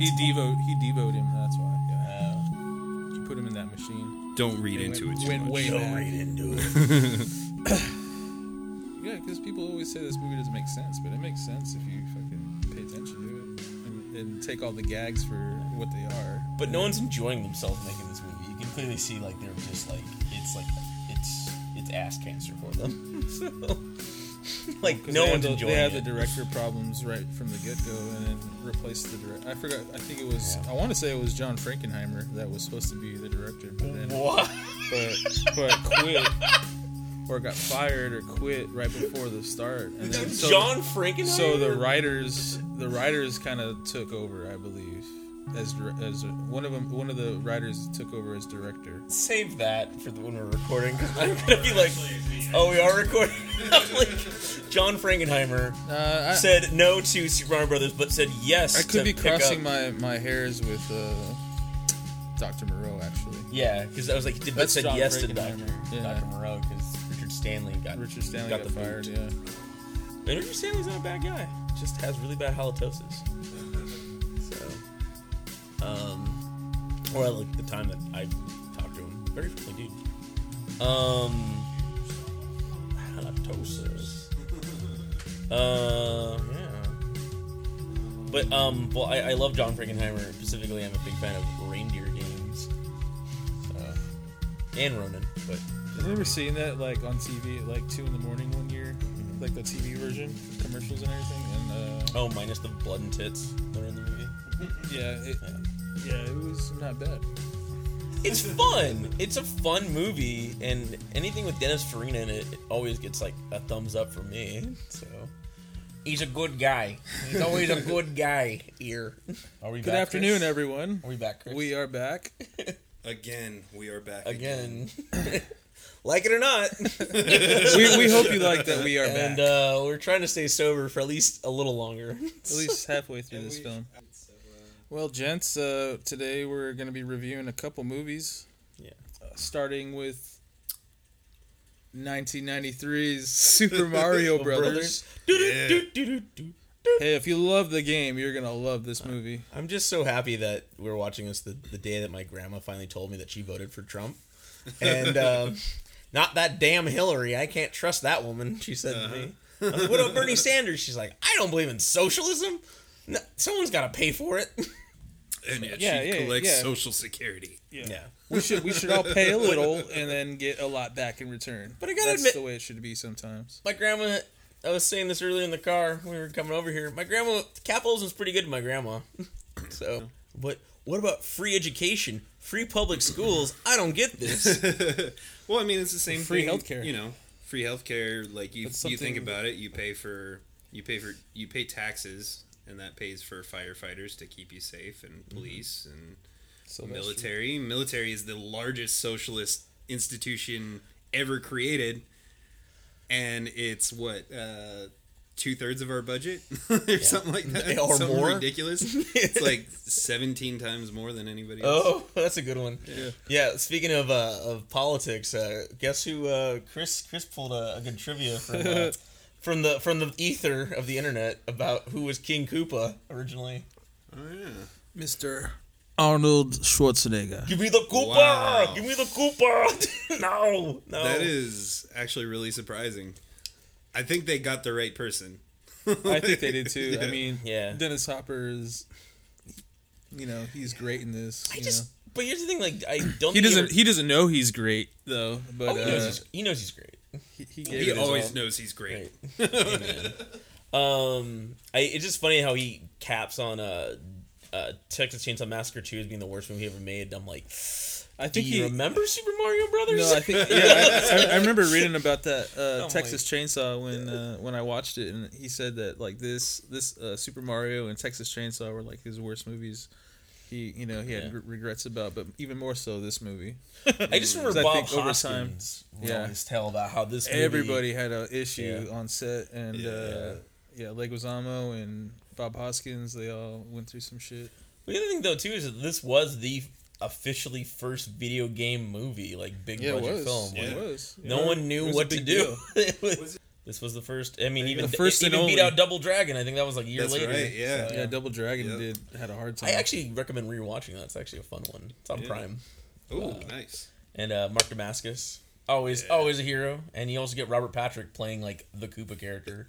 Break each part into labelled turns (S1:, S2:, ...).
S1: He devo he devoed him. That's why. Yeah. You put him in that machine.
S2: Don't read
S1: It
S2: into
S1: went,
S2: it too
S1: went
S2: much.
S1: way back.
S3: into it.
S1: Yeah, because people always say this movie doesn't make sense, but it makes sense if you fucking pay attention to it and, and take all the gags for what they are.
S3: But no one's enjoying themselves making this movie. You can clearly see like they're just like it's like it's it's ass cancer for them. so like
S1: 'Cause
S3: no
S1: they
S3: one's
S1: had the,
S3: enjoying
S1: They had
S3: it.
S1: the director problems right from the get go, and then replaced the director. I forgot. I think it was. I want to say it was John Frankenheimer that was supposed to be the director, but then
S3: What?
S1: but but quit or got fired or quit right before the start. And then, so,
S3: John Frankenheimer.
S1: So the writers, the writers kind of took over, I believe, as dir- as one of them. One of the writers took over as director.
S3: save that for the, when we're recording. 'cause I'm gonna be like, oh, we are recording. I'm like, John Frankenheimer
S1: Uh, I,
S3: said no to Super Mario Brothers, but said yes.
S1: I
S3: to
S1: could be
S3: pick up-
S1: crossing my my hairs with uh, Doctor Moreau actually.
S3: Yeah, because I was like, he did, but
S1: That's
S3: said
S1: John
S3: yes to Dr.
S1: Frankenheimer. Yeah.
S3: Dr. Moreau because Richard Stanley got
S1: Richard Stanley
S3: got
S1: got,
S3: the boot.
S1: fired. Yeah.
S3: And Richard Stanley's not a bad guy. Just has really bad halitosis. so, um, or at like the time that I talked to him, very friendly dude. Um, halitosis. Uh, yeah. But um, well, I, I love John Frankenheimer specifically. I'm a big fan of reindeer games. So, and Ronan, but
S1: Have you ever seen that like on TV at like two in the morning one year,
S3: Mm-hmm.
S1: like the TV version commercials and everything? And uh,
S3: oh, minus the blood and tits that are in the movie.
S1: yeah, it,
S3: Yeah.
S1: yeah, it was not bad.
S3: it's fun. It's a fun movie, and anything with Dennis Farina in it, it always gets like a thumbs up for me. So he's a good guy. He's always a good guy. Here. Are we
S1: Good afternoon, everyone.
S3: Are we back, Chris?
S1: We are back.
S2: Again, we are back
S3: again. like it or not,
S1: we, we hope you like that we are
S3: and
S1: back.
S3: uh, we're trying to stay sober for at least a little longer.
S1: At least halfway through this film. Well, gents, uh, today we're going to be reviewing a couple movies.
S3: Yeah.
S1: Uh, starting with 1993's Super
S3: Oh,
S1: Mario Brothers.
S3: Do-do-do-do-do-do.
S1: Hey, if you love the game, you're going to love this
S3: Uh,
S1: movie.
S3: I'm just so happy that we're watching this the, the day that my grandma finally told me that she voted for Trump. And um, not that damn Hillary. I can't trust that woman, she said to me. I'm like, what about Bernie Sanders? She's like, I don't believe in socialism. No, someone's got to pay for it.
S2: And yet
S1: Yeah,
S2: she
S1: yeah,
S2: collects
S1: yeah.
S2: social security.
S3: Yeah.
S1: We should we should all pay a little and then get a lot back in return.
S3: But I gotta
S1: That's
S3: admit-
S1: the way it should be sometimes.
S3: My grandma, I was saying this earlier in the car when we were coming over here. My grandma, capitalism's pretty good to my grandma. So, but what about free education? Free public schools? I don't get this.
S2: Well, I mean, it's the same
S1: Free
S2: thing,
S1: healthcare.
S2: You know, free healthcare. Like you,
S1: That's
S2: you think
S1: something-
S2: about it, you pay for you pay for you pay taxes, and that pays for firefighters to keep you safe, and police, and
S1: So that's true.
S2: military. Military is the largest socialist institution ever created, and it's what uh, two thirds of our budget or something like that.
S3: Or
S2: something
S3: more.
S2: ridiculous. it's like seventeen times more than anybody. else.
S3: Oh, that's a good one. Yeah. speaking of uh, of politics, uh, guess who? Uh, Chris Chris pulled a, a good trivia from uh, from the from the ether of the internet about who was King Koopa originally.
S2: Oh, yeah.
S1: Mr. Arnold Schwarzenegger.
S3: Give me the Koopa!
S2: Wow.
S3: Give me the Koopa! no, no.
S1: Oh.
S2: That is actually really surprising. I think they got the right person.
S1: I think they did too. I
S2: Yeah.
S1: mean,
S3: Yeah.
S1: Dennis Hopper is, you know, he's great in this.
S3: I
S1: you
S3: just.
S1: know.
S3: But here's the thing, like I don't.
S1: he
S3: think
S1: doesn't.
S3: ever-
S1: He doesn't know he's great though. But
S3: oh, he, knows
S1: uh,
S3: he's, he knows he's great.
S1: he, he gave
S2: he
S1: it his
S2: always
S1: all.
S2: knows he's great.
S3: Amen. um, I, it's just funny how he caps on uh, uh, Texas Chainsaw Massacre 2 as being the worst movie he ever made. I'm like,
S1: I
S3: Do
S1: think he.
S3: you remember Super Mario Brothers?
S1: No, I think yeah. I, I, I remember reading about that uh,
S3: Oh my-
S1: Texas Chainsaw when uh, when I watched it, and he said that like this this uh, Super Mario and Texas Chainsaw were like his worst movies. He you know he had
S3: Yeah.
S1: re- regrets about, but even more so this movie.
S3: I just remember
S1: 'Cause I
S3: Bob
S1: think over time-
S3: Hoskins would
S1: yeah.
S3: always tell about how this movie,
S1: Everybody had an issue
S3: Yeah.
S1: on set, and uh, yeah, Leguizamo and Bob Hoskins, they all went through some shit.
S3: The other thing though too is that this was the officially first video game movie, like big budget film. Like,
S1: It was.
S3: No one knew what to do. It was- This was the first. I mean, even
S1: the first
S3: it
S1: and
S3: even beat
S1: only.
S3: out Double Dragon. I think that was like a year
S2: That's
S3: later.
S2: right, yeah.
S3: So,
S1: Yeah, Double Dragon
S2: Yep.
S1: did had a hard time.
S3: I actually recommend rewatching that. It's actually a fun one. It's on Prime.
S2: Oh, nice.
S3: And uh, Mark Damascus, always always a hero. And you also get Robert Patrick playing like the Koopa character,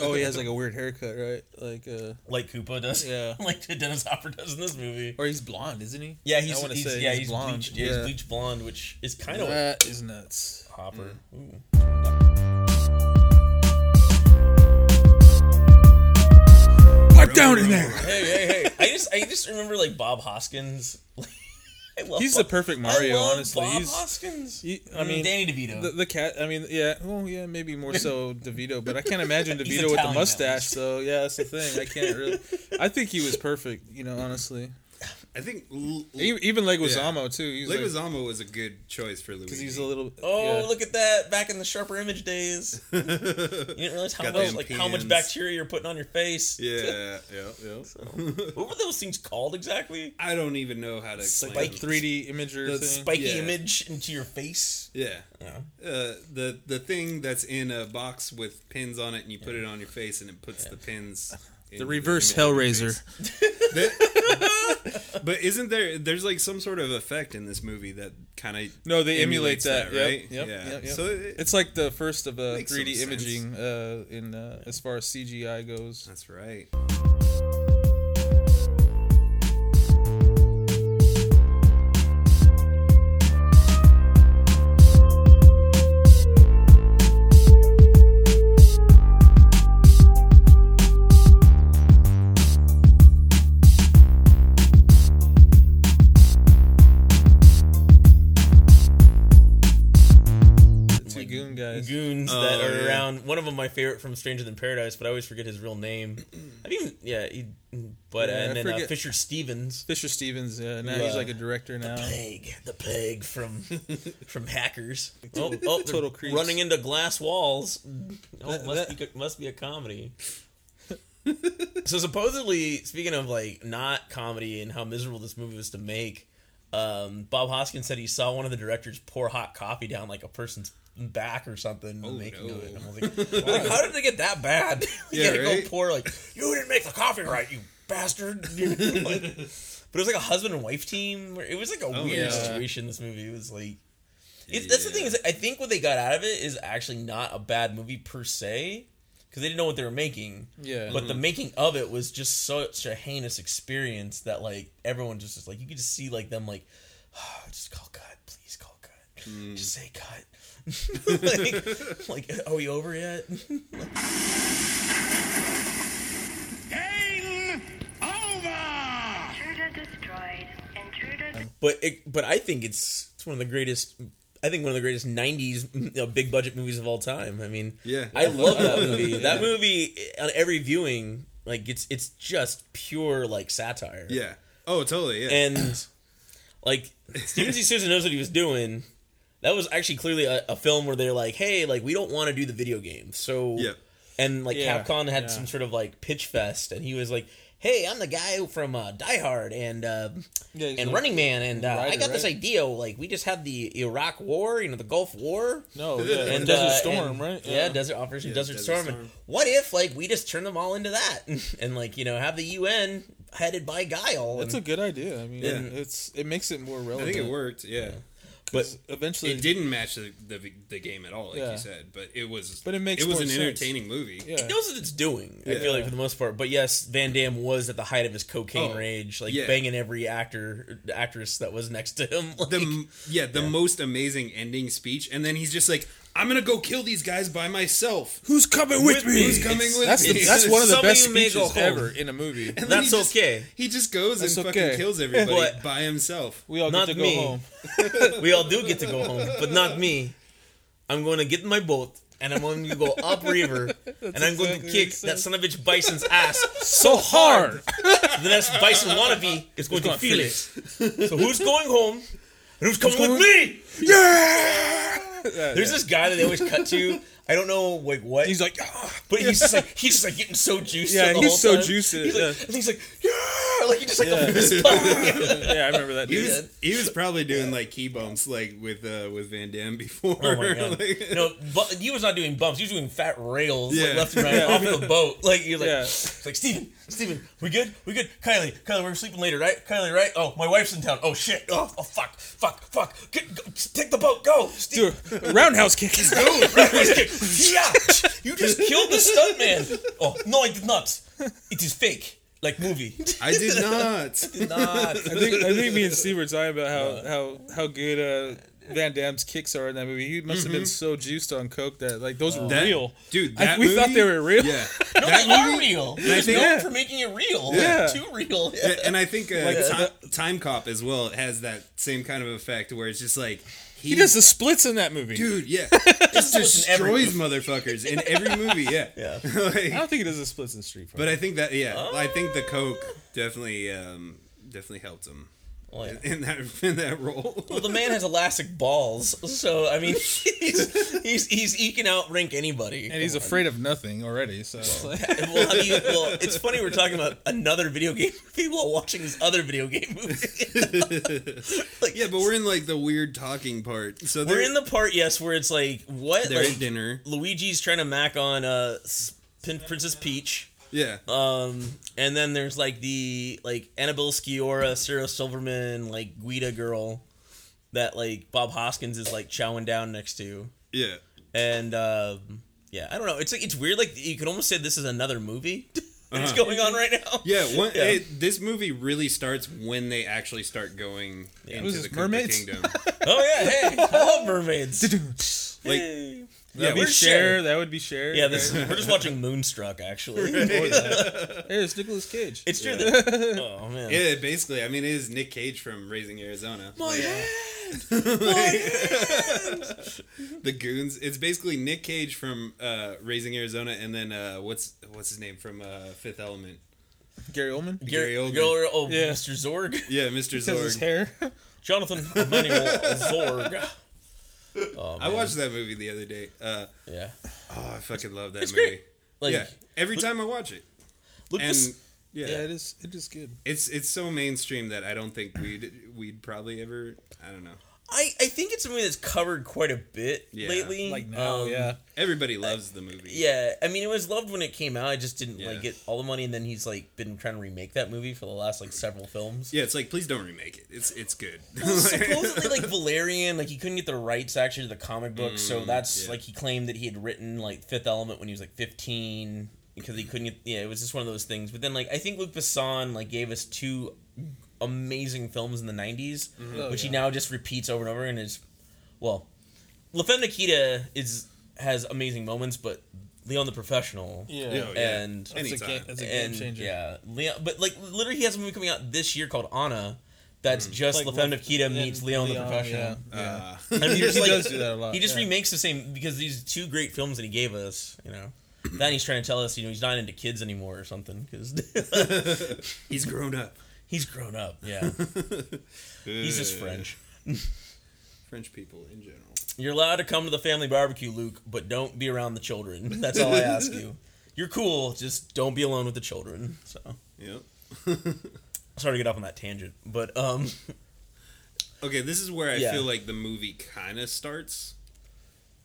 S1: oh, he has like a weird haircut, right? Like, uh,
S3: like Koopa does,
S1: Yeah.
S3: like Dennis Hopper does in this movie.
S1: or he's blonde, isn't he?
S3: Yeah,
S1: I
S3: he's,
S1: wanna
S3: he's
S1: say
S3: yeah
S1: he's
S3: he's,
S1: blonde.
S3: bleached yeah. he's
S1: Yeah.
S3: bleached blonde, which is kind of like
S1: That is nuts.
S3: Hopper.
S1: Mm.
S3: Ooh.
S1: Pipe down in there.
S3: Hey hey hey! I just I just remember like Bob Hoskins. I love
S1: He's
S3: Bob-
S1: the perfect
S3: I
S1: Mario,
S3: love
S1: honestly.
S3: Bob
S1: He's,
S3: Hoskins. Mm,
S1: he- I mean,
S3: Danny DeVito.
S1: the, the cat. I mean, yeah. Well, yeah, maybe more so DeVito, but I can't imagine
S3: He's
S1: DeVito with the
S3: Italian, at
S1: mustache.
S3: least.
S1: So yeah, that's the thing. I can't really. I think he was perfect. You know, honestly.
S2: I think L- L-
S1: E- Even Leguizamo too. He was like,
S2: Leguizamo was a good choice for Luigi.
S1: because he's a little.
S3: Oh,
S1: yeah.
S3: look at that! Back in the sharper image days, you didn't realize how
S2: Got
S3: much
S2: them
S3: like how much
S2: pins.
S3: bacteria you're putting on your face.
S2: yeah, yeah, yeah.
S3: What were those things called exactly?
S2: I don't even know how to explain.
S1: like
S3: Spike-
S1: 3D imager
S2: The
S1: thing.
S3: Spiky
S2: Yeah.
S3: image into your face.
S2: Yeah.
S3: Yeah.
S2: Uh, the the thing that's in a box with pins on it, and you put it on your face, and it puts the pins. in
S1: the reverse
S2: middle of your
S1: Hellraiser.
S2: face. That- but isn't there? There's like some sort of effect in this movie that kind of
S1: No, they emulate that,
S2: right?
S1: Yep, yep,
S2: yeah.
S1: yep, yep.
S2: So it,
S1: It's like the first of uh,
S2: Makes some
S1: 3D
S2: sense.
S1: imaging uh, in uh, as far as CGI goes.
S2: that's right.
S1: The two goon guys.
S3: Goons
S2: Oh,
S3: that are
S2: yeah.
S3: around. One of them, my favorite from Stranger Than Paradise, but I always forget his real name. I mean, yeah, he, but uh,
S1: Yeah, I
S3: and then uh,
S1: forget.
S3: Fisher Stevens,
S1: Fisher Stevens. Yeah, now he's
S3: Yeah.
S1: like a director now.
S3: plague, the plague from from hackers. Oh,
S1: Total-
S3: oh they're
S1: total creeps.
S3: running into glass walls. Oh,
S1: That-
S3: must
S1: that-
S3: be must be a comedy. so supposedly, speaking of like not comedy and how miserable this movie was to make, um, Bob Hoskins said he saw one of the directors pour hot coffee down like a person's back or something in the
S2: Oh,
S3: making
S2: no.
S3: of it. And I was like, like, how did it get that bad? you
S2: Yeah,
S3: gotta
S2: right?
S3: go pour like you didn't make the coffee right, you bastard. Like, but it was like a husband and wife team. It was like a weird
S2: yeah.
S3: situation. This movie it was like. It's, That's the thing is, I think what they got out of it is actually not a bad movie per se, because they didn't know what they were making.
S1: Yeah.
S3: But the making of it was just such a heinous experience that like everyone just is like you could just see like them like, just call cut, please call cut, just say cut. like, like, are we over yet?
S4: Intruder destroyed. Intruder
S3: But it, but I think it's it's one of the greatest. I think one of the greatest '90s you know, big budget movies of all time. I mean,
S2: Yeah.
S3: I love that movie. That movie on every viewing, like it's it's just pure like satire.
S2: Yeah. Oh, totally. Yeah.
S3: and like Steven C. Souza knows what he was doing. That was actually clearly a, a film where they're like, "Hey, like we don't want to do the video game." So
S2: Yeah.
S3: and like
S1: Yeah,
S3: Capcom had
S1: yeah.
S3: some sort of like pitch fest, and he was like, "Hey, I'm the guy from uh, Die Hard and uh,
S1: Yeah, he's
S3: and
S1: like-
S3: Running Man, and uh, I
S1: Ryder,
S3: got this
S1: right?
S3: idea. Like we just had the Iraq War, you know, the Gulf War."
S1: No, yeah,
S3: And
S1: and
S3: uh,
S1: Desert Storm,
S3: and-
S1: right?
S3: Yeah, Desert Operation
S2: Yeah,
S3: Desert,
S2: Desert
S3: Storm.
S2: Storm.
S3: And what if like we just turn them all into that, and like you know have the UN headed by Guile?
S1: That's
S3: and-
S1: a good idea. I mean,
S2: Yeah.
S1: it's it makes it more
S2: I
S1: relevant.
S2: think it worked. Yeah.
S1: 'Cause eventually,
S2: It didn't match the, the the game at all, like
S1: Yeah.
S2: you said. But it was.
S1: But it makes
S2: it was
S1: more
S2: an
S1: sense.
S2: entertaining movie.
S1: Yeah.
S3: it knows what it's doing. I
S2: Yeah.
S3: feel like for the most part. But yes, Van Damme was at the height of his cocaine
S2: Oh,
S3: rage, like
S2: yeah.
S3: banging every actor actress that was next to him. Like,
S2: The m yeah the most amazing ending speech, and then he's just like, "I'm gonna go kill these guys by myself."
S1: Who's coming with, me?
S2: Who's coming with
S1: that's
S2: me?
S1: the, that's one of the
S3: Some of
S1: best
S3: you may go
S1: speeches
S3: home.
S1: ever in a movie.
S2: And then
S3: that's
S2: he just-
S3: okay.
S2: He just goes
S1: That's
S2: and
S1: okay.
S2: fucking kills everybody
S3: But-
S2: by himself.
S1: We all
S3: Not
S1: get to go
S3: me.
S1: home.
S3: we all do get to go home, but not me. I'm going to get in my boat and I'm going to go up river and I'm going to
S1: exactly what
S3: kick
S1: he said.
S3: that son of a bitch bison's ass.
S1: So hard.
S3: The next bison wannabe is going to
S1: gonna
S3: feel
S1: feel
S3: it. So who's going home? And who's coming with
S1: going-
S3: me?
S1: yeah.
S3: There's this guy that they always cut to.
S5: I don't know like what
S1: He's like, "Ah."
S5: But he's just like he's just like getting so juiced.
S1: Yeah,
S5: the
S1: he's
S5: whole
S1: so
S5: time.
S1: juiced in
S5: He's
S1: it,
S5: like,
S1: yeah.
S5: and he's like, yeah, like he just like
S1: Yeah.
S5: the fist pump.
S1: yeah, I remember that.
S2: He
S1: Dude.
S2: was, he was probably doing like key bumps like with uh with Van Damme before.
S3: Oh my god!
S2: Like-
S3: No, but he was not doing bumps. He was doing fat rails
S2: Yeah.
S3: like left and right off the boat. Like you're like,
S1: Yeah.
S3: it's like Steven, Steven, we good? We good? Kylie, Kylie, we're sleeping later, right? Kylie, right? Oh, my wife's in town. Oh shit! Oh, oh fuck, fuck, fuck! Get, go, take the boat, go! Steven,
S1: Do a roundhouse kick.
S3: yeah, you just killed the stuntman. Oh no, I did not. It is fake, like movie.
S2: I did not.
S1: I
S3: Not.
S1: think, I think me and Steve were talking about how how how good uh, Van Damme's kicks are in that movie. He must have been so juiced on coke that like those were
S2: That-
S1: real,
S2: dude.
S1: I-
S2: That
S1: we thought
S2: movie-
S1: they were real.
S2: Yeah,
S3: No,
S2: That
S3: they are
S2: movie-
S3: real.
S2: I
S3: There's
S2: think-
S3: no
S1: Yeah.
S3: for making it real.
S1: Yeah.
S3: Too real.
S2: Yeah, and I think uh,
S1: Like,
S2: Ti- Time Cop as well has that same kind of effect where it's just like
S1: He does the splits in that movie.
S2: dude, yeah,
S3: Just
S2: destroys motherfuckers in every movie. Yeah,
S3: Yeah.
S1: I
S2: Like,
S1: don't think he does the splits in Street Fighter.
S2: but I think that yeah, I think the coke definitely um definitely helped him
S3: Oh, yeah.
S2: in that in that role.
S3: Well, the man has elastic balls, so I mean, he's he's, he's he can outrank anybody.
S1: and he's afraid of nothing already. So it's like-
S3: Well, have you- well, it's funny we're talking about another video game movie while watching this other video game movie. like,
S2: yeah, but we're in like the weird talking part. So
S3: we're
S2: they're-
S3: in the part yes where it's like what
S2: they're
S3: like
S2: at dinner.
S3: Luigi's trying to mac on uh S- Pin- Princess Peach.
S2: Yeah,
S3: Um, and then there's like the like Annabelle Sciorra, Sarah Silverman, like Guida girl that like Bob Hoskins is like chowing down next to.
S2: yeah.
S3: and um, yeah, I don't know. It's like it's weird. Like you could almost say this is another movie that's going on right now.
S2: Uh-huh. Yeah, one,
S3: Yeah.
S2: It, this movie really starts when they actually start going into
S1: Was
S2: the
S1: this
S2: Cooper
S1: mermaids?
S2: Kingdom.
S3: Oh yeah. Hey, I love mermaids.
S2: Like,
S1: that'd
S3: we're
S1: be share.
S3: Cher.
S1: That would be share.
S3: Yeah, this we're just watching Moonstruck actually.
S1: There's Nicolas Cage.
S3: It's true. That, oh man.
S2: yeah, basically. I mean, it is Nick Cage from Raising Arizona.
S3: My
S2: Like,
S3: hand!
S2: the Goons. It's basically Nick Cage from uh, Raising Arizona, and then uh, what's what's his name from uh, Fifth Element?
S1: Gary Oldman.
S2: Gary Oldman.
S3: Gary- oh,
S1: Yeah.
S3: Mr. Zorg.
S2: Yeah, Mr.
S1: Because his
S2: Zorg.
S1: hair.
S3: Jonathan Emmanuel Zorg. Oh,
S2: I
S3: man.
S2: watched that movie the other day. Uh,
S3: Yeah.
S2: oh, I fucking love that
S3: It's
S2: movie.
S3: great. Like
S2: yeah, every time I watch it,
S3: look
S2: and
S3: this
S2: yeah,
S1: Yeah, it is. It is good.
S2: it's it's so mainstream that I don't think we'd we'd probably ever. I don't know.
S3: I, I think it's a movie that's covered quite a bit
S2: Yeah,
S3: lately.
S1: Like now,
S3: Um,
S1: yeah.
S2: Everybody loves the movie.
S3: Yeah, I mean, it was loved when it came out. I just didn't
S2: Yeah.
S3: like get all the money, and then he's like been trying to remake that movie for the last like several films.
S2: Yeah, it's like please don't remake it. It's it's good.
S3: Supposedly, like Valerian, like he couldn't get the rights actually to the comic book, so that's
S2: Mm, yeah.
S3: like he claimed that he had written like Fifth Element when he was like fifteen because he couldn't get. Yeah, it was just one of those things. But then, like I think Luc Besson like gave us two amazing films in the 90s
S2: Mm-hmm.
S1: Oh,
S3: which he
S1: yeah.
S3: now just repeats over and over and is well, La Femme Nikita is has amazing moments, but Leon the Professional
S2: Yeah, oh, yeah.
S3: and
S2: Any-
S1: It's a,
S2: Anytime.
S1: game, it's a game
S3: and,
S1: changer.
S3: Yeah, Leon, but like literally, he has a movie coming out this year called Anna. That's just
S1: Like,
S3: La Femme
S1: Lef-
S3: Nikita
S1: and
S3: meets Leon, the Professional.
S1: Yeah. yeah.
S2: Uh,
S3: And
S1: He
S3: you're just like-
S1: does do that a lot.
S3: He just
S1: yeah.
S3: remakes the same because these two great films that he gave us, you know. Then he's trying to tell us, you know, he's not into kids anymore or something because
S2: he's grown up.
S3: he's grown up. Yeah, he's just
S2: Uh,
S3: French.
S2: French people in general.
S3: You're allowed to come to the family barbecue, Luke, but don't be around the children. That's all I ask you. You're cool, just don't be alone with the children. So
S2: Yep.
S3: sorry to get off on that tangent, but um,
S2: Okay, this is where I
S3: Yeah.
S2: feel like the movie kind of starts,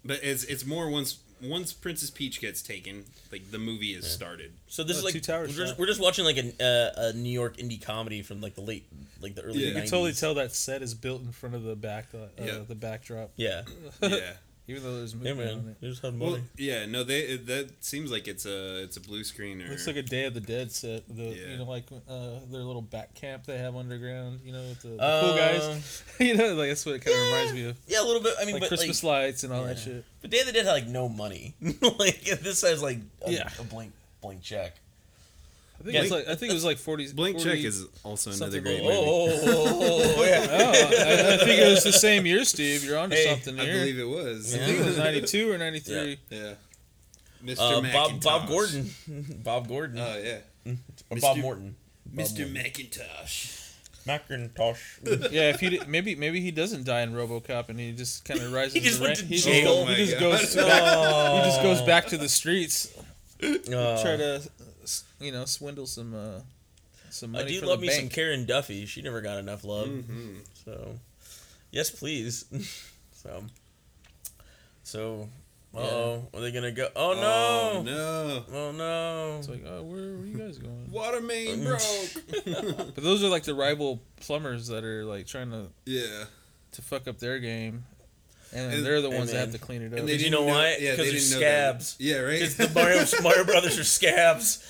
S2: but it's it's more once once Princess Peach gets taken, like the movie is started.
S3: So this
S1: Oh,
S3: is like
S1: Two Towers,
S3: we're,
S1: yeah.
S3: just, we're just watching like a, uh, a New York indie comedy from like the late, like the
S2: Yeah.
S3: early. Yeah,
S2: You
S1: You can totally tell that set is built in front of the back, uh,
S2: Yeah.
S1: the backdrop.
S3: Yeah,
S2: yeah.
S1: Even though there's
S3: yeah,
S1: movement on
S3: man,
S1: it.
S3: they just had money.
S2: Well, yeah. No, they it, that seems like it's a it's a blue screen or
S1: Looks like a Day of the Dead set. The
S2: Yeah.
S1: you know like uh, their little back camp they have underground. You know with the, the
S3: Uh,
S1: cool guys. you know like that's what it kind of reminds me of.
S3: yeah, a little bit. I mean,
S1: Like
S3: but
S1: Christmas
S3: like,
S1: lights and all that shit.
S3: but Day of the Dead had like no money. like this has like a,
S1: Yeah.
S3: a blank blank check.
S1: I think
S3: Yeah.
S1: it was like I think it was like forty.
S2: Blank
S1: 40
S2: Check is also another
S1: something
S2: great
S1: like-
S2: movie.
S3: Oh, oh, oh, oh, yeah.
S1: Oh, I, I think it was the same year, Steve. You're onto
S3: Hey,
S1: something
S2: I
S1: here.
S2: believe it was.
S1: I think it was ninety two or ninety three.
S3: Yeah.
S2: Yeah. Mr.
S3: Uh, Bob Bob
S2: Macintosh.
S3: Gordon, Bob Gordon,
S1: Uh,
S2: Oh yeah.
S3: or Bob
S2: Mr.
S3: Morton, Bob
S2: Mr.
S3: Morton.
S2: Macintosh.
S3: Macintosh.
S1: Yeah, if he did- maybe maybe he doesn't die in RoboCop and he just kind of rises.
S3: He just
S1: the
S3: went
S1: rank-
S3: to
S1: he
S3: jail.
S1: Just,
S3: Oh
S1: he
S2: my
S1: just
S2: God.
S1: goes back. He just goes back to the streets.
S3: Oh.
S2: Uh,
S1: Try to, s- you know, swindle some uh, some
S3: I
S1: money
S3: do
S1: for
S3: love
S1: the
S3: me some
S1: bank.
S3: Karen Duffy. She never got enough love.
S1: Mm-hmm.
S3: So, yes, please. so, so, oh, are they gonna go? Oh
S2: Oh,
S3: no!
S2: no.
S3: Oh no!
S1: it's like, oh, where were you guys going?
S2: Water main broke.
S1: But those are like the rival plumbers that are like trying to
S2: yeah.
S1: to fuck up their game, and,
S2: And-
S1: they're the ones that
S3: man.
S1: have to clean it up.
S2: And they
S3: you
S2: didn't
S3: know why? 'Cause
S2: they
S3: they're
S2: didn't know that.
S3: scabs.
S2: Yeah, right.
S3: It's the Mario, Mario Brothers are scabs.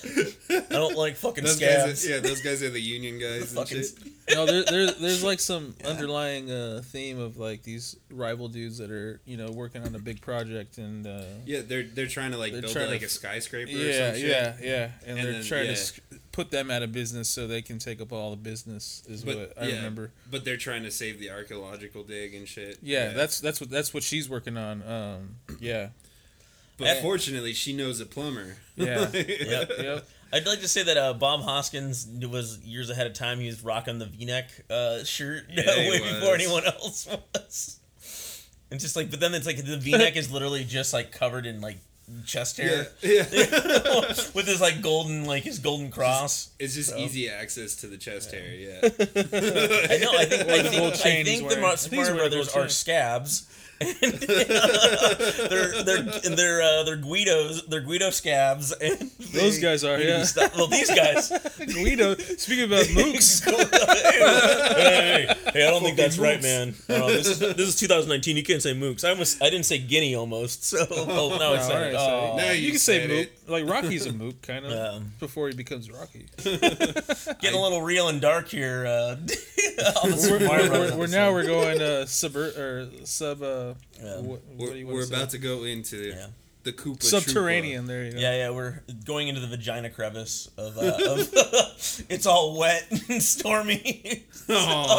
S3: I don't like fucking
S2: those
S3: scabs.
S2: guys. Are, yeah, those guys are the union guys and
S3: Fucking
S2: shit.
S1: no, there, there, there's like some underlying uh, theme of like these rival dudes that are you know working on a big project and uh,
S2: Yeah, they're they're trying to like
S1: They're
S2: build
S1: trying to
S2: like
S1: f-
S2: a skyscraper. or
S1: yeah,
S2: some shit.
S1: yeah, yeah, and,
S2: And
S1: they're
S2: then-
S1: trying
S2: yeah.
S1: to sc- put them out of business so they can take up all the business is
S2: But
S1: what I
S2: yeah,
S1: remember.
S2: But they're trying to save the archaeological dig and shit.
S1: Yeah, that's that's what that's what she's working on. Um, yeah,
S2: But fortunately, she knows a plumber.
S1: yeah,
S2: yeah.
S1: yep.
S3: I'd like to say that uh, Bob Hoskins was years ahead of time. He was rocking the V-neck uh, shirt
S2: he
S3: way before
S2: was.
S3: anyone else was. And just like, but then it's like the V-neck is literally just like covered in like chest
S2: Yeah,
S3: hair with his like golden, like his golden cross.
S2: it's just
S3: So-
S2: easy access to the chest hair. Yeah,
S3: I know. I think I
S1: the
S3: think,
S1: gold chain
S3: I
S1: he's
S3: think the
S1: wearing.
S3: Mar-
S1: I think he's wearing a
S3: Spartan brothers
S1: gold
S3: are
S1: chain.
S3: scabs. they're they're and they're uh, they're Guidos. They're Guido scabs. And
S1: Those
S3: they-
S1: guys are yeah.
S3: Stop- Well, these guys.
S1: Guido. Speaking about mooks,
S3: hey, hey, hey, I don't think that's right, man. No, no, this, is, this is 2019. You can't say mooks. I almost, I didn't say guinea almost. So, oh no, it's
S1: All
S3: not.
S1: right, so-
S3: Oh.
S2: Now
S1: you
S2: you
S1: can say
S2: said
S1: mook.
S2: it.
S1: Like Rocky's a mook, kind of
S3: Um,
S1: before he becomes Rocky.
S3: getting a little real and dark here. Uh, on the
S1: we're,
S3: Super Mario
S1: we're,
S3: Brothers.
S1: we're, we're now we're going uh, subvert or sub. Uh, wha- what,
S2: we're,
S1: do you
S2: we're
S1: want to
S2: about
S1: say?
S2: to go into
S3: Yeah.
S2: the Koopa
S1: subterranean. There you go.
S3: Yeah, yeah, we're going into the vagina crevice of. Uh, of it's all wet and stormy.
S2: Troopla.
S1: Oh.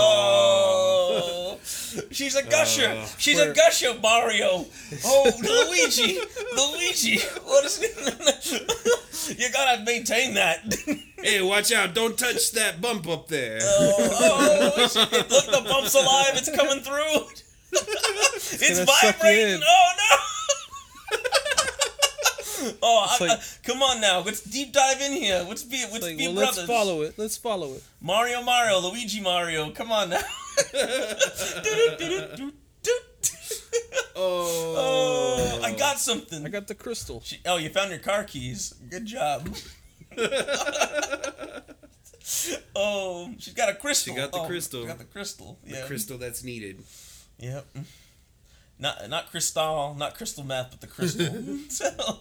S3: Oh, she's a gusher.
S2: Oh.
S3: she's a
S1: We're-
S3: gusher, Mario. Oh, Luigi, Luigi. What is? you gotta maintain that.
S2: Hey, watch out! Don't touch that bump up there.
S3: oh, oh, shit. look, the bump's alive. It's coming through. it's
S1: gonna suck you
S3: vibrating.
S1: in.
S3: Oh no. Oh, I,
S1: like-
S3: I- come on now! Let's deep dive in here. Let's be, let's
S1: Like,
S3: be
S1: well,
S3: brothers.
S1: let's follow it. Let's follow it.
S3: Mario, Mario, Luigi, Mario. Come on now.
S2: Oh,
S3: Oh, I got something.
S1: I got the crystal.
S3: She- oh, you found your car keys. Good job. oh, she's got a crystal.
S2: got the
S3: Oh,
S2: crystal.
S3: She got the crystal. Yeah.
S2: crystal that's needed.
S3: Yep. Not not crystal, not crystal meth, but the crystal. so,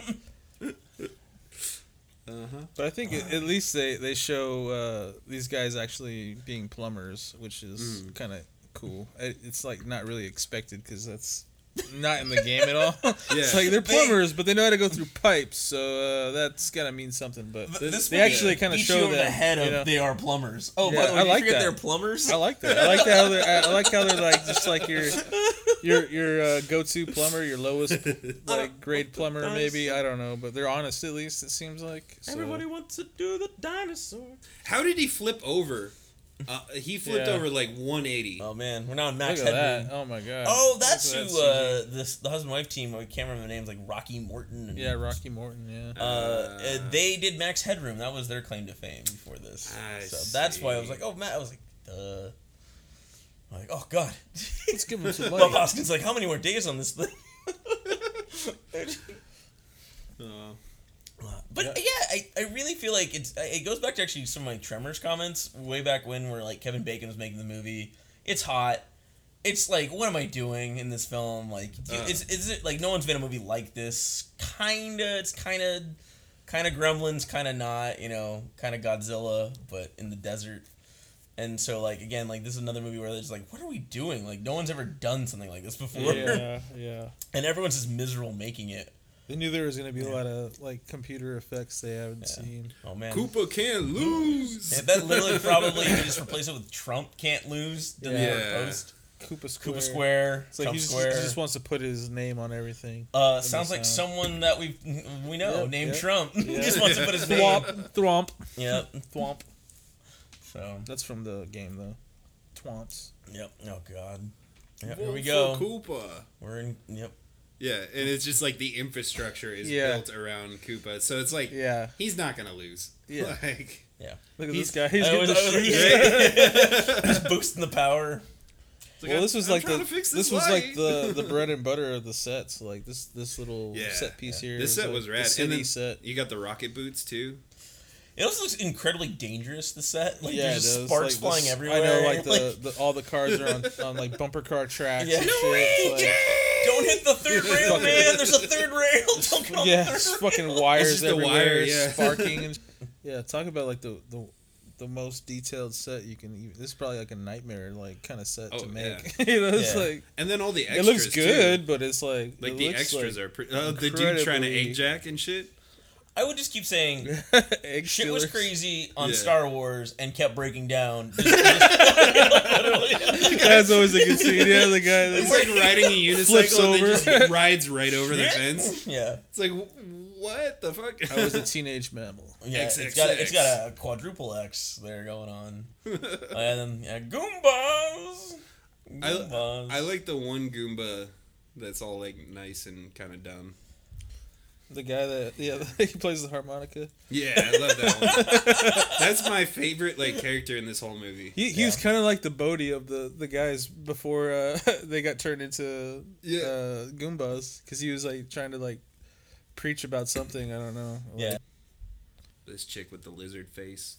S1: But I think at at least they they show uh, these guys actually being plumbers, which is kind of cool. It, it's like not really expected because that's not in the game at all. It's like they're plumbers, but they know how to go through pipes, so uh, that's gotta mean something. But
S3: th- this
S1: they
S3: movie
S1: actually kind of
S3: beats
S1: show
S3: you over
S1: that
S3: the head of
S1: you know.
S3: they are plumbers. Oh, by
S1: Yeah,
S3: the way,
S1: I
S3: did
S1: like
S3: you forget
S1: that.
S3: they're plumbers.
S1: I like that. I like that how they're. I like how they're like just like your your your uh, go-to plumber, your lowest like grade plumber, maybe I don't know, but they're honest at least. It seems like so.
S3: wants to do the dinosaur.
S2: How did he flip over? Uh, he flipped
S1: Yeah.
S2: over like 180.
S3: Oh man, we're now in Max
S1: Look at that!
S3: Headroom.
S1: Oh my god!
S3: Oh, that's who
S1: Look at that
S3: uh, this the husband wife team. I can't remember the names, like Rocky Morton. And,
S1: CG. yeah, Rocky Morton. Yeah,
S3: Uh, uh, they did Max Headroom. That was their claim to fame before this.
S2: I
S3: so that's why I was
S2: see.
S3: like, oh, Matt. I was like, uh, I'm like, oh god.
S1: let's give him some
S3: Bob
S1: money.
S3: Hoskins like, how many more days on this thing?
S2: Uh,
S3: But yeah, I, I really feel like it's it goes back to actually some of my Tremors comments way back when, where like Kevin Bacon was making the movie. It's hot. It's like, what am I doing in this film? Like, do-
S2: Uh.
S3: is is it like no one's made a movie like this? Kinda. It's kinda, kinda Gremlins, kinda not. You know, kinda Godzilla, but in the desert. And so, like again, like this is another movie where they're just like, what are we doing? Like, no one's ever done something like this before,
S1: yeah, yeah.
S3: and everyone's just miserable making it.
S1: They knew there was gonna be a lot of like computer effects they haven't seen.
S3: Oh man,
S2: Koopa can't lose.
S3: Yeah, that literally probably you just replace it with Trump can't lose. Then
S1: Yeah.
S3: they
S2: Yeah.
S3: post
S1: Koopa Square.
S3: Koopa Square,
S1: It's like
S3: Trump
S1: he just, he
S3: Square.
S1: just wants to put his name on everything.
S3: uh, sounds like
S1: sound.
S3: someone that we we know
S1: Yep,
S3: named
S1: yep.
S3: Trump
S1: Yeah.
S3: just wants to put his name.
S1: Thwomp, thwomp,
S3: yep.
S1: thwomp.
S3: So
S1: That's from the game though. twants.
S3: Yep. Oh God. Yep, here we go.
S2: Koopa.
S3: We're in. Yep.
S2: Yeah, and it's just like the infrastructure is
S1: Yeah.
S2: built around Koopa, so it's like
S1: Yeah.
S2: he's not gonna lose.
S1: Yeah.
S2: Like,
S3: Yeah.
S1: Look at
S3: He's-
S1: this guy. He's
S3: I
S1: getting
S3: was-
S1: the
S3: I was like,
S1: shoes.
S3: Oh, Just boosting the power.
S2: it's like,
S1: Well, this was
S2: I'm
S1: like the
S2: trying
S1: this,
S2: to fix
S1: was like
S2: light.
S1: the the bread and butter of the sets. Like this this little
S2: Yeah.
S1: set piece here.
S2: this
S1: is
S2: set
S1: like
S2: was
S1: the
S2: rad. and
S1: city
S2: then
S1: set.
S2: You got the rocket boots too.
S3: It also looks incredibly dangerous. The set, like
S1: Yeah,
S3: there's just
S1: it was,
S3: sparks
S1: like,
S3: flying
S1: this- I
S3: everywhere.
S1: know, like the, the all the cars are on, on like bumper car tracks.
S3: Yeah.
S1: and
S3: No
S1: shit. It's like-
S3: don't hit the third rail,
S1: Fucking-
S3: man. There's a third rail. Don't get on
S1: yeah,
S3: the
S1: it's
S3: third
S1: fucking
S3: rail.
S1: wires
S2: just the
S1: everywhere,
S2: wire, yeah.
S1: sparking and yeah. Talk about like the the the most detailed set you can. Even, this is probably like a nightmare like kind of set
S2: Oh,
S1: to
S2: yeah.
S1: make. you know, it's
S3: Yeah.
S1: like
S2: And then all the
S1: it
S2: extras.
S1: looks
S2: too.
S1: good, but it's like
S2: Like
S1: it
S2: the
S1: looks
S2: extras
S1: like
S2: are pretty. Uh, the dude trying to
S1: incredibly-
S2: egg jack and shit.
S3: I would just keep saying
S1: egg
S3: shit was
S1: stealers.
S3: crazy on
S2: Yeah.
S3: Star Wars and kept breaking down.
S1: That's always a good scene. Yeah, the guy.
S2: It's
S1: That's,
S2: like riding a unicycle and
S1: over.
S2: then just rides right over the
S3: Yeah.
S2: fence.
S3: yeah.
S2: It's like wh- what the fuck?
S1: I was a teenage mammal.
S3: Yeah,
S2: XXX.
S3: it's got it's got a quadruple X there going on, and then yeah, Goombas. Goombas.
S2: I like the one Goomba that's all like nice and kind of dumb.
S1: The guy that yeah, he plays the harmonica.
S2: Yeah, I love that one. That's my favorite like character in this whole movie.
S1: He, he was
S3: Yeah.
S1: kind of like the Bodhi of the, the guys before uh, they got turned into
S2: Yeah.
S1: uh, Goombas because he was like trying to like preach about something. I don't know. Like,
S3: Yeah.
S2: This chick with the lizard face.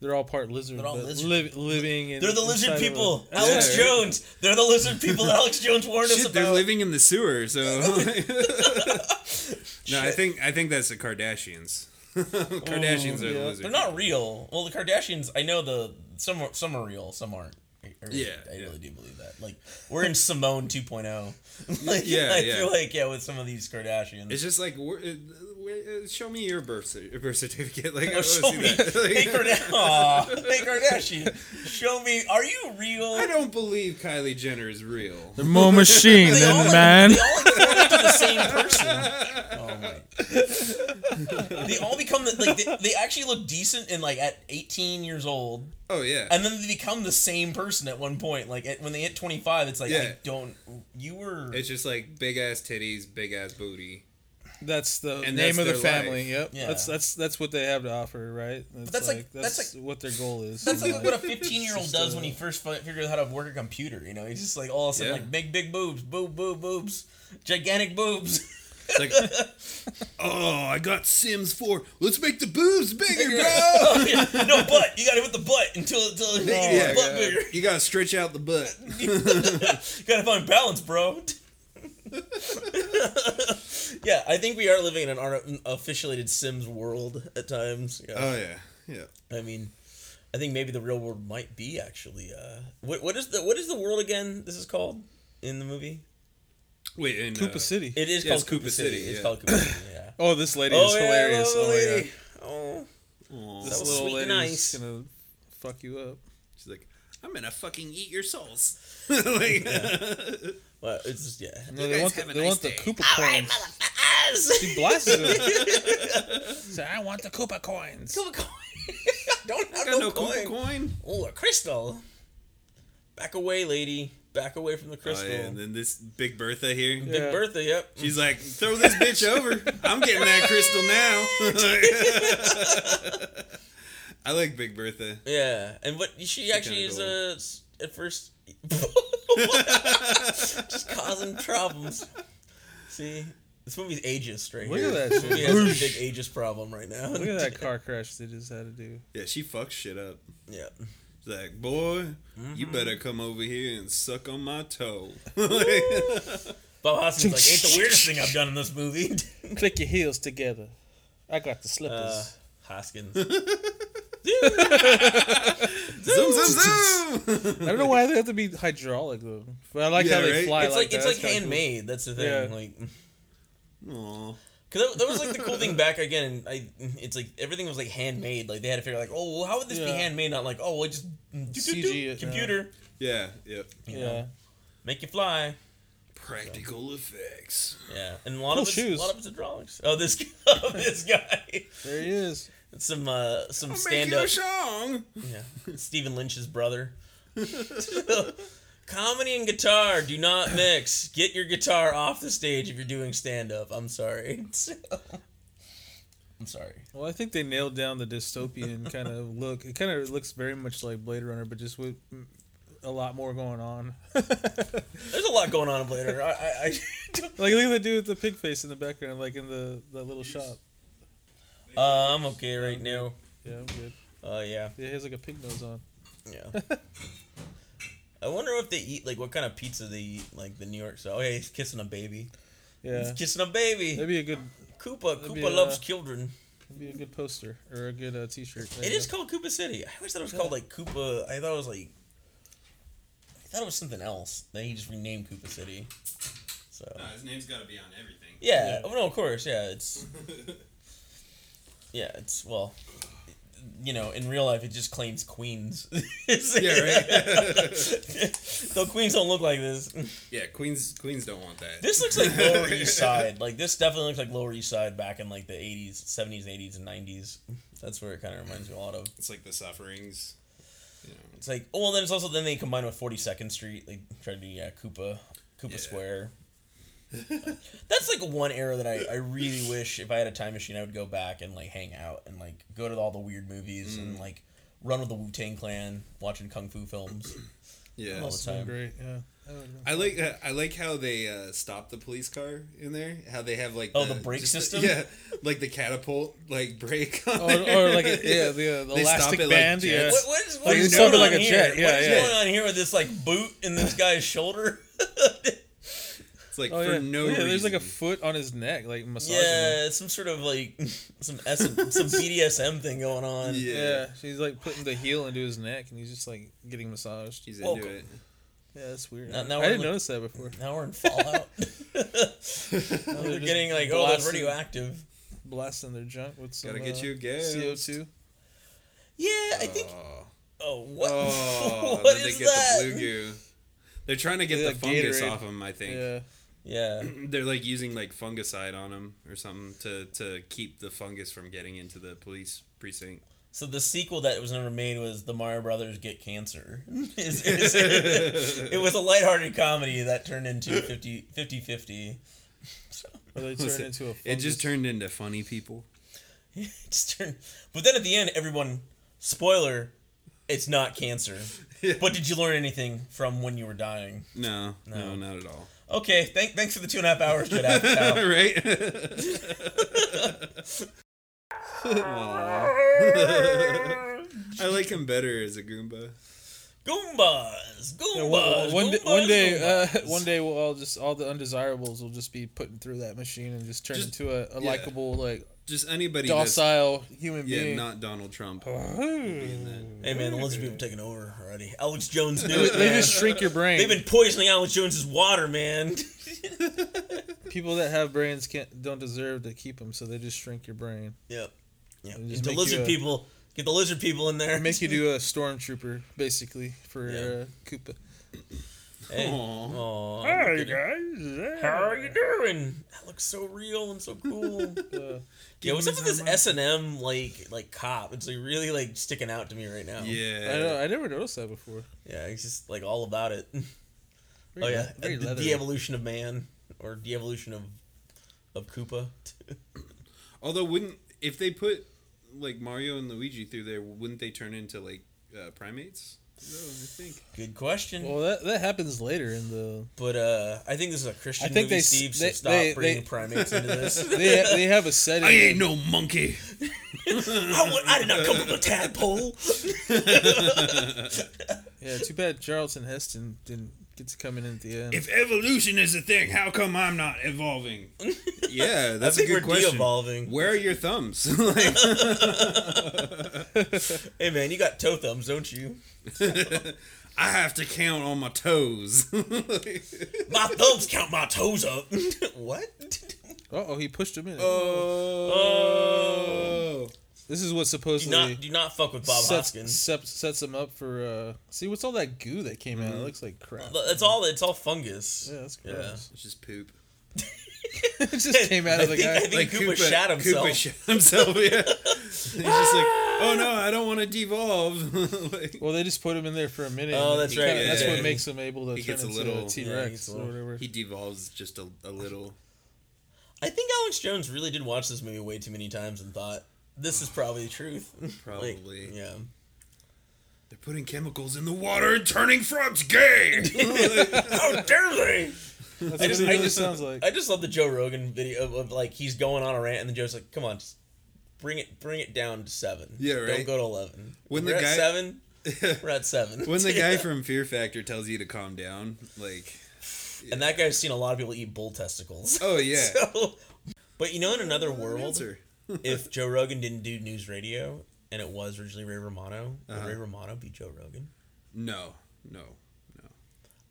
S1: they're all part lizard.
S3: They're all
S1: but
S3: lizard.
S1: liv- living in.
S3: They're the lizard
S1: inside of a-
S3: people.
S1: Yeah,
S3: Alex
S1: right.
S3: Jones. They're the lizard people. that Alex Jones warned us
S2: Shit, they're
S3: about.
S2: living in the sewer. So no, I think I think that's the Kardashians. Kardashians are
S1: Oh, yeah.
S2: the lizard.
S3: They're not real. Well, the Kardashians. I know the some are, some are real, some aren't. I really-
S2: Yeah,
S3: I
S2: yeah.
S3: really do believe that. Like we're in Simone 2.0. like,
S2: Yeah,
S3: I
S2: yeah.
S3: feel like yeah, with some of these Kardashians.
S2: It's just like, wh- uh, uh, show me your birth, cer- birth certificate. Like, I
S3: Or
S2: want to
S3: show
S2: Oh, see
S3: me,
S2: that. Like,
S3: hey, Karda- aw, hey Kardashian, show me. Are you real?
S2: I don't believe Kylie Jenner is real.
S1: They're more machine
S3: They all,
S1: than
S3: like,
S1: man.
S3: Oh They all like, turn into the same person. Oh my! they all become the, like they, they actually look decent in like at 18 years old,
S2: Oh yeah,
S3: and then they become the same person at one point. Like at, when they hit 25, it's like
S2: Yeah.
S3: I don't. You were
S2: it's just like big ass titties, big ass booty.
S1: That's the name
S2: And that's
S1: of the
S2: their
S1: family.
S2: life.
S1: Yep.
S3: Yeah.
S1: That's that's that's what they have to offer, right? That's,
S3: that's like- that's
S1: that's what their goal is.
S3: That's
S1: in
S3: like
S1: life.
S3: what a 15 year old
S1: Just,
S3: does
S1: uh,
S3: when he first fi- figures out how to work a computer. You know, he's just like all of a sudden
S2: Yeah.
S3: like big, big boobs, boob, boob, boobs, gigantic boobs.
S2: It's like, oh, I got Sims Four. Let's make the boobs bigger, bro.
S3: Oh, yeah. No butt. You got to hit the butt until until you get
S2: Yeah,
S3: the butt
S2: yeah.
S3: bigger.
S2: You gotta stretch out the butt.
S3: You got to find balance, bro. yeah, I think we are living in an art- an officiated Sims world at times. Yeah.
S2: Oh yeah, yeah.
S3: I mean, I think maybe the real world might be actually. Uh, what what is the what is the world again? This is called in the movie.
S2: Wait, in,
S1: Koopa
S2: uh,
S1: City.
S3: It is
S2: Yeah,
S3: called
S2: it's
S3: Koopa,
S2: Koopa
S3: City.
S2: City,
S3: It's
S2: yeah.
S3: called Koopa City. Yeah.
S1: oh, this lady is hilarious.
S3: Yeah,
S1: Oh,
S3: lovely.
S1: yeah.
S3: Oh.
S2: aw.
S1: This
S3: So
S1: little
S3: sweet and
S1: lady's
S3: nice.
S1: gonna fuck you up.
S2: She's like, I'm gonna fucking eat your souls. like,
S3: Well, it's just, yeah.
S1: No,
S2: You
S1: they
S2: guys
S1: want the,
S2: have a
S1: they
S2: nice
S1: want the
S2: day.
S1: Koopa coins. She blasts them. so I want the Koopa coins.
S3: Koopa coin. Don't
S2: got
S3: have no,
S2: no
S3: coin.
S2: Koopa coin.
S3: Oh, a crystal. Back away, lady. Back away from the
S2: Oh,
S3: crystal.
S2: yeah, and then this Big Bertha here.
S3: Big
S1: Yeah.
S3: Bertha, yep.
S2: She's like, throw this bitch over. I'm getting that crystal now. I like Big Bertha.
S3: Yeah, and what she actually is
S2: kinda
S3: a s- at first just causing problems. See, this movie's ageist right
S1: Look
S3: here.
S1: at that
S3: This
S1: shit.
S3: movie has a big ageist problem right now.
S1: Look at that car crash they just had to do.
S2: Yeah, she fucks shit up.
S3: Yeah,
S2: She's like, boy,
S3: Mm-hmm.
S2: you better come over here and suck on my toe.
S3: Bob Hoskins like ain't the weirdest thing I've done in this movie.
S1: Click your heels together. I got the slippers.
S3: Uh, Hoskins.
S2: zoom, zoom, zoom.
S1: I don't know why they have to be hydraulic though. But I like
S2: Yeah,
S1: how they
S2: right?
S1: fly
S3: it's like,
S1: like, that.
S3: it's
S1: That's
S3: like
S1: kinda cool.
S3: handmade. That's the thing.
S1: Yeah.
S3: Like,
S2: Aw.
S3: cause that, that was like the cool thing back again. And I, it's like everything was like handmade. Like they had to figure like, oh, well, how would this be
S1: Yeah.
S3: handmade? Not like, oh, well, just do, do, do,
S1: CG it, yeah.
S3: computer
S2: Yeah, yep.
S1: Yeah.
S3: make you fly.
S2: Practical effects.
S3: Yeah, and a lot
S1: Cool
S3: of it's,
S1: shoes.
S3: a lot of it's drawings. Oh, this guy- this guy,
S1: There he is.
S3: some uh, some
S2: I'll make
S3: stand
S2: you
S3: up.
S2: a song.
S3: Yeah, Stephen Lynch's brother. Comedy and guitar do not mix. Get your guitar off the stage if you're doing stand up. I'm sorry. I'm sorry.
S1: Well, I think they nailed down the dystopian kind of look. It kind of looks very much like Blade Runner, but just with mm, a lot more going on.
S3: There's a lot going on in Blade Runner. I, I, I don't-
S1: Like look at the dude with the pig face in the background, like in the that little shop.
S3: uh, I'm okay right now.
S1: Yeah, I'm good.
S3: Uh, yeah,
S1: Yeah, he has like a pig nose on.
S3: yeah. I wonder if they eat like what kind of pizza they eat, like the New York. So, oh yeah, he's kissing a baby.
S1: Yeah,
S3: He's kissing a baby.
S1: that'd be a good,
S3: Koopa.
S1: that'd be,
S3: Koopa loves
S1: uh,
S3: children.
S1: that'd be a good poster or a good uh, T-shirt. There
S3: It
S1: you
S3: is
S1: go.
S3: called Koopa City. I always thought it was called like Koopa. I thought it was like. I thought it was something else. Then he just renamed Koopa City. So.
S2: No, Uh, his name's got to be on everything.
S3: Yeah. Oh no, of course. Yeah, it's. Yeah, it's well. You know, in real life, it just claims queens.
S2: Yeah, right.
S3: Though queens don't look like this.
S2: yeah, Queens Queens don't want that.
S3: This looks like Lower East Side. Like this definitely looks like Lower East Side back in like the eighties, seventies, eighties, and nineties. That's where it kind of reminds me a lot of.
S2: It's like the sufferings. You know.
S3: It's like, oh, well, then it's also then they combine with Forty Second Street. They try to do yeah, Koopa, Koopa
S2: Yeah.
S3: Square. That's like one era that I, I really wish if I had a time machine I would go back and like hang out and like go to all the weird movies
S1: Mm.
S3: and like run with the Wu Tang Clan, watching kung fu films.
S2: Yeah.
S3: all the
S1: It's been
S3: time.
S1: great. Yeah. I don't know.
S2: I like uh, I like how they uh, stop the police car in there. How they have like
S3: Oh, the brake
S2: just
S3: system?
S2: yeah, like the catapult like brake. on
S1: Or,
S2: there.
S1: Oh, or like a, yeah, the, the
S2: They stop
S1: elastic
S2: it like
S1: band. yeah.
S2: jets.
S3: What, what is,
S1: Like,
S3: what is
S1: it's
S3: going on
S1: something like a
S3: here?
S1: jet, yeah,
S3: what is
S1: yeah.
S3: going on here with this like boot in this guy's shoulder?
S2: It's like
S1: Oh
S2: for
S1: yeah.
S2: no
S1: yeah,
S2: reason.
S1: there's like a foot on his neck, like massaging. him.
S3: yeah, some sort of like some S- some BDSM thing going on.
S2: Yeah.
S1: Yeah. she's like putting the heel into his neck, and he's just like getting massaged.
S2: He's
S3: Welcome.
S2: into it.
S1: Yeah, that's weird.
S3: Now- now
S1: I
S3: we're
S1: didn't
S3: look-
S1: notice that before.
S3: Now we're in Fallout.
S1: Now
S3: They're
S1: just
S3: getting like, oh, that's
S1: blasting-
S3: radioactive.
S1: Blasting their junk with some
S2: Gotta get
S1: uh,
S2: you again.
S1: CO2.
S3: Yeah, I think.
S2: Oh,
S3: Oh, what?
S2: Oh,
S3: what
S2: then
S3: is
S2: they get
S3: that?
S2: the blue goo. They're trying to get
S1: Yeah,
S2: the fungus
S1: Gatorade.
S2: off him. I think
S1: Yeah,
S3: Yeah,
S2: they're like using like fungicide on him or something to to keep the fungus from getting into the police precinct.
S3: So the sequel that was never made was The Mario Brothers Get Cancer. Is- is- it was a lighthearted comedy that turned into 50 50.
S1: or they turn
S2: Listen,
S1: into a.
S2: It just
S1: fungus.
S2: turned into funny people.
S3: Just turned, but then at the end, everyone, spoiler, it's not cancer. But did you learn anything from when you were dying?
S2: No, no,
S3: No.
S2: not at all.
S3: Okay, thank, thanks for the two and a half hours, Judd Apatow.
S2: right? Aw. I like him better as a Goomba.
S3: Goombas! Goombas!
S1: Yeah, one, one, day,
S3: Goombas,
S1: one day, uh,
S3: Goombas.
S1: one day, we'll all just all the undesirables will just be put through that machine and just turn
S2: Just-
S1: into a, a
S2: yeah.
S1: likable, like
S2: Just anybody that's
S1: docile human
S2: yeah,
S1: being.
S2: not Donald Trump.
S3: Hey man, the lizard people have taken over already. Alex Jones knew
S1: they,
S3: it.
S1: they
S3: man.
S1: just shrink your brain.
S3: They've been poisoning Alex Jones's water, man.
S1: People that have brains can't don't deserve to keep them, so they just shrink your brain.
S3: Yep. Yep.
S1: And
S3: Get
S1: just
S3: the
S1: make
S3: lizard
S1: you a-
S3: people. Get the lizard people in there.
S1: They make you do a stormtrooper basically for
S3: Yeah.
S1: uh, Koopa.
S3: Hey.
S2: Oh. Aw.
S3: Aw, look
S1: Hey
S3: at it.
S1: guys,
S3: How are you doing? That looks so real and so cool.
S1: Uh,
S3: yeah, what's up with this S and M like like cop? It's like really like sticking out to me right now.
S1: I don't know.
S2: Yeah.
S1: I never noticed that before.
S3: Yeah, it's just like all about it.
S1: Very le-
S3: oh yeah,
S1: very
S3: the,
S1: leathery.
S3: the evolution of man or the evolution of of Koopa.
S2: Although, wouldn't if they put like Mario and Luigi through there, wouldn't they turn into like uh, primates? No, I think.
S3: Good question.
S1: Well, that that happens later in the.
S3: but uh, I think this is a Christian
S1: I think
S3: movie,
S1: they s-
S3: Steve. So
S1: they-
S3: stop
S1: they-
S3: bringing
S1: they-
S3: primates into this.
S1: They they have a setting.
S2: I ain't no monkey.
S3: I, wa- I did not come from a tadpole.
S1: Yeah, too bad Charlton Heston didn't get to come in at the end.
S2: If evolution is a thing, how come I'm not evolving? yeah, that's
S3: I think
S2: a
S3: we're
S2: good question.
S3: de-evolving.
S2: Where are your thumbs? like,
S3: Hey man, you got toe thumbs, don't you?
S2: I have to count on my toes.
S3: My thumbs count my toes up. what?
S1: oh, oh, he pushed him in.
S2: oh.
S1: this is what
S3: Do
S1: supposedly
S3: not do not fuck with Bob
S1: sets,
S3: Hoskins.
S1: sep- sets him up for. Uh, see, what's all that goo that came out? It looks like crap.
S3: It's all it's all fungus.
S1: Yeah, that's
S3: Yeah.
S1: gross.
S2: It's just poop.
S1: it just came out
S3: I
S1: of the
S3: think-
S1: guy.
S3: I think- Koopa shat himself.
S2: Koopa shat himself, yeah. He's just like, oh no, I don't want to devolve. like,
S1: Well, they just put him in there for a minute.
S3: Oh,
S1: and
S3: that's
S1: he
S3: right.
S1: kinda- that's
S2: Yeah.
S1: what makes him able to
S2: He
S1: turn
S2: gets a
S1: into a
S2: little-
S1: T
S3: yeah, he
S1: Rex
S3: gets a
S1: or
S3: little-
S1: whatever.
S2: he devolves just a, a little.
S3: I think Alex Jones really did watch this movie way too many times and thought this is probably the truth. Like,
S2: Probably.
S3: yeah.
S2: They're putting chemicals in the water and turning frogs gay.
S3: How dare they?
S1: That's what
S3: just-
S1: it
S3: I
S1: really
S3: just-
S1: sounds like.
S3: I just love the Joe Rogan video of, of like he's going on a rant and then Joe's like, "Come on, just bring it, bring it down to seven.
S2: Yeah,
S3: Don't
S2: right.
S3: go to eleven.
S2: When
S3: we're
S2: the
S3: at
S2: guy-
S3: seven, we're at seven.
S2: when the guy from Fear Factor tells you to calm down, like,
S3: and that guy's seen a lot of people eat bull testicles.
S2: oh yeah,
S3: So- but you know, in another world,
S2: answer.
S3: if Joe Rogan didn't do news radio and it was originally Ray Romano,
S2: Uh-huh.
S3: would Ray Romano be Joe Rogan?
S2: No, no.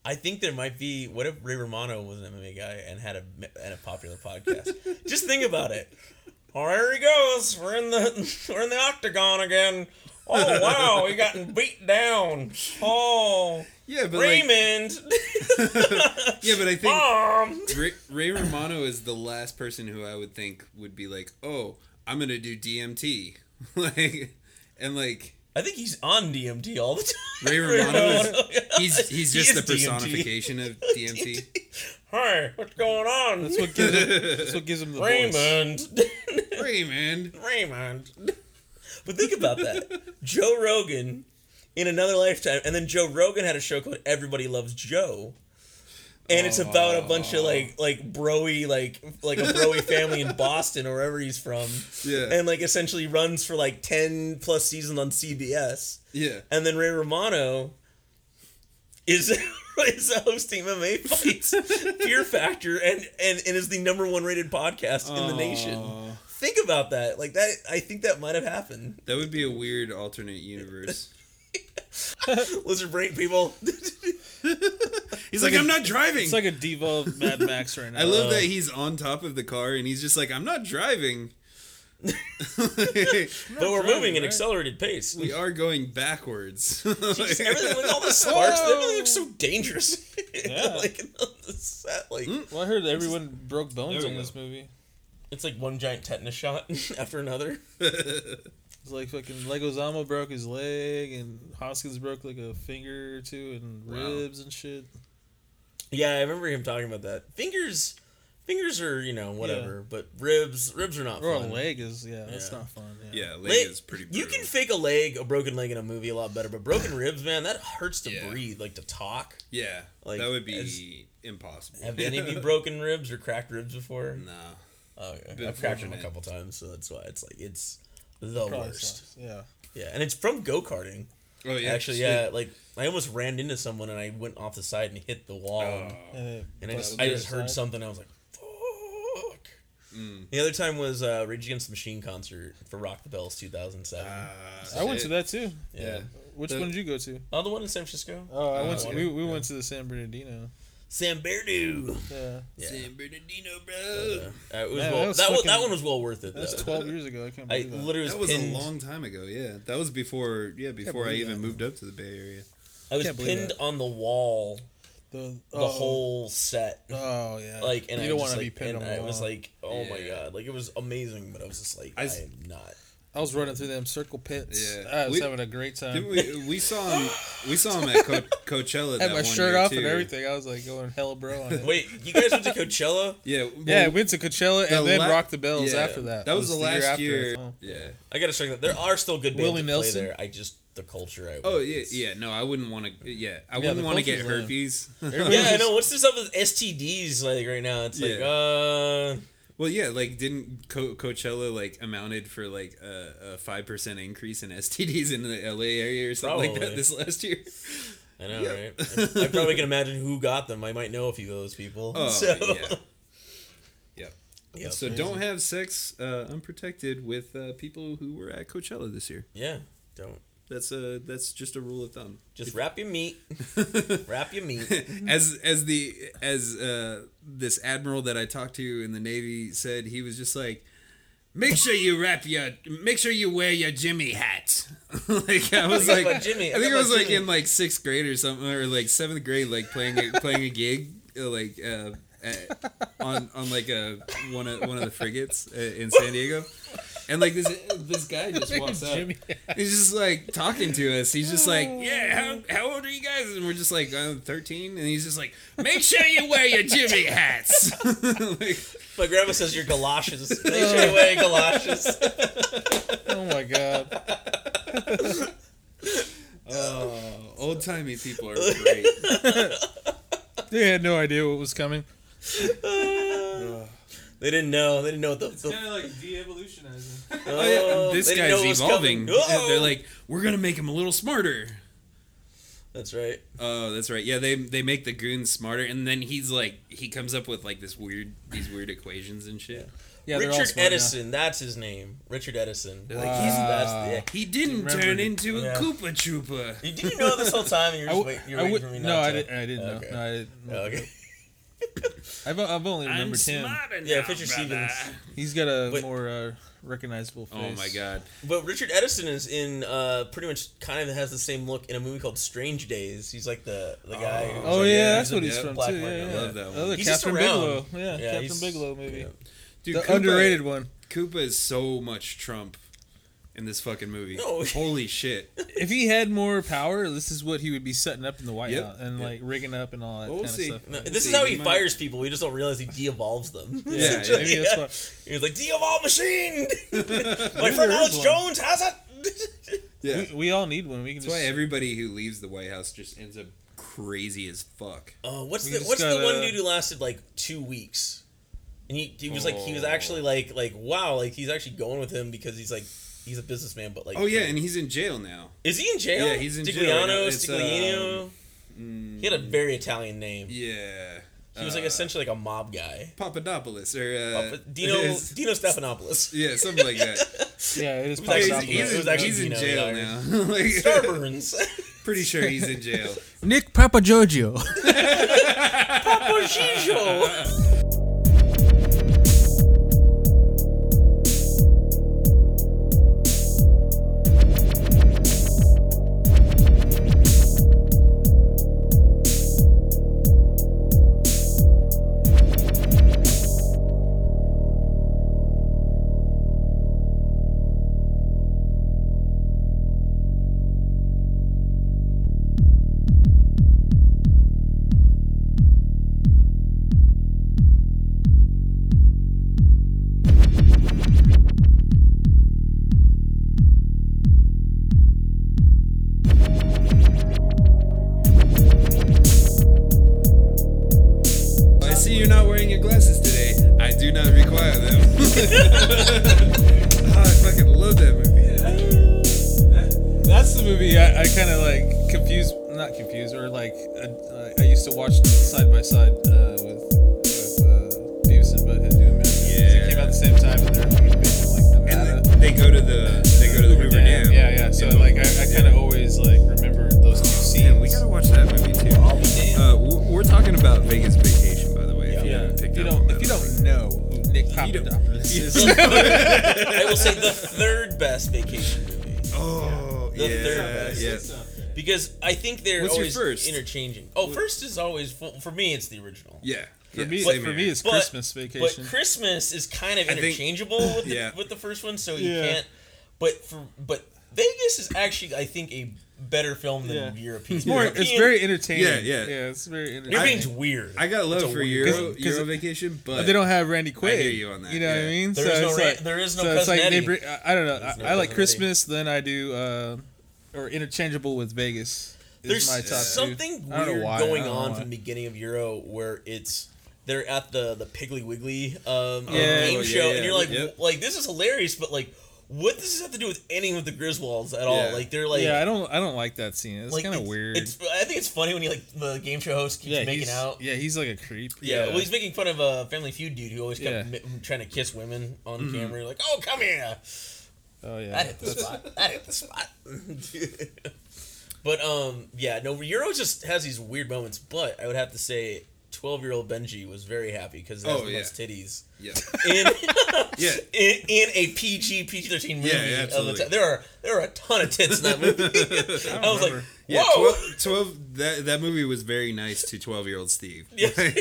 S3: I think there might be. What if Ray Romano was an MMA guy and had a and a popular podcast? Just think about it. Oh, here he goes. We're in the we're in the octagon again. Oh wow, we gotten beat down. Oh,
S2: Yeah, but like,
S3: Raymond,
S2: yeah, but I think
S3: um,
S2: Ray, Ray Romano is the last person who I would think would be like, "Oh, I'm gonna do DMT," like, and like
S3: I think he's on DMT all the time.
S2: Ray Romano is he's he's
S3: He
S2: just
S3: is
S2: the
S3: DMT.
S2: personification of DMT.
S3: Hey, what's going on?
S1: that's what gives him. That's what gives him the voice.
S3: Raymond.
S2: Raymond,
S3: Raymond. But think about that. Joe Rogan in another lifetime, and then Joe Rogan had a show called Everybody Loves Joe. And it's about a bunch of like like broy like like a broy family in Boston or wherever he's from.
S2: Yeah.
S3: And like essentially runs for like ten plus seasons on CBS.
S2: yeah,
S3: And then Ray Romano is is hosting MMA fights, Fear Factor, and, and and is the number one rated podcast in the nation. Think about that. Like that, I think that might have happened.
S2: that would be a weird alternate universe.
S3: Lizard brain people.
S2: He's like, "I'm not driving."
S1: It's like a devolved Mad Max right now.
S2: I love that he's on top of the car and he's just like, "I'm not driving."
S3: but we're
S1: driving,
S3: moving at
S1: right?
S3: accelerated pace.
S2: we are going backwards.
S3: Just everything with all the sparks, everything looks so dangerous.
S1: Yeah.
S3: like on the set, like
S1: Well, I heard everyone broke bones
S2: There we
S1: in
S2: go.
S1: this movie.
S3: it's like one giant tetanus shot after another.
S1: It's like fucking Legozamo broke his leg, and Hoskins broke like a finger or two, and
S2: Wow.
S1: ribs and shit.
S3: Yeah, I remember him talking about that. Fingers, fingers are you know whatever, but ribs, ribs are not.
S1: Or a
S3: fun.
S1: leg is yeah, that's
S3: Yeah.
S1: not fun. Yeah.
S2: yeah, leg
S3: Leg-
S2: is pretty.
S3: You
S2: brutal.
S3: can fake a leg, a broken leg in a movie a lot better, but broken ribs, man, that hurts to
S2: Yeah.
S3: breathe, like to talk.
S2: Yeah,
S3: Like,
S2: that would be
S3: as-
S2: impossible.
S3: Have any of you broken ribs or cracked ribs before?
S2: Nah.
S3: Oh, okay.
S2: Been
S3: I've cracked them a
S2: fortunate.
S3: couple times, so that's why it's like it's the
S1: Probably
S3: worst.
S1: sucks. Yeah.
S3: Yeah, and it's from go karting.
S2: Oh yeah.
S3: Actually, yeah, like I almost ran into someone and I went off the side and hit the wall,
S2: Oh,
S3: and,
S1: And it
S3: and I
S1: busted
S3: just I
S1: your
S3: just heard
S1: side.
S3: something. I was like, "Fuck."
S2: Mm.
S3: The other time was uh, Rage Against the Machine concert for Rock the Bells 2007.
S2: Ah. uh,
S1: I went to that too.
S3: yeah.
S1: Which
S2: The-
S1: one did you go to?
S3: Oh, the one in San Francisco.
S1: Oh, I went.
S3: Uh,
S1: To, we we went to the San Bernardino.
S3: San Berdu.
S1: Yeah,
S3: Yeah.
S2: San Bernardino, bro.
S3: Uh, it was
S1: Man, that
S3: well, that,
S1: was
S3: wa-
S1: fucking-
S3: that one was well worth it.
S1: that was
S3: though.
S1: twelve years ago. I can't
S3: I
S1: believe that.
S3: literally was,
S2: That was a
S3: pinned,
S2: long time ago. Yeah, that was before. Yeah, before I
S1: believe
S2: even
S1: that.
S2: moved up to the Bay Area.
S3: I was
S1: can't believe
S3: pinned
S1: that.
S3: on the wall
S1: the,
S3: the whole set.
S1: Oh yeah.
S3: Like and
S1: you
S3: I
S1: don't
S3: want
S1: want to
S3: to
S1: be pinned
S3: and
S1: on
S3: I
S1: the
S3: was
S1: wall.
S3: like, oh my
S2: Yeah.
S3: god, like it was amazing, but I was just like, I,
S2: I s-
S3: am not.
S1: I was running through them circle pits.
S2: Yeah.
S1: I was
S2: We-
S1: having a great
S2: Didn't
S1: time.
S2: we we saw him. We saw him at Co- Coachella.
S1: I had
S2: that
S1: my
S2: one
S1: shirt
S2: year,
S1: off
S2: too.
S1: and everything. I was like going hell bro on it.
S3: Wait, you guys went to Coachella?
S2: Yeah. well,
S1: yeah, I went to Coachella and
S2: the
S1: then
S2: la-
S1: Rock the Bells
S2: yeah,
S1: after that.
S2: That was the
S1: year
S2: last
S1: after.
S2: year.
S1: Oh.
S2: Yeah.
S3: I gotta check that. There are still good bands
S1: Willie
S3: that play
S1: Nelson?
S3: there. I just the culture. I
S2: Oh
S3: was-
S2: yeah,
S3: it's-
S2: yeah. No, I wouldn't want to. Yeah, I
S1: Yeah,
S2: wouldn't
S1: the uh,
S2: want to get
S1: culture's lame.
S2: herpes.
S1: Everybody
S3: Yeah, I
S1: was
S3: know. What's this up with STDs like right now? It's like,
S2: Yeah.
S3: uh,
S2: well, yeah. Like, didn't Co- Coachella like amounted for like a a five percent increase in STDs in the LA area or something like
S3: Probably.
S2: that this last year?
S3: I know, right? I, I probably can imagine who got them. I might know a few of those people.
S2: Oh
S3: so,
S2: yeah. Yep.
S3: Yeah,
S2: so don't have sex uh, unprotected with uh, people who were at Coachella this year.
S3: yeah, don't.
S2: That's a that's just a rule of thumb.
S3: Just wrap your meat. wrap your meat.
S2: as as the as uh, this admiral that I talked to in the Navy said, he was just like, make sure you wrap your, make sure you wear your Jimmy hat. like I was
S3: I thought
S2: like,
S3: about Jimmy. I
S2: I think
S3: thought
S2: I was
S3: about
S2: like
S3: Jimmy.
S2: in like sixth grade or something, or like seventh grade, like playing a, playing a gig, uh, like. Uh, uh, on on like a one of one of the frigates uh, in San Diego, And like this this guy just walks up.
S6: Jimmy.
S2: He's just like talking to us. He's just
S3: Oh.
S2: like, "Yeah, how, how old are you guys?" And we're just like, "I'm 13." And he's just like, "Make sure you wear your Jimmy hats." Like,
S3: My grandma says you're galoshes. Make sure you wear galoshes.
S1: Oh my god.
S2: old timey people are great.
S1: They had no idea what was coming.
S3: They didn't know. They didn't know what the. the
S1: of like de-evolutionizing.
S2: Oh, yeah, this
S3: they didn't
S2: guy's
S3: know it was
S2: evolving.
S3: coming. Oh!
S2: They're like, "We're gonna make him a little smarter."
S3: That's right.
S2: Oh, that's right. Yeah, they they make the goons smarter, and then he's like, he comes up with like this weird these weird equations and shit.
S1: Yeah, they're all
S3: Richard
S1: smart now.
S3: Edison. That's his name. Richard Edison.
S2: They're like, he's-
S3: That's the.
S2: He didn't
S1: Remember
S2: turn
S1: to-
S2: into a
S3: yeah.
S2: Koopa Troopa.
S3: Did you know this whole time? And you're
S1: I
S3: just
S1: w-
S3: wait, you're
S1: I
S3: waiting
S1: would-
S3: for me not
S1: no, I,
S3: to-
S1: didn't. I didn't
S3: Okay.
S1: know. No, I didn't.
S3: Okay.
S1: I've, I've only
S2: I'm
S1: remembered him.
S2: smart enough,
S3: Yeah, Fisher
S2: brother.
S3: Stevens.
S1: He's got a
S3: Wait.
S1: more uh, recognizable face.
S2: Oh my god.
S3: But Richard Edison is in uh, pretty much kind of has the same look in a movie called Strange Days. He's like the the guy. who's
S1: Oh
S3: like,
S1: yeah,
S3: yeah,
S1: that's what
S3: a
S1: he's
S3: black
S1: from
S3: black
S1: too.
S3: man.
S1: Yeah,
S3: I
S1: yeah.
S2: love that one.
S1: Other
S3: He's just
S1: Captain
S3: around.
S1: Bigelow. Yeah,
S3: Yeah,
S1: Captain
S3: he's-
S1: Bigelow movie.
S3: yeah.
S2: Dude,
S1: The
S2: Koopa-
S1: underrated one.
S2: Koopa is so much Trump in this fucking movie.
S3: No.
S2: Holy shit.
S1: If he had more power, this is what he would be setting up in the White
S2: Yep.
S1: House and like rigging up and all that
S2: Well, we'll
S1: kind
S2: see.
S1: of stuff.
S3: No, this
S2: See,
S3: is how
S2: he
S3: he
S2: might-
S3: fires people. We just don't realize he de-evolves them.
S2: Yeah,
S1: Yeah, maybe that's why.
S3: He was like de-evolve machine. My
S1: there
S3: friend
S1: is
S3: Alex
S1: one.
S3: Jones has it.
S2: Yeah.
S1: We, we all need one. We can
S2: That's why
S1: just
S2: everybody who leaves the White House just ends up crazy as fuck.
S3: Uh, what's
S1: We
S3: the
S1: just
S3: What's
S1: gotta-
S3: the one dude who lasted like two weeks? And he, he was like he was actually
S1: Oh.
S3: like like wow like he's actually going with him because he's like he's a businessman but like
S2: Oh yeah, and he's in jail now.
S3: is he in jail?
S2: Yeah, he's in jail right now.
S3: Stigliano,
S2: It's,
S1: um,
S3: Stigliano.
S1: mm.
S3: he had a very Italian name.
S2: Yeah.
S3: He was like
S2: Uh,
S3: essentially like a mob guy.
S2: Papadopoulos or uh,
S3: Papa- Dino
S2: his-
S3: Dino Stephanopoulos.
S2: yeah, something like that.
S1: yeah, it is
S3: was actually-
S2: he's,
S1: Papadopoulos.
S2: he's
S3: It was
S2: in,
S3: actually
S2: he's in
S3: Dino,
S2: jail now.
S3: yeah.
S2: like,
S3: Starburns.
S2: pretty sure he's in jail.
S6: Nick Papa Giorgio.
S3: Bonjour.
S2: I see you're not wearing your glasses today. I do not require them. oh, I fucking love that movie.
S1: That's the movie I, I kind of like confused, not confused, or like uh, uh, I used to watch side by side uh, with with uh, Beavis and Butthead doing Memphis. 'cause It came out the same time, and they're like, big in, like Nevada.
S2: And they go to the they go to the Hoover Dam.
S1: Yeah, yeah. So like I, I kind of always like remember those two scenes.
S2: Man, we gotta watch that movie too. Uh, w- we're talking about Vegas Vacation, by the way. If you
S1: yeah.
S2: haven't
S1: If
S2: picked
S1: you
S2: up on
S1: don't,
S2: that
S1: if you don't know who Nick Papadopoulos is,
S3: I will say the third best vacation movie
S2: Oh,
S3: The
S2: yeah,
S3: third
S2: yeah.
S3: because I think they're
S2: What's your
S3: always
S2: first?
S3: interchanging. Oh, first is always for, for me. It's the original.
S2: Yeah.
S1: for me,
S2: same
S1: for
S2: here.
S1: me, it's
S3: But-
S1: Christmas vacation.
S3: But Christmas is kind of
S2: I think-
S3: interchangeable with the,
S2: Yeah.
S3: with the first one, so you
S1: Yeah.
S3: can't. But for but Vegas is actually I think a better film than
S1: Yeah.
S3: European.
S1: it's more, it's
S3: European-
S1: very entertaining.
S2: Yeah, yeah.
S1: yeah. It's very
S3: European's
S1: entertaining.
S3: weird.
S2: I got love for
S3: weird-
S2: Euro
S1: 'cause- 'cause
S2: Euro
S1: it-
S2: Vacation, but
S1: But they don't have Randy Quaid.
S2: hear you on that,
S1: You know what
S2: yeah.
S1: I mean?
S3: There is no
S1: it's
S3: Ra- there is no
S1: so it's
S3: Cousin
S1: like they
S3: Eddie.
S1: bring, I, I don't know. I,
S3: no
S1: I like
S3: Cousin Eddie.
S1: Christmas, then I do, uh, or interchangeable with Vegas. is
S3: There's
S1: my top two.
S3: something
S1: I don't know
S3: weird
S1: why,
S3: going
S1: I don't know
S3: on
S1: why.
S3: from the beginning of Euro where it's they're at the the Piggly Wiggly um,
S1: Yeah.
S3: game
S2: Oh, yeah,
S3: show,
S2: yeah.
S3: and you're like
S2: Yep.
S3: like this is hilarious, but like what does this have to do with any of the Griswolds at
S2: Yeah.
S3: all? Like they're like
S1: yeah, I don't, I don't like that scene. It's
S3: like,
S1: kind of
S3: it's-
S1: weird.
S3: It's I think it's funny when you like the game show host keeps
S1: yeah,
S3: making
S1: he's,
S3: out.
S1: Yeah, he's like a creep.
S3: Yeah, well, he's making fun of a Family Feud dude who always kept
S1: Yeah. Mm-hmm.
S3: mi- trying to kiss women on camera. Like, oh, come here.
S1: oh
S3: That
S1: yeah.
S3: hit the spot. That hit the spot. but um, yeah, no, Euro just has these weird moments. But I would have to say, twelve-year-old Benji was very happy because it has
S2: Oh,
S3: the
S2: yeah.
S3: most titties.
S2: Yeah.
S3: in
S2: Yeah.
S3: in, in a PG PG thirteen movie
S2: Yeah,
S3: of the
S2: absolutely.
S3: time. There are there are a ton of tits in that movie. I, was like, whoa.
S2: Yeah, 12, 12 that, that movie was very nice to 12 year old Steve.
S3: Yeah, yeah.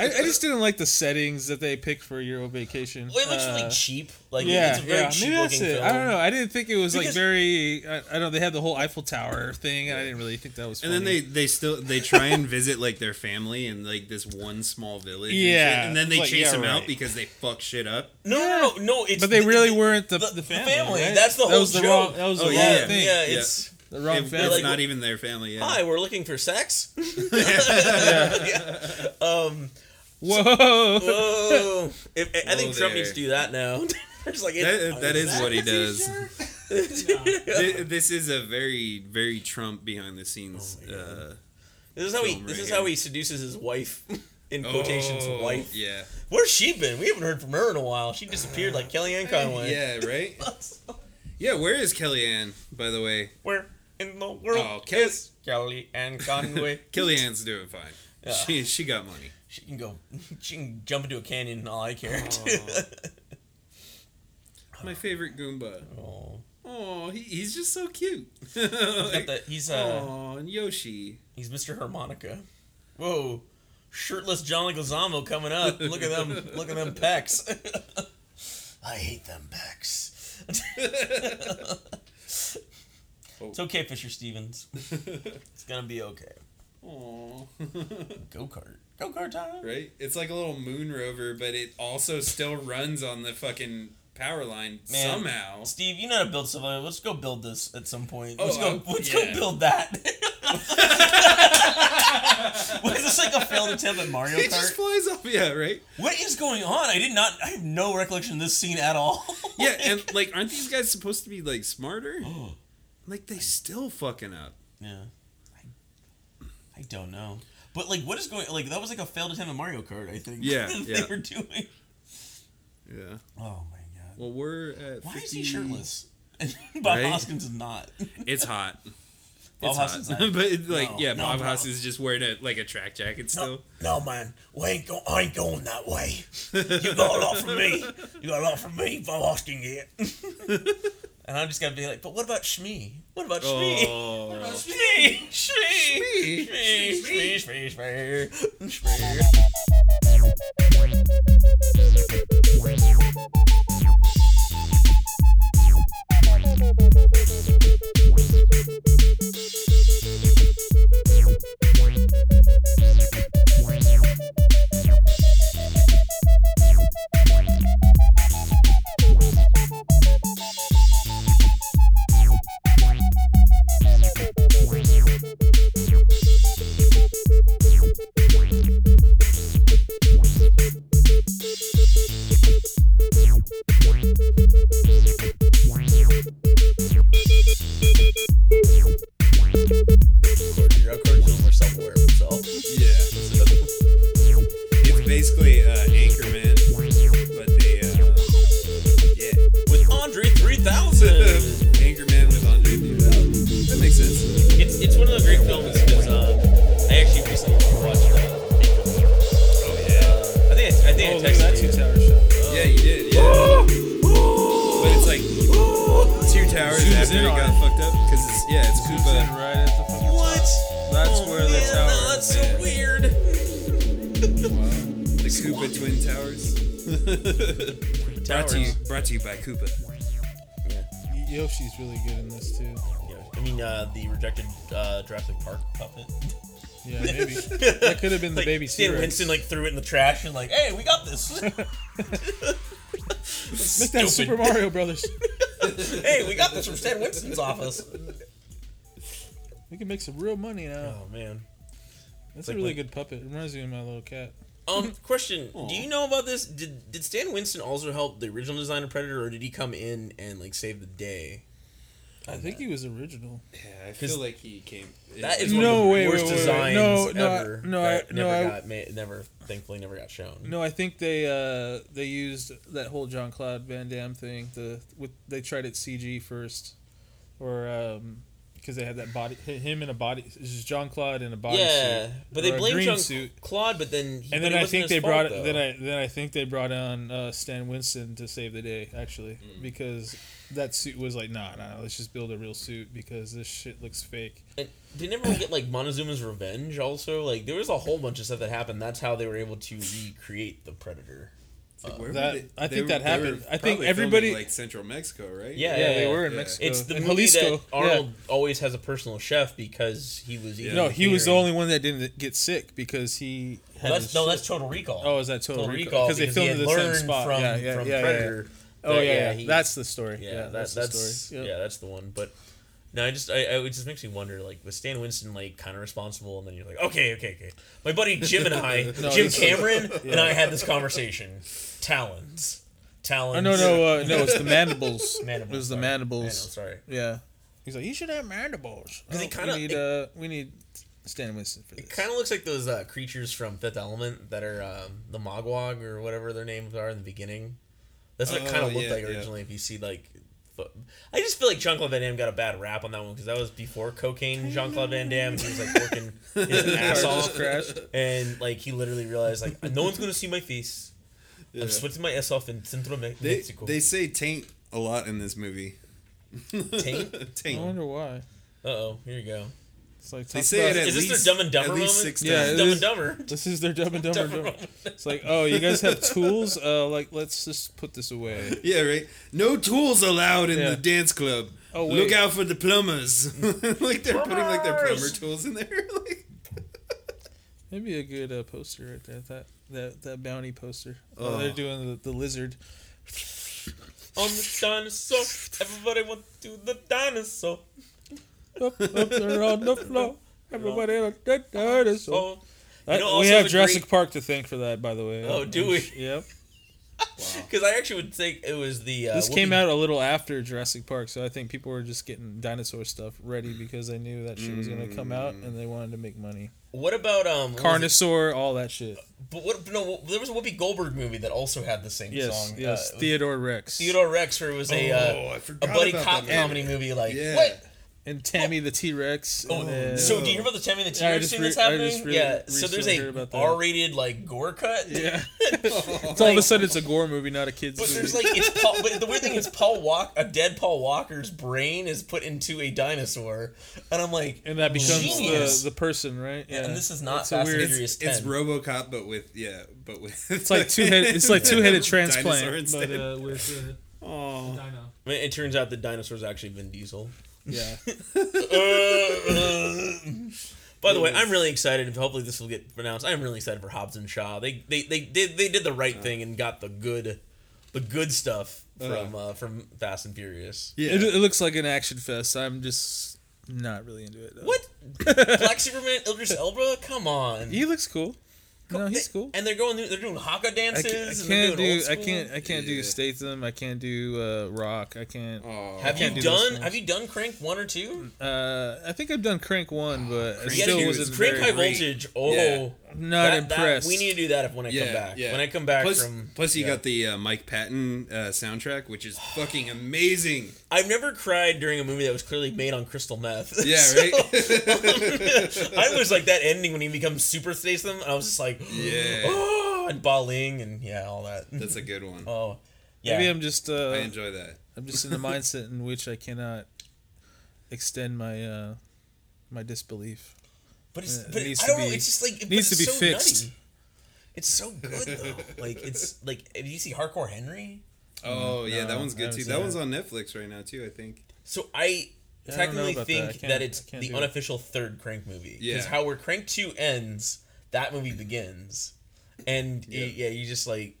S1: I, I just didn't like the settings that they picked for Euro Vacation.
S3: Well, it looks
S1: Uh,
S3: really cheap. Like
S1: yeah,
S3: it's a very
S1: yeah,
S3: cheap
S1: maybe that's
S3: looking
S1: it.
S3: film.
S1: I don't know. I didn't think it was like
S3: Because-
S1: very. I, I don't. know. They had the whole Eiffel Tower thing, and I didn't really think that was.
S2: And then they,
S1: funny.
S2: they still they try and visit like their family in like this one small village. and shit,
S1: Yeah.
S2: and, then they
S1: Like,
S2: chase
S1: yeah,
S2: them out
S1: right.
S2: because they fuck shit up.
S3: No, no, no, no. It's
S1: but they really
S3: the-
S1: weren't the,
S3: the-
S1: the,
S3: the
S1: family.
S3: family,
S1: right?
S3: that's the
S1: That
S3: whole
S1: was the
S3: joke.
S1: wrong. That was the
S2: Oh,
S1: wrong
S3: Yeah,
S2: yeah,
S1: thing.
S3: yeah, it's
S1: The wrong
S2: It-
S1: family.
S2: It's
S3: like-
S2: not even their family. Yeah.
S3: hi. We're looking for sex.
S1: Whoa.
S3: Oh, if, I think
S2: Whoa
S3: Trump
S2: there.
S3: needs to do that now. It's like it-
S2: That, that is what he does.
S3: this
S2: Thi- This is a very, very Trump behind the scenes.
S3: Oh,
S2: uh,
S3: is how he
S2: Film
S3: this
S2: right
S3: is how
S2: here.
S3: he seduces his wife. In quotations,
S2: oh,
S3: wife.
S2: Yeah.
S3: Where's she been? We haven't heard from her in a while. She disappeared like Kellyanne Conway.
S2: Yeah, right? Yeah, where is Kellyanne, by the way?
S3: Where in the world
S2: Oh, Kelly-
S3: is Kellyanne Conway?
S2: Kellyanne's doing fine. She, she got money.
S3: she can go. She can jump into a canyon. All I care.
S2: My favorite Goomba.
S3: Oh.
S2: Oh, he, he's just so cute.
S3: He's, got
S2: like,
S3: the- he's, uh,
S2: oh, and Yoshi.
S3: he's Mr. Harmonica. Whoa, shirtless John Leguizamo coming up. Look at them. Look at them pecs. I hate them pecs. It's okay, Fisher Stevens. It's gonna be okay.
S2: Oh,
S3: Go kart. Go kart time.
S2: right? It's like a little moon rover, but it also still runs on the fucking power line
S3: Man.
S2: somehow.
S3: Steve, you know how to build something. Let's go build this at some point.
S2: Oh,
S3: Let's go.
S2: I-
S3: let's
S2: yeah.
S3: go build that. Was this like a failed attempt at Mario
S2: It just
S3: Kart?
S2: flies off. Yeah, right?
S3: What is going on? I did not. I have no recollection of this scene at all.
S2: Yeah, and like, aren't these guys supposed to be like smarter? Like, they still fucking up.
S3: yeah, I, I don't know. But like, what is going? Like that was like a failed attempt at Mario Kart. I think.
S2: Yeah,
S3: that
S2: yeah.
S3: They were doing.
S2: Yeah.
S3: Oh my god.
S2: Well, we're at.
S3: Why
S2: 50...
S3: is he shirtless? And Bob
S2: Right?
S3: Hoskins is not.
S2: It's hot.
S3: Bob
S2: It's hot.
S3: Hoskins.
S2: but it's like,
S3: No,
S2: yeah,
S3: no,
S2: Bob
S3: no.
S2: Hoss is just wearing a like a track jacket still.
S3: No, man, we ain't go- I ain't going that way. You got a lot from me. You got a lot from me for asking it. and I'm just gonna be like, but what about Shmi? What about Shmi?
S2: Oh.
S3: Shmi, Shmi, Shmi, Shmi, Shmi, Shmi, Shmi.
S5: Your accordion is more self-aware of itself.
S2: Yeah. It's basically uh, Anchorman, but they, uh, yeah.
S3: With Andre 3000.
S2: Anchorman with Andre 3000. That makes sense.
S3: It's, it's one of the great films because um, I actually recently watched uh, April.
S2: Oh, yeah.
S3: I think I, I think I texted you.
S1: tower shot.
S2: Yeah, you did, yeah. but it's like two towers
S1: Zooms
S2: after
S1: in
S2: it
S1: on
S2: got
S1: it.
S2: fucked up. Because it's, yeah, it's
S1: Zooms in
S2: Koopa.
S1: right at the fucking
S3: What?
S1: top. That's
S3: Oh,
S1: where the
S3: man,
S1: tower.
S3: That's so
S2: man.
S3: weird.
S2: The Koopa Twin Towers. brought, to you, brought to you by Koopa.
S1: Yoshi's really good in this too.
S3: Yeah, I mean uh, the rejected uh, Jurassic Park puppet.
S1: Yeah, maybe that could have been the
S3: Like,
S1: baby
S3: Stan
S1: T-Rex.
S3: Winston like threw it in the trash and like, hey, we got this.
S1: Make that Super Mario Brothers.
S3: hey, we got this from Stan Winston's office.
S1: We can make some real money now.
S3: Oh man.
S1: That's
S3: like
S1: a really
S3: when-
S1: good puppet. It reminds me of my little cat.
S3: Um, question: Do you know about this? Did did Stan Winston also help the original design of Predator, or did he come in and like save the day?
S1: I think he was original.
S2: Yeah, I
S3: Cause-
S2: feel like he came.
S3: That is
S1: No,
S3: one of
S1: wait,
S3: the worst
S1: wait, wait, wait.
S3: designs
S1: No, no, I-
S3: ever.
S1: no,
S3: that
S1: I- no,
S3: never
S1: I-
S3: got ma- never thankfully never got shown.
S1: No, I think they uh they used that whole John Claude Van Damme thing. The with they tried it CG first, or um 'cause because they had that body, him in a body, Jean Claude in a body
S3: yeah,
S1: suit,
S3: but
S1: or
S3: they
S1: a
S3: blame
S1: green
S3: Jean
S1: suit.
S3: Claude, but then he,
S1: And
S3: but
S1: then
S3: it
S1: I
S3: wasn't
S1: think
S3: his
S1: they
S3: fault,
S1: brought
S3: though.
S1: then I then I think they brought on uh, Stan Winston to save the day actually
S3: Hmm.
S1: because that suit was like nah nah let's just build a real suit because this shit looks fake.
S3: And didn't everyone get like Montezuma's revenge also? Like there was a whole bunch of stuff that happened. That's how they were able to recreate the Predator.
S1: that- I think that happened. I think everybody-
S2: like Central Mexico, right?
S3: Yeah,
S1: Yeah, they were in
S2: yeah.
S1: Mexico.
S3: It's the
S1: in
S3: movie
S1: Jalisco.
S3: that
S1: Yeah.
S3: Arnold always has a personal chef because he was eating
S1: No, he was the
S3: beer.
S1: only one that didn't get sick because he had
S3: Well, that's,
S1: his
S3: no,
S1: shit-
S3: that's Total Recall.
S1: Oh, is that Total
S3: Total
S1: Recall?
S3: Recall?
S1: 'Cause they
S3: because
S1: filmed
S3: he had
S1: in the same
S3: learned
S1: spot.
S3: From,
S1: Yeah, yeah,
S3: from
S1: yeah, yeah.
S3: Predator.
S1: Oh
S3: that,
S1: yeah, yeah,
S3: he-
S1: that's the story.
S3: yeah,
S1: Yeah,
S3: that-
S1: that's,
S3: that's
S1: the story. Yep.
S3: yeah, that's the one. But no, I just I, I it just makes me wonder. Like, was Stan Winston like kind of responsible? And then you're like, okay, okay, okay. My buddy Jim and I, Jim
S1: this is-
S3: Cameron and I had this conversation. Talons, talons.
S1: Oh, no, no, uh, no! It's the mandibles.
S3: Mandibles,
S1: it was the
S3: sorry.
S1: mandibles.
S3: Sorry.
S1: Yeah. He's like, you should have mandibles.
S3: Because he
S1: Oh,
S3: kinda-
S1: we need,
S3: it-
S1: uh, we need Stan Winston for this.
S3: It kind of looks like those uh, creatures from Fifth Element that are um, the Mogwag or whatever their names are in the beginning. That's what it kind
S2: Oh,
S3: of looked
S2: yeah,
S3: like
S2: yeah.
S3: originally. If you see like, fo- I just feel like Jean Claude Van Damme got a bad rap on that one because that was before cocaine. Jean Claude Van Damme he was like working his ass
S1: Car just
S3: off,
S1: crashed.
S3: and like he literally realized like no one's gonna see my face.
S2: Yeah.
S3: I'm splitting my ass off in Central Me-
S2: They,
S3: Mexico.
S2: they say taint a lot in this movie.
S3: Taint?
S1: I
S2: taint.
S1: wonder why.
S3: Uh oh, here you go.
S1: It's like
S2: They
S1: talk
S2: say it
S1: about-
S2: at
S3: Is this
S2: least
S3: their Dumb and Dumber
S2: at least
S3: moment?
S2: six
S1: Yeah,
S2: times.
S1: it
S3: Dumb
S1: is-
S3: and Dumber.
S1: This is their Dumb and Dumber.
S3: Dumber.
S1: Dumber. It's like, oh, you guys have tools. Uh, like, let's just put this away.
S2: Yeah, right. No tools allowed in
S1: Yeah.
S2: the dance club.
S1: Oh, wait.
S2: Look out for the plumbers. like they're putting like their plumber
S3: Plumbers!
S2: tools in there. like,
S1: Maybe a good uh, poster right there. That that that bounty poster. Oh, they're doing the, the lizard.
S3: I'm the dinosaur. Everybody went to the dinosaur.
S1: up, up, they're on the floor. Everybody, on the dinosaur.
S3: Oh.
S1: That-
S3: know, also
S1: Uh, we have
S3: the
S1: Jurassic
S3: great-
S1: Park to thank for that, by the way.
S3: Oh, do we?
S1: Yep.
S3: Because I actually would think it was the. Uh,
S1: this
S3: Whoopi-
S1: came out a little after Jurassic Park, so I think people were just getting dinosaur stuff ready because they knew that shit was going to come out and they wanted to make money.
S3: What about um? what was it-
S1: Carnosaur, all that shit.
S3: But what? No, what- there was a Whoopi Goldberg movie that also had the same
S1: Yes,
S3: song.
S1: yes.
S3: Uh, it was
S1: Theodore Rex.
S3: Theodore Rex, where it was a
S2: Oh, I
S3: uh, a
S2: forgot
S3: buddy
S2: about
S3: cop
S2: that movie.
S3: comedy movie. Like
S2: Yeah.
S3: what?
S1: and Tammy the T Rex.
S3: Oh,
S1: uh,
S3: so do you remember the Tammy the T
S1: Yeah, I
S3: Rex
S1: just
S3: scene that's
S1: re- I
S3: happening?
S1: just really
S3: yeah. So there's
S1: recently heard
S3: a
S1: about that.
S3: R-rated like gore cut.
S1: yeah. it's all of a sudden it's a gore movie, not a kids
S3: But
S1: movie.
S3: there's like it's Paul, but the weird thing is Paul Walk a dead Paul Walker's brain is put into a dinosaur, and I'm like,
S1: and that becomes
S3: genius.
S1: the, the person, right? Yeah.
S3: and this is not
S1: It's a
S3: Fast and
S1: weird-
S3: Furious
S2: it's, it's
S3: 10.
S2: RoboCop, but with yeah, but with
S1: It's like two head. It's like two headed
S2: Dinosaur
S1: transplant.
S2: instead.
S1: But, uh, with, uh,
S2: Aw.
S1: dino.
S3: I mean, it turns out the dinosaur's actually Vin Diesel.
S1: Yeah.
S3: By the way, I'm really excited. Hopefully, this will get pronounced. I'm really excited for Hobbs and Shaw. They they, they did they did the right thing and got the good, the good stuff from uh, from Fast and Furious.
S2: yeah.
S1: It, it looks like an action fest. I'm just not really into it. Though.
S3: What? Black Superman, Idris Elba? Come on.
S1: He looks cool. No, he's cool.
S3: And they're going. They're doing haka
S1: I
S3: dances.
S1: can't, I
S3: and they're
S1: can't
S3: doing
S1: do.
S3: old
S1: I
S3: school.
S1: can't. I can't do
S2: Yeah.
S1: Statham. I can't do uh, Rock. I can't.
S2: Aw.
S3: Have
S1: can't
S3: you
S1: do those
S3: done?
S1: things.
S3: Have you done Crank one or two?
S1: Uh, I think I've done Crank one, but I
S2: Yeah,
S1: still
S2: dude,
S1: wasn't
S3: Oh, Crank
S1: very.
S3: High
S2: great.
S3: Voltage. Oh,
S2: Yeah.
S1: Not
S3: that- that-
S1: impressed.
S3: we need to do that if when I
S2: Yeah,
S3: come back.
S2: yeah.
S3: When I come back
S2: plus,
S3: from
S2: plus you
S3: yeah.
S2: got the uh, Mike Patton uh, soundtrack, which is fucking amazing.
S3: I've never cried during a movie that was clearly made on crystal meth.
S2: Yeah,
S3: So,
S2: right.
S3: I was like that ending when he becomes Super Statham. I was just like,
S2: yeah,
S3: oh, and Ba Ling and yeah, all that.
S2: that's a good one.
S3: Oh, mm, yeah.
S1: Maybe I'm just. Uh,
S2: I enjoy that.
S1: I'm just in the mindset in which I cannot extend my uh, my disbelief.
S3: but it's,
S1: Yeah, uh, it
S3: but
S1: needs
S3: I
S1: to
S3: don't know.
S1: be-
S3: It's just like it
S1: needs
S3: it's
S1: to be
S3: so
S1: fixed.
S3: Nutty. It's so good though. like it's like if you see Hardcore Henry.
S2: Oh yeah, that
S1: no,
S2: one's
S1: I
S2: good
S1: haven't
S2: too.
S1: seen
S2: That
S1: that.
S2: one's on Netflix right now too. I think.
S3: So I
S1: Yeah, I don't know
S3: technically
S1: about that. I
S3: think that,
S1: can't-
S3: it's
S1: I can't
S3: the
S1: do it.
S3: unofficial third Crank movie. Because
S2: Yeah.
S3: how where Crank Two ends, that movie begins, and y- yeah, you just like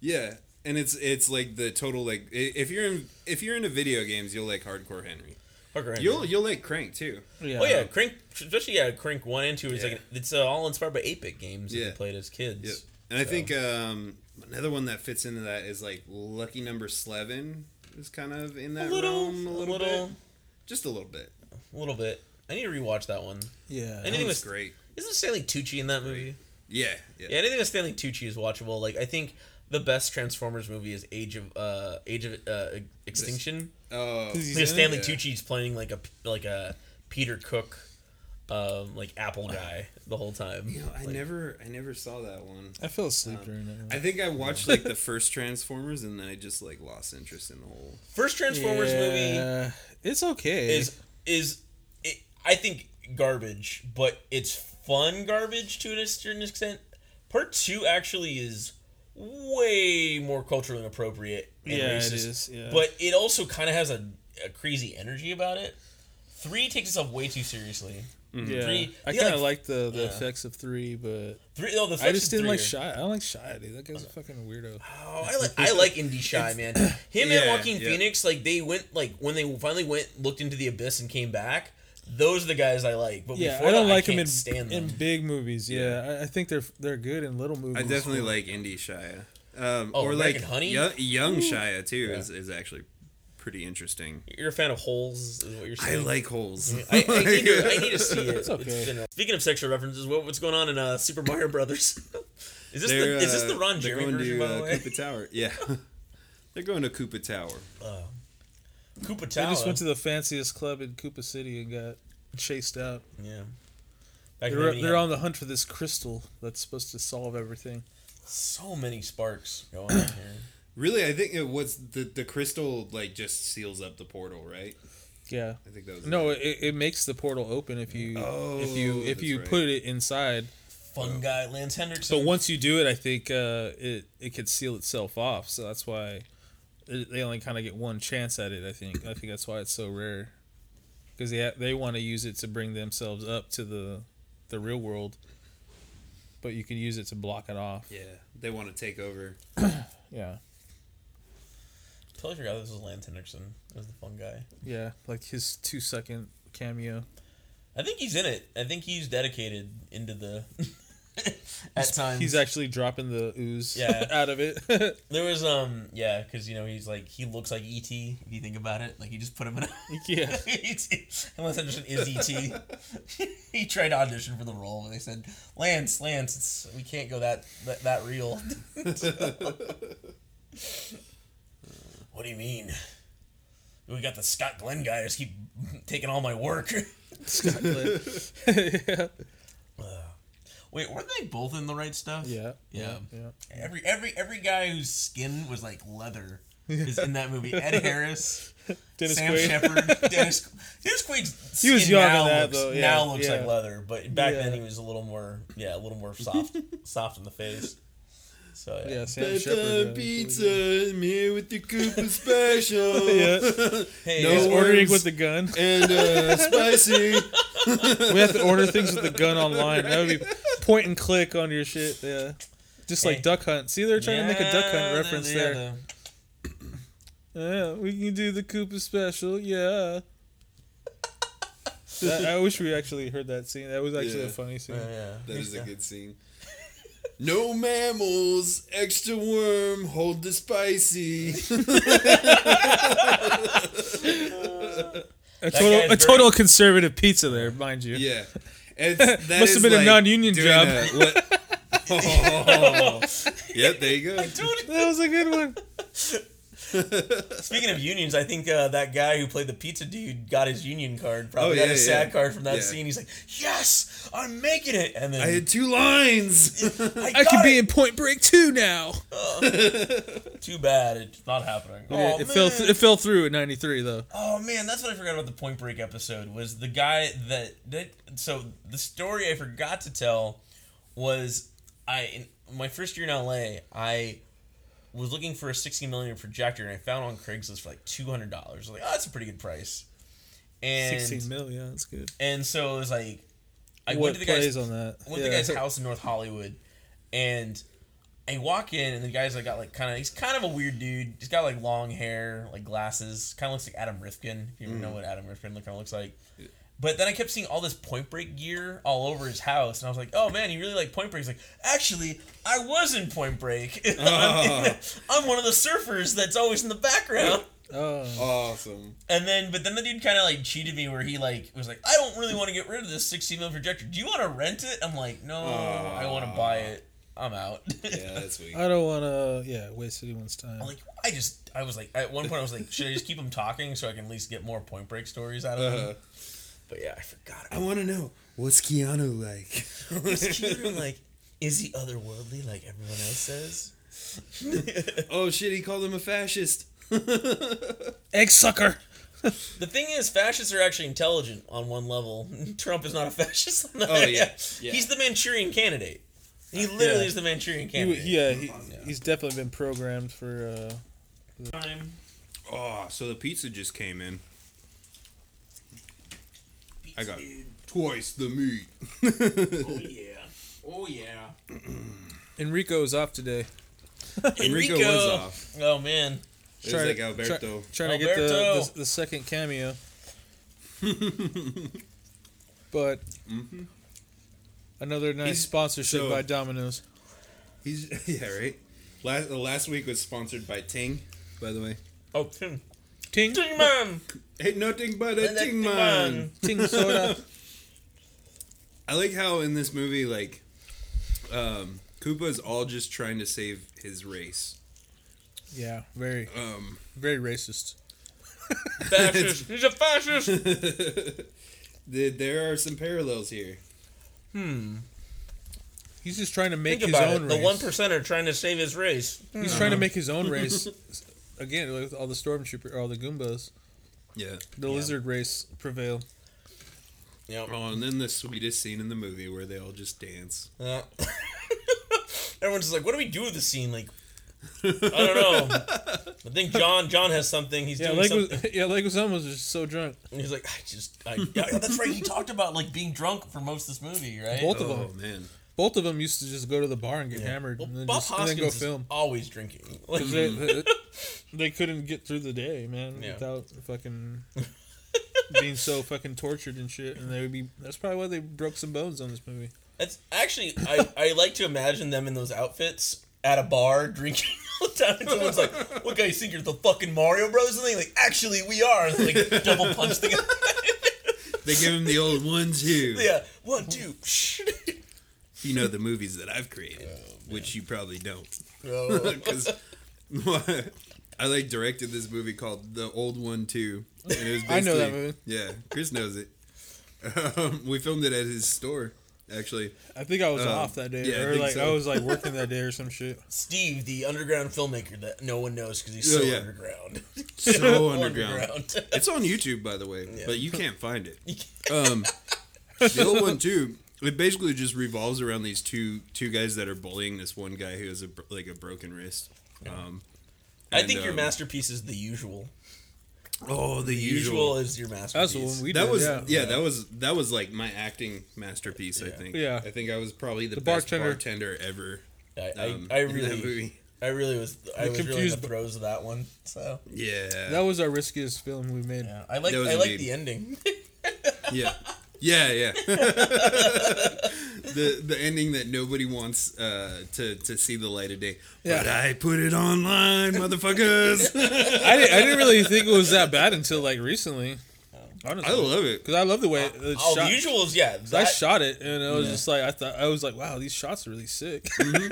S2: Yeah, and it's it's like the total like i- if you're in if you're into video games, you'll like Hardcore Henry.
S3: Hardcore Henry.
S2: You'll you'll like Crank too.
S1: Yeah.
S3: Oh yeah, Crank, especially yeah, Crank One and Two is
S2: Yeah.
S3: like it's uh, all inspired by 8-bit games that
S2: Yeah.
S3: we played as kids.
S2: Yep. And I think um, another one that fits into that is like Lucky Number Slevin is kind of in that
S3: a little,
S2: realm a little, bit, just a little bit.
S3: a little bit. I need to rewatch that one.
S1: Yeah.
S3: Anything
S2: It's
S3: with
S2: great.
S3: isn't Stanley Tucci in that movie?
S2: Yeah, yeah.
S3: Yeah, anything with Stanley Tucci is watchable. Like I think the best Transformers movie is Age of uh Age of uh, Extinction.
S2: Oh,
S1: He's in it?
S3: Because Stanley
S1: Yeah.
S3: Tucci's playing like a like a Peter Cook, um, like Apple guy the whole time.
S2: you know, I
S3: Like,
S2: never, I never saw that one.
S1: I fell
S3: Um,
S1: asleep during that.
S2: I think I watched like the first Transformers, and then I just like lost interest in the whole.
S3: First Transformers movie
S1: Yeah, It's okay.
S3: is is it, I think garbage, but it's fun garbage to a certain extent. Part two actually is way more culturally appropriate. And
S1: Yeah, it
S3: racist,
S1: is, yeah.
S3: But it also kind of has a, a crazy energy about it. Three takes itself way too seriously.
S1: yeah.
S3: Three-
S1: I
S3: yeah,
S1: kind of
S3: like-
S1: liked the, the
S3: yeah.
S1: effects of three, but
S3: Three, no, the
S1: I
S3: first
S1: just didn't
S3: and three
S1: like
S3: are-
S1: Shy. I don't like Shy, dude. That guy's a fucking weirdo.
S3: Oh, I like I like Indy Shy man. Him
S2: Yeah,
S3: and Joaquin
S2: yeah.
S3: Phoenix, like they went like when they finally went looked into the abyss and came back. Those are the guys I like. But
S1: Yeah,
S3: before
S1: I don't
S3: that,
S1: like
S3: I
S1: him in
S3: can't stand
S1: in
S3: them.
S1: big movies. Yeah, I, I think they're they're good in little movies.
S2: I definitely like indie Shia, um,
S3: Oh,
S2: or like
S3: American Honey?
S2: yo- young Shia too is, is actually pretty interesting.
S3: You're a fan of holes, is what you're
S2: I
S3: saying.
S2: like holes.
S3: I, I, need, to, I need to see it.
S1: okay.
S3: It's been a- Speaking of sexual references, what, what's going on in uh, Super Mario Brothers? is this
S2: They're,
S3: the is this
S2: uh,
S3: the Ron
S2: they're
S3: Jeremy
S2: going
S3: version
S2: to,
S3: by the
S2: uh,
S3: way?
S2: Koopa Tower. Yeah, they're going to Koopa Tower.
S3: Koopa
S1: I
S3: Tower.
S1: just went to the fanciest club in Koopa City and got chased out.
S3: yeah. Back
S1: They're,
S3: when they
S1: they're
S3: had
S1: on the hunt for this crystal that's supposed to solve everything.
S3: so many sparks going on here.
S2: Really, I think it was the the crystal like just seals up the portal, right?
S1: Yeah.
S2: I think that was
S1: No, it, it makes the portal open if you if you
S2: Oh,
S1: if
S2: that's
S1: you
S2: right.
S1: put it inside.
S3: Fun guy Lance Hendrickson.
S1: So once you do it, I think uh, it it could seal itself off. So that's why it, they only kind of get one chance at it. I think. I think that's why it's so rare because they ha- they want to use it to bring themselves up to the the real world, but you can use it to block it off.
S2: Yeah, they want to take over.
S1: Yeah,
S3: Totally forgot this was Lance Hendrickson. That was the fun guy.
S1: yeah, like his two second cameo.
S3: I think he's in it. I think he's dedicated into the. at times,
S1: He's actually dropping the ooze
S3: Yeah.
S1: out of it.
S3: there was um yeah because you know he's like he looks like ET if you think about it like you just put him in. A-
S1: yeah.
S3: ET. Unless Anderson is ET. he tried to audition for the role, and they said, "Lance, Lance, it's, we can't go that that, that real." what do you mean? We got the Scott Glenn guy just keep taking all my work.
S1: yeah.
S3: Wait, weren't they both in the right stuff?
S1: Yeah.
S3: Yeah.
S1: Yeah.
S3: Every every every guy whose skin was like leather is in that movie. Ed Harris,
S1: Dennis
S3: Sam
S1: Quaid.
S3: Shepard, Dennis Dennis Quaid's
S1: He was
S3: skin
S1: young
S3: now
S1: in that,
S3: looks,
S1: though, yeah,
S3: now looks
S1: yeah.
S3: like leather, but back then
S1: Yeah.
S3: he was a little more yeah, a little more soft soft in the face. So yeah.
S1: Yeah, Sam
S3: uh,
S1: Shepard. Yeah.
S2: I'm here with the Koopa special.
S1: Yeah.
S3: Hey,
S2: No
S1: He's
S3: it's-
S2: worries.
S1: ordering with the gun.
S2: And uh, spicy.
S1: We have to order things with the gun online. That would be point and click on your shit. Yeah. Just like
S3: Hey.
S1: Duck Hunt. See, they're trying to make a Duck
S3: Yeah,
S1: Hunt reference
S3: yeah,
S1: there.
S3: the-
S1: Yeah, we can do the Koopa special. Yeah. That- I wish we actually heard that scene. That was actually
S2: Yeah.
S1: a funny scene.
S3: yeah, yeah. uh,
S2: That is a good scene. No mammals, extra worm, hold the spicy.
S1: A
S3: guy is
S1: total, a
S3: very-
S1: total conservative pizza there, mind you.
S2: Yeah. It's, that
S1: Must have
S2: is
S1: been a
S2: like
S1: non-union
S2: doing
S1: job.
S2: a- what- Oh. Yep, there you go.
S1: That was a good one.
S3: Speaking of unions, I think uh, that guy who played the pizza dude got his union card. Probably
S2: Oh,
S3: got
S2: yeah,
S3: his
S2: yeah.
S3: sad card from that
S2: Yeah.
S3: scene. He's like, "Yes, I'm making it," and then
S2: I had two lines.
S1: I
S3: got
S1: could be
S3: it.
S1: in Point Break 2 now.
S3: Too bad it's not happening.
S1: Yeah,
S3: Oh,
S1: it,
S3: man.
S1: fell th- it fell through in 93, though.
S3: oh man, that's what I forgot about the Point Break episode was the guy that that. So the story I forgot to tell was I in my first year in LA I was looking for a 60 millimeter projector and I found it on Craigslist for like two hundred dollars. Like, oh, that's a pretty good price. And
S1: 16 mil, yeah, that's good.
S3: and so it was like I
S1: what
S3: went to the
S1: plays
S3: guy's
S1: on that?
S3: went to the guy's house in North Hollywood, and I walk in, and the guy's like got like kind of he's kind of a weird dude. He's got like long hair, like glasses, kind of looks like Adam Rifkin. If you ever know what Adam Rifkin kind of looks like. But then I kept seeing all this Point Break gear all over his house, and I was like, "Oh man, you really like Point Break?" He's like, "Actually, I was in Point Break. I'm, in- I'm one of the surfers that's always in the background."
S1: Oh,
S2: Awesome.
S3: And then, but then the dude kind of like cheated me, where he like was like, "I don't really want to get rid of this 60 mil projector. Do you want to rent it?" I'm like, "No, I want to buy it. I'm out.
S2: Yeah, that's weak.
S1: I don't want to, yeah, waste anyone's time.
S3: I'm like, I just, I was like, at one point, I was like, should I just keep him talking so I can at least get more Point Break stories out of him?
S2: Uh,
S3: But yeah, I forgot.
S2: I want to know what's Keanu like.
S3: Is Keanu like, is he otherworldly like everyone else says?
S2: oh shit, he called him a fascist.
S1: Egg sucker!
S3: The thing is, fascists are actually intelligent on one level. Trump is not a fascist. On that.
S2: Oh, yeah. Yeah. Uh,
S3: he's the Manchurian candidate. He literally
S1: Yeah.
S3: is the Manchurian
S1: He,
S3: candidate.
S1: yeah, he, he's definitely been programmed for. Uh,
S3: Time.
S2: Oh, so the pizza just came in. I got
S3: Dude.
S2: twice the meat.
S3: Oh yeah. Oh yeah.
S1: Enrico is off today.
S2: Enrico was off.
S3: Oh man.
S2: It was like Alberto.
S1: Try, trying to get the,
S3: Alberto.
S1: the the second cameo. but another nice
S2: He's-
S1: sponsorship
S2: so-
S1: by Domino's.
S2: He's yeah right. Last the last week was sponsored by Ting, by the way.
S3: Oh, Tim.
S1: Ting
S3: Ting man.
S2: Ain't nothing but a Ting
S3: Ting
S2: man.
S3: man.
S1: ting soda.
S2: I like how in this movie, like, um, Koopa's all just trying to save his race.
S1: yeah, very
S2: Um,
S1: very racist.
S3: Fascist. he's a fascist.
S2: th- there are some parallels here.
S1: He's just trying to make
S3: Think
S1: his
S3: about
S1: own
S3: it. The
S1: race.
S3: one percenter trying to save his race.
S1: He's trying to make his own race. Again, with all the stormtrooper, all the Goombas,
S2: Yeah.
S1: the lizard race prevail.
S2: Oh, and then the sweetest scene in the movie where they all just dance.
S3: Yeah. Everyone's just like, what do we do with this scene? Like, I don't know. I think John John has something. He's
S1: Yeah,
S3: doing
S1: Lego,
S3: something.
S1: yeah, Leguizamo was just so drunk.
S3: And he's like, I just, I, yeah, that's right. He talked about like being drunk for most of this movie, right?
S1: Both of
S2: Oh
S1: them,
S2: man.
S1: both of them used to just go to the bar and get hammered,
S3: Well,
S1: and, then
S3: Bob
S1: just, and
S3: Hoskins
S1: then go
S3: is
S1: film.
S3: always drinking. Like,
S1: 'Cause they, they, they couldn't get through the day, man,
S3: Yeah.
S1: without fucking being so fucking tortured and shit. And they would be. That's probably why they broke some bones on this movie.
S3: that's actually, I, I like to imagine them in those outfits at a bar drinking all the time. And someone's like, "What guy you think you're the fucking Mario Brothers?" And they like, "Actually, we are." And they, like double punch the guy.
S2: They give him the old one too.
S3: yeah, one, two.
S2: You know the movies that I've created, which you probably don't,
S3: Oh.
S2: because I like directed this movie called The Old One Too. And it was
S1: I know that
S2: basically-
S1: movie.
S2: Yeah, Chris knows it. Um, we filmed it at his store, actually.
S1: I think I was
S2: Um,
S1: off that day,
S2: yeah, I
S1: or
S2: think
S1: like
S2: so.
S1: I was like working that day or some shit.
S3: Steve, the underground filmmaker that no one knows because he's
S2: Oh,
S3: so
S2: yeah.
S3: underground.
S2: So underground.
S3: underground.
S2: It's on YouTube, by the way, but you can't find it. Um, the old one too. It basically just revolves around these two two guys that are bullying this one guy who has a bro- like a broken wrist. Um,
S3: I
S2: and,
S3: think your
S2: um,
S3: masterpiece is the usual.
S2: Oh, the
S3: The usual, is your masterpiece.
S1: That's the one we
S2: that
S1: did.
S2: was yeah,
S1: yeah.
S2: that was that was like my acting masterpiece. I think.
S1: Yeah.
S2: I think I was probably the,
S1: The
S2: best bartender,
S1: bartender.
S2: ever.
S3: I,
S2: um,
S3: I, I
S2: in that
S3: really,
S2: movie.
S3: I really was, I was really in
S1: confused-
S3: the throes of that one. So
S2: Yeah.
S1: That was our riskiest film we made.
S3: yeah, I like,
S2: That was
S3: I like
S2: indeed.
S3: the ending.
S2: yeah. Yeah, yeah. the the ending that nobody wants uh, to to see the light of day. But
S1: Yeah.
S2: I put it online, motherfuckers.
S1: I, didn't, I didn't really think it was that bad until like recently. Honestly,
S2: I love it.
S1: because I love the way it it's
S3: Oh,
S1: shot.
S3: the usual is yeah.
S1: I
S3: That,
S1: shot it, and I was just like, I thought I was like, wow, these shots are really sick.
S3: yeah.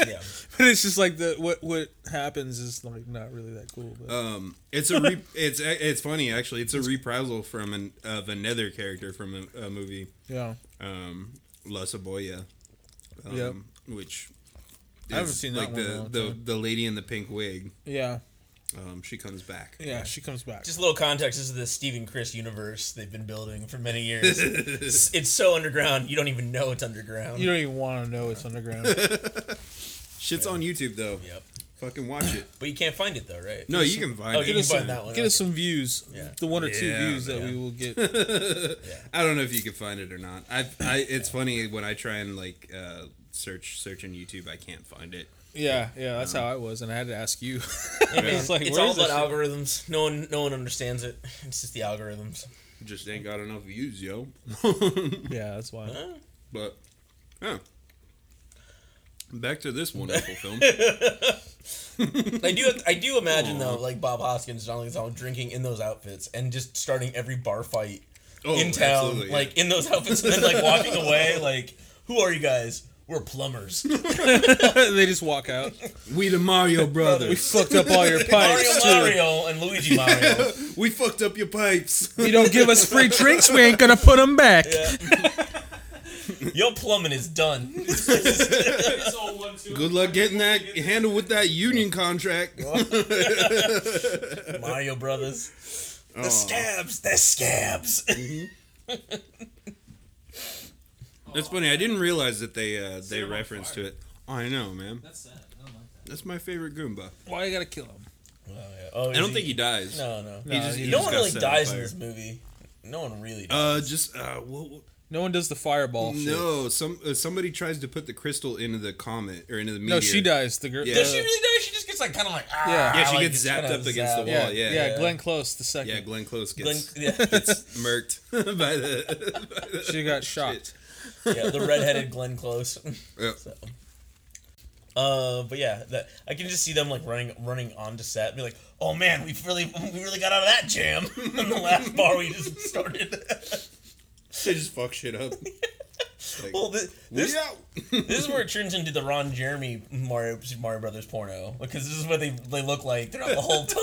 S1: but it's just like the what what happens is like not really that cool. But.
S2: Um, it's a re- it's it's funny actually. It's a reprisal from an of another character from a, a movie,
S1: yeah,
S2: um, La Saboya, um,
S1: Yep.
S2: which
S1: I haven't
S2: is
S1: seen that
S2: like
S1: one in a
S2: the
S1: long
S2: the,
S1: time.
S2: the lady in the pink wig.
S1: yeah,
S2: Um, she comes back.
S1: yeah. She comes back.
S3: Just a little context. This is the Steve and Chris universe they've been building for many years. it's, it's so underground, you don't even know it's underground.
S1: you don't even want to know it's underground.
S2: Shit's on YouTube though.
S3: yep.
S2: Fucking watch it.
S3: But you can't find it though, right?
S2: No, you can find
S3: Oh,
S2: it.
S3: you
S1: us
S3: can
S1: some-
S3: find that one.
S1: Get us some views.
S3: Yeah.
S1: The one or two
S2: Yeah,
S1: views that
S3: yeah.
S1: we will get.
S2: I don't know if you can find it or not. I, I it's funny when I try and like uh, search search on YouTube, I can't find it.
S1: Yeah, yeah. That's how I was, and I had to ask you.
S3: Hey, man,
S1: It's like,
S3: it's
S1: where
S3: all
S1: is this
S3: about algorithms. No one, no one understands it. It's just the algorithms.
S2: Just ain't got enough views, yo.
S1: yeah, that's why.
S2: but yeah. Back to this wonderful film.
S3: I do, I do imagine though, like Bob Hoskins, John Leguizamo drinking in those outfits and just starting every bar fight
S2: Oh,
S3: in town,
S2: absolutely, yeah.
S3: like in those outfits, and then like walking away, like, who are you guys? We're plumbers.
S1: they just walk out.
S2: We the Mario
S1: We
S2: brothers.
S1: fucked up all your
S3: Mario
S1: pipes too.
S3: Mario and Luigi Mario.
S2: we fucked up your pipes.
S1: If you don't give us free drinks, we ain't gonna put them back.
S3: Your plumbing is done.
S2: Good luck getting that handled with that union contract.
S3: Mario Brothers. The scabs. The scabs.
S2: That's funny. I didn't realize that they uh, they referenced to it. I know, man.
S6: That's sad. I don't like that.
S2: That's my favorite Goomba.
S1: Why you gotta kill them?
S3: Oh, yeah. Oh,
S2: I
S3: is
S2: don't think he dies.
S3: No, no.
S1: No,
S2: just-
S1: he-
S2: he
S3: no
S2: just
S3: one
S2: got
S3: really
S2: set on
S3: dies in
S2: fire.
S3: this movie. No one really dies.
S2: Uh, just uh, what, what-
S1: No one does the fireball. Oh, shit.
S2: no. Some uh, somebody tries to put the crystal into the comet or into the meteor.
S1: no, she dies. The girl.
S2: Yeah.
S3: Does she really die? She just gets like kind of like ah.
S1: Yeah.
S2: Yeah, she
S3: like,
S2: gets
S3: just
S2: zapped
S3: kinda
S2: up against the
S3: zapped.
S1: Yeah,
S2: wall, yeah.
S1: yeah,
S3: Yeah.
S1: Glenn Close the second.
S2: Yeah, Glenn Close gets
S3: Glenn- yeah,
S2: murked by the. by
S1: she got shocked.
S2: Shit.
S3: yeah, the redheaded Glenn Close.
S2: Yeah.
S3: So. Uh, but yeah, that I can just see them like running, running onto set, and be like, "Oh man, we really, we really got out of that jam in the last bar we just started."
S2: They just fuck shit up. Like,
S3: well, thi-
S2: we
S3: this,
S2: out.
S3: this is where it turns into the Ron Jeremy Mario Super Mario Brothers porno because this is what they they look like throughout the whole time.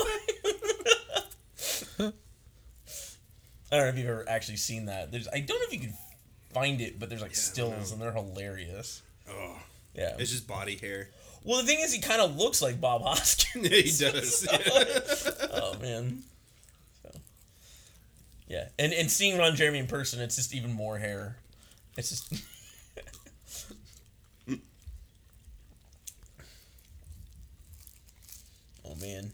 S3: I don't know if you've ever actually seen that. There's I don't know if you can find it, but there's like stills and they're hilarious.
S2: Oh,
S3: Yeah.
S2: it's just body hair.
S3: Well, the thing is, he kind of looks like Bob Hoskins.
S2: he does. yeah.
S3: oh man. So. Yeah, and and seeing Ron Jeremy in person, it's just even more hair. It's just. oh man.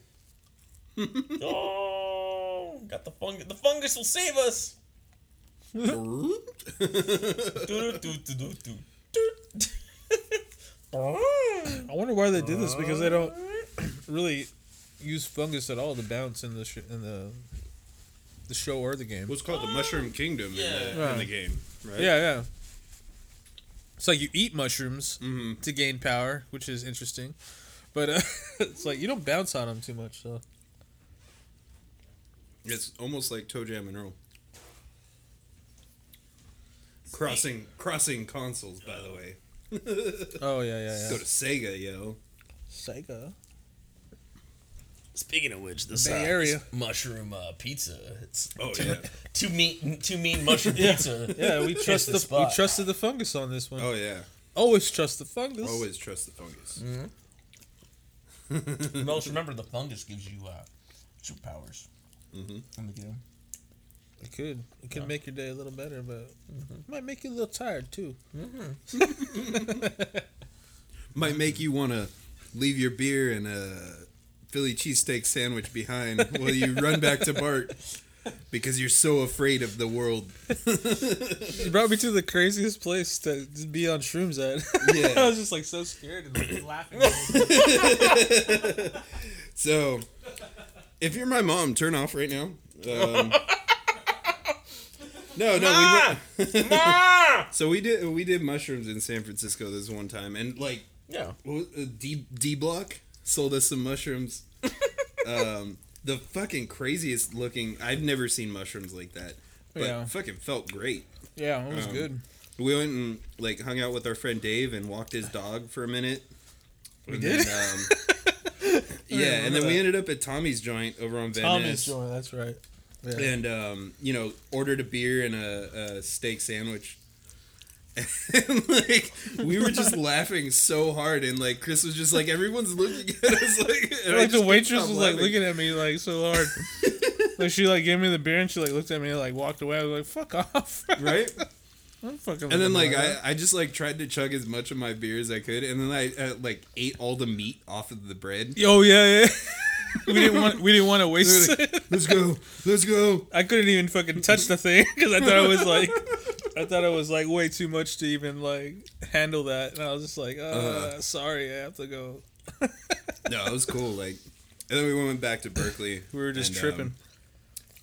S3: oh, got the fungus. The fungus will save us.
S1: I wonder why they did this because they don't really use fungus at all to bounce in the sh- in the the show or the game.
S2: What's called the Mushroom Kingdom in, the,
S1: Yeah.
S2: in the game, right?
S1: Yeah, yeah. It's like you eat mushrooms
S2: Mhm.
S1: to gain power, which is interesting. But uh, it's like you don't bounce on them too much, so
S2: It's almost like Toe Jam and Earl. Crossing crossing consoles, by the way.
S1: Oh yeah, yeah,
S2: Go
S1: yeah.
S2: to Sega, yo.
S1: Sega.
S3: Speaking of which, this
S1: Bay
S3: uh,
S1: Area.
S3: this mushroom uh, pizza. It's
S2: Oh
S3: two,
S2: yeah.
S3: two mean two mean mushroom pizza.
S1: Yeah, we
S3: hits
S1: trust the,
S3: spot.
S1: we trusted the fungus on this one.
S2: Oh yeah.
S1: Always trust the fungus.
S2: Always trust the fungus.
S3: Most remember the fungus gives you uh, superpowers. Mm-hmm. In the game.
S1: It could. It could make your day a little better, but it
S2: Mm-hmm.
S1: might make you a little tired too.
S2: Might make you wanna leave your beer and a Philly cheesesteak sandwich behind while you run back to Bart because you're so afraid of the world.
S1: You brought me to the craziest place to be on shrooms at. I
S2: Yeah.
S1: was just like so scared. And like,
S6: Laughing.
S2: So if you're my mom, turn off right now. Um, no, no, we went,
S3: Ah!
S2: So we did we did mushrooms in San Francisco this one time, and like
S3: Yeah.
S2: what was, uh, D D Block sold us some mushrooms. um, the fucking craziest looking. I've never seen mushrooms like that, but
S1: Yeah.
S2: fucking felt great.
S1: yeah, it was
S2: Um,
S1: good.
S2: We went and like hung out with our friend Dave and walked his dog for a minute. We
S1: did?
S2: um, yeah, and
S1: remember
S2: then we
S1: that.
S2: ended up at Tommy's joint over on Van
S1: Tommy's
S2: Ness,
S1: joint. That's right. Yeah.
S2: and um, you know ordered a beer and a, a steak sandwich. And like we were just laughing so hard, and like Chris was just like, everyone's looking at us like, and
S1: like
S2: I just
S1: the
S2: couldn't
S1: waitress
S2: stop
S1: was like
S2: laughing.
S1: looking at me like so hard. like she like gave me the beer and she like looked at me and like walked away. I was like, "Fuck off!"
S2: right?
S1: I'm fucking.
S2: And then like
S1: looking
S2: I, I just like tried to chug as much of my beer as I could, and then I uh, like ate all the meat off of the bread.
S1: that. oh yeah, yeah. we didn't want we didn't want to waste it.
S2: Let's go, let's go.
S1: I couldn't even fucking touch the thing because I thought I was like, I thought I was like way too much to even like handle that, and I was just like, uh,
S2: Uh-huh.
S1: sorry, I have to go.
S2: No, it was cool. Like, and then we went back to Berkeley.
S1: We were just
S2: and,
S1: tripping.
S2: um,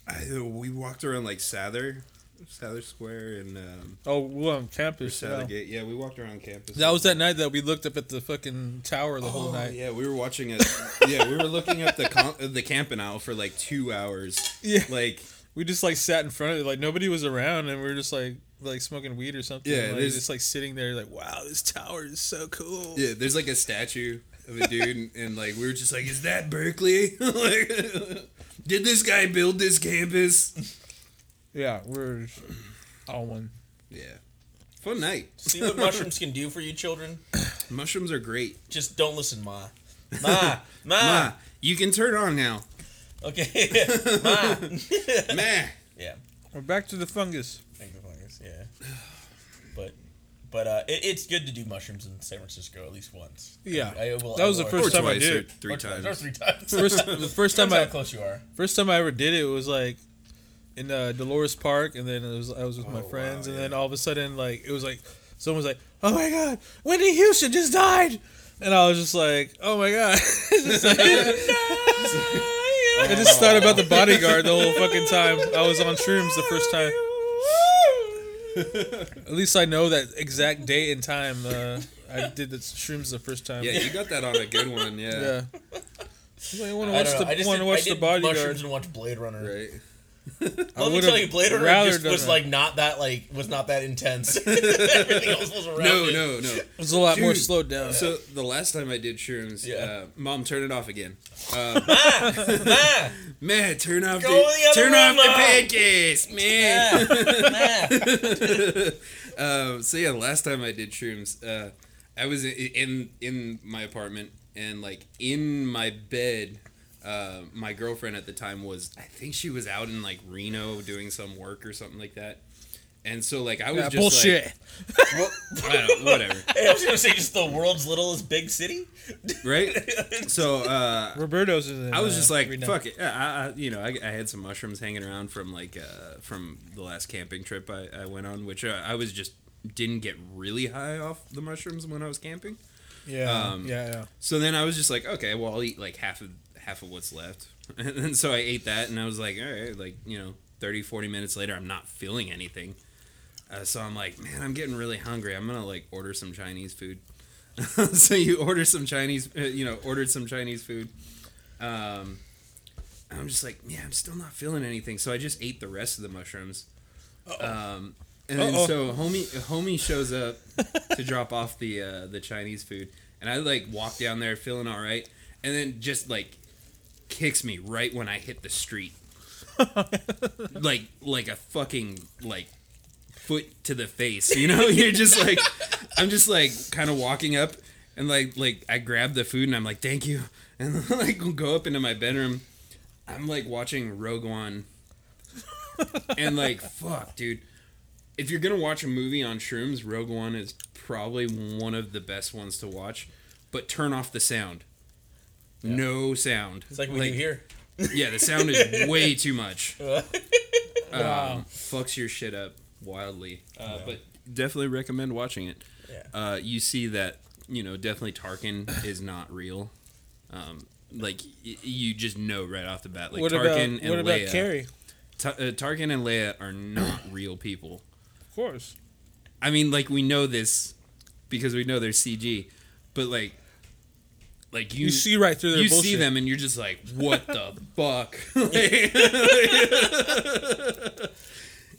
S2: I, we walked around like Sather, Sather Square, and um,
S1: oh, we were on campus.
S2: Sather
S1: Yeah.
S2: Gate. Yeah, we walked around campus.
S1: That was that night that we looked up at the fucking tower the whole
S2: Oh,
S1: night.
S2: Yeah, we were watching it. yeah, we were looking at the com- the campanile for like two hours.
S1: Yeah.
S2: Like,
S1: We just like sat in front of it, like nobody was around, and we were just like like smoking weed or something.
S2: Yeah,
S1: like,
S2: there's-
S1: just like sitting there, like, wow, this tower is so cool.
S2: Yeah, there's like a statue of a dude, and, and like we were just like, is that Berkeley? like, did this guy build this campus?
S1: Yeah, we're all one.
S2: Yeah, fun night.
S3: See what mushrooms can do for you, children.
S2: Mushrooms are great.
S3: Just don't listen, ma. Ma, ma.
S1: Ah.
S2: Ma, you can turn on now.
S3: Okay, ma.
S2: Ma,
S3: Yeah,
S1: We're back to the fungus.
S3: thank the fungus. Yeah, but but uh, it, it's good to do mushrooms in San Francisco at least once.
S1: Yeah.
S3: I will-
S1: That was
S3: I
S1: the
S3: will-
S1: first time I
S2: twice or
S1: did.
S2: three
S3: or twice, or
S2: times.
S3: three times.
S1: First, the first time
S3: Depends
S1: I
S3: how close you are.
S1: first time I ever did it was like in uh, Dolores Park, and then it was I was with
S3: Oh,
S1: my friends, and then all of a sudden, like it was like someone was like, "Oh my God, Whitney Houston just died," and I was just like, "Oh my God!" Just like- I just thought about the bodyguard the whole fucking time I was on shrooms the first time. At least I know that exact date and time uh, I did the shrooms the first time.
S2: Yeah, you got that on a good one.
S1: yeah.
S2: Yeah.
S1: I want to
S3: I
S1: watch
S3: don't know. I
S1: the
S3: just
S1: want
S3: did,
S1: to
S3: I
S1: watch the
S3: did mushrooms
S1: bodyguard.
S3: and watch Blade Runner.
S2: Right.
S1: I
S3: Let me
S1: would've
S3: tell you, Blade Runner
S1: rather
S3: just
S1: done
S3: was
S1: that.
S3: like not that like was not that intense. Everything else was around.
S2: No,
S3: it.
S2: no, no.
S1: It was a lot more
S2: Dude.
S1: slowed down.
S2: So the last time I did shrooms,
S3: Yeah.
S2: uh, mom, turn it off again. Uh,
S3: Ma,
S2: Man, turn off
S3: Go
S2: the,
S3: the other
S2: turn
S3: way,
S2: off the
S3: Mom.
S2: pancakes, man.
S3: ma, ma.
S2: Um, so yeah, the last time I did shrooms, uh, I was in, in in my apartment and like in my bed. Uh, my girlfriend at the time was, I think she was out in like Reno doing some work or something like that. And so like I was
S1: yeah,
S2: just
S1: bullshit.
S2: like, I don't- whatever,
S3: Hey, I was gonna say just the world's littlest big city.
S2: right? So uh,
S1: Roberto's is in.
S2: I was just
S1: uh,
S2: like,
S1: Reno.
S2: fuck it. I, I, you know, I, I had some mushrooms hanging around from like uh, from the last camping trip I, I went on, which uh, I was just didn't get really high off the mushrooms when I was camping.
S1: Yeah,
S2: um,
S1: yeah, yeah.
S2: So then I was just like, okay, well I'll eat like half of half of what's left, and then so I ate that, and I was like, all right, like you know, 30, 40 minutes later, I'm not feeling anything. Uh, so I'm like, man, I'm getting really hungry. I'm gonna like order some Chinese food. so you order some Chinese, uh, you know, ordered some Chinese food. Um, and I'm just like, yeah, I'm still not feeling anything. So I just ate the rest of the mushrooms. Um, and then
S1: Uh-oh.
S2: so homie, homie shows up to drop off the uh, the Chinese food, and I like walk down there feeling all right, and then just like kicks me right when I hit the street, like like a fucking like foot to the face. You know, you're just like, I'm just like kind of walking up, and like like I grab the food and I'm like, thank you, and like go up into my bedroom. I'm like watching Rogue One, and like fuck, dude. If you're gonna watch a movie on shrooms, Rogue One is probably one of the best ones to watch. But turn off the sound. No sound.
S3: It's like we do here.
S2: Yeah, the sound is way too much. Um, fucks your shit up wildly. Uh, But definitely recommend watching it.
S3: Yeah.
S2: Uh, you see that you know definitely Tarkin is not real. Um, like y- you just know right off the bat. Like
S1: what about
S2: Tarkin and
S1: what about
S2: Leia.
S1: Carrie?
S2: Ta- uh, Tarkin and Leia are not real people.
S1: Of course.
S2: I mean, like we know this because we know they're CG, but like, like you,
S1: You see right through their
S2: you
S1: bullshit.
S2: see them and you're just like, what the fuck?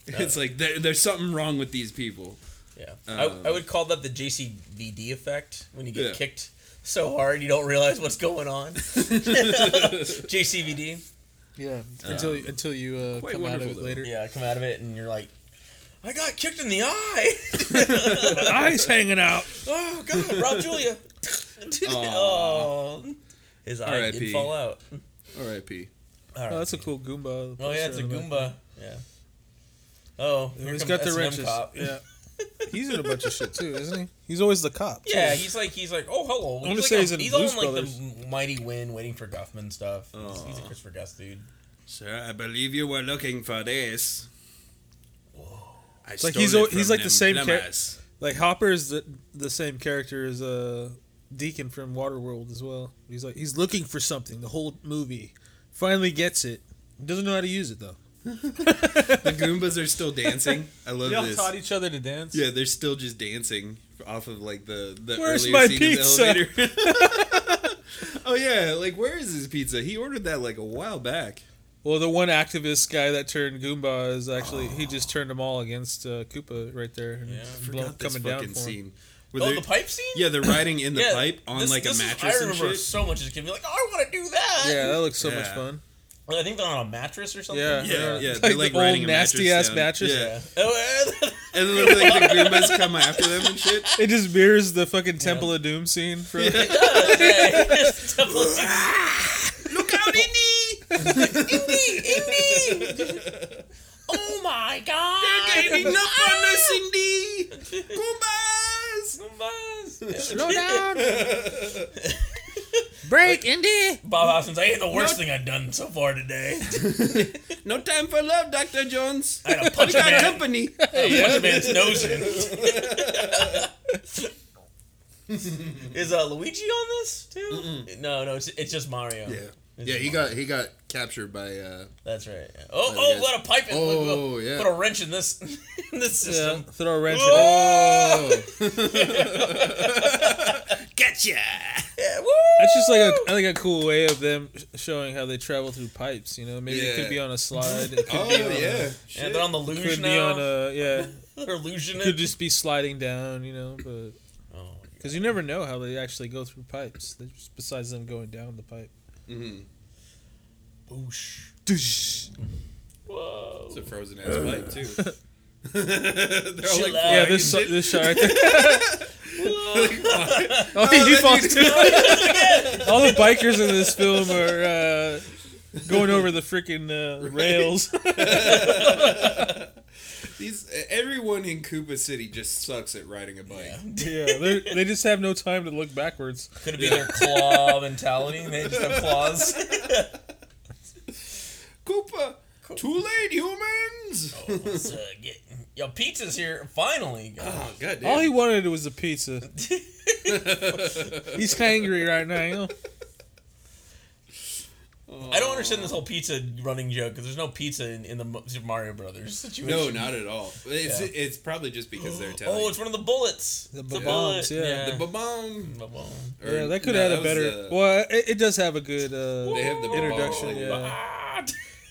S2: it's like there, there's something wrong with these people.
S3: Yeah,
S1: um,
S3: I, I would call that the JCVD effect when you get
S2: Yeah.
S3: kicked so hard you don't realize what's going on. JCVD.
S1: Yeah. Until you until you uh,
S2: quite
S1: come out of it
S2: wonderful, though.
S1: later.
S3: Yeah, I come out of it and you're like, I got kicked in the eye.
S1: Eyes hanging out.
S3: oh God, Rob Julia. oh, his eye
S2: R.I.P..
S3: did fall out.
S2: R.I.P.
S3: All right.
S1: Oh, that's a cool Goomba.
S3: oh yeah, it's a
S1: Sure, like-
S3: Goomba. Yeah. Oh, here
S1: He's
S3: comes
S1: got the
S3: S&M
S1: wrenches.
S3: Cop.
S1: Yeah. He's in a bunch of shit too, isn't he? He's always the cop. too.
S3: Yeah, he's like he's like oh hello.
S1: gonna
S3: like
S1: say
S3: on-
S1: he's in
S3: he's on
S1: Blues
S3: like
S1: Brothers.
S3: the Mighty Win, waiting for Guffman stuff. He's, he's a Christopher Guest dude.
S2: Sir, I believe you were looking for this. Whoa.
S1: like he's al- he's like the same char- Like Hopper is the the same character as uh, Deacon from Waterworld as well. He's like he's looking for something the whole movie. Finally gets it. Doesn't know how to use it though.
S2: the Goombas are still dancing. I love
S1: They all
S2: this.
S1: taught each other to dance.
S2: Yeah, they're still just dancing off of like the the
S1: Where's
S2: earlier
S1: my
S2: scene
S1: pizza?
S2: in the elevator. oh yeah, like where is his pizza? He ordered that like a while back.
S1: Well, the one activist guy that turned Goomba is actually he just turned them all against uh, Koopa right there. And
S3: Yeah. I
S1: blow-
S2: Forgot this
S1: coming down
S2: fucking
S1: for him.
S2: scene. Where
S3: Oh,
S2: they're-
S3: the pipe scene.
S2: Yeah, they're riding in the
S3: Yeah,
S2: pipe on
S3: this-
S2: like a
S3: this is-
S2: mattress
S3: I
S2: and
S3: remember
S2: shit.
S3: so much as a kid. Be like, oh, I want to do that.
S1: Yeah, that looks so much
S2: Yeah.
S1: fun.
S3: Well, I think they're on a mattress or something.
S1: Yeah.
S2: yeah, yeah,
S1: Like
S2: they're
S1: the
S2: like
S1: old
S2: riding a
S1: nasty
S2: mattress
S1: ass
S2: down.
S1: mattress.
S2: Yeah,
S3: Yeah. Oh, yeah.
S2: and then like the Goombas come after them and shit.
S1: It just mirrors the fucking Temple of Doom scene from
S3: Look out, Indy! Indy! Indy! Oh my god!
S2: Enough on us, Indy. Goombas.
S1: Slow down. Break, Indy.
S3: Bob Hoskins, I ate the worst thing I've done so far today.
S2: No time for love, Doctor Jones.
S3: I had to punch
S2: We
S3: a
S2: got
S3: man,
S2: company.
S3: punch a man's nose in. Is uh, Luigi on this too? No, no, it's, it's just Mario.
S2: Yeah, yeah, he got he got captured by. uh
S3: That's right. yeah. Oh,
S2: There
S3: oh,
S2: it is.
S3: what a pipe! in-
S2: Oh, yeah.
S3: Put a wrench in this, in this
S1: Yeah,
S3: system.
S1: throw a wrench. in it.
S3: Oh,
S2: Gotcha.
S3: yeah, woo!
S1: That's just like a, I think a cool way of them sh- showing how they travel through pipes. You know, maybe it
S2: Yeah.
S1: could be on a slide. It could
S2: Oh
S1: be on
S2: yeah.
S3: Yeah, they're on the
S1: a,
S3: luge
S1: could be
S3: now.
S1: on a yeah.
S3: They're illusioning.
S1: Could just be sliding down. You know, but
S3: Oh,
S1: because you never know how they actually go through pipes. They just- Besides them going down the pipe.
S2: Mm-hmm.
S3: boosh. Whoa.
S2: It's a frozen ass pipe too. They're all
S3: Chill
S2: like,
S3: out.
S1: Yeah,
S3: you
S1: this
S2: did-
S1: this shot right there. oh, he, he falls too. All the bikers in this film are uh, going over the freaking uh, rails.
S2: these e-, everyone in Koopa City just sucks at riding a bike.
S1: yeah, they're- they just have no time to look backwards.
S3: Could it be their claw mentality? They just have claws.
S2: Koopa, too late, humans. Oh,
S3: Let's, uh, get, yo, pizza's here finally. guys.
S2: god
S1: All he wanted was a pizza. He's angry right now. you know?
S3: I don't understand this whole pizza running joke because there's no pizza in, in the Mo- Super Mario Brothers situation.
S2: No, not at all. It's
S3: Yeah.
S2: it's probably just because they're Italian.
S3: Oh, it's one of the bullets.
S1: The
S3: It's a
S1: bombs,
S3: bullet,
S1: yeah.
S2: the ba-bomb.
S3: Ba-bomb.
S2: Or-
S1: Yeah, that could
S2: no,
S1: have had
S2: was
S1: a better.
S2: the-
S1: well, it, it does have a good uh,
S2: they have the
S1: introduction.
S2: ba-bomb.
S1: Yeah,
S3: Ah,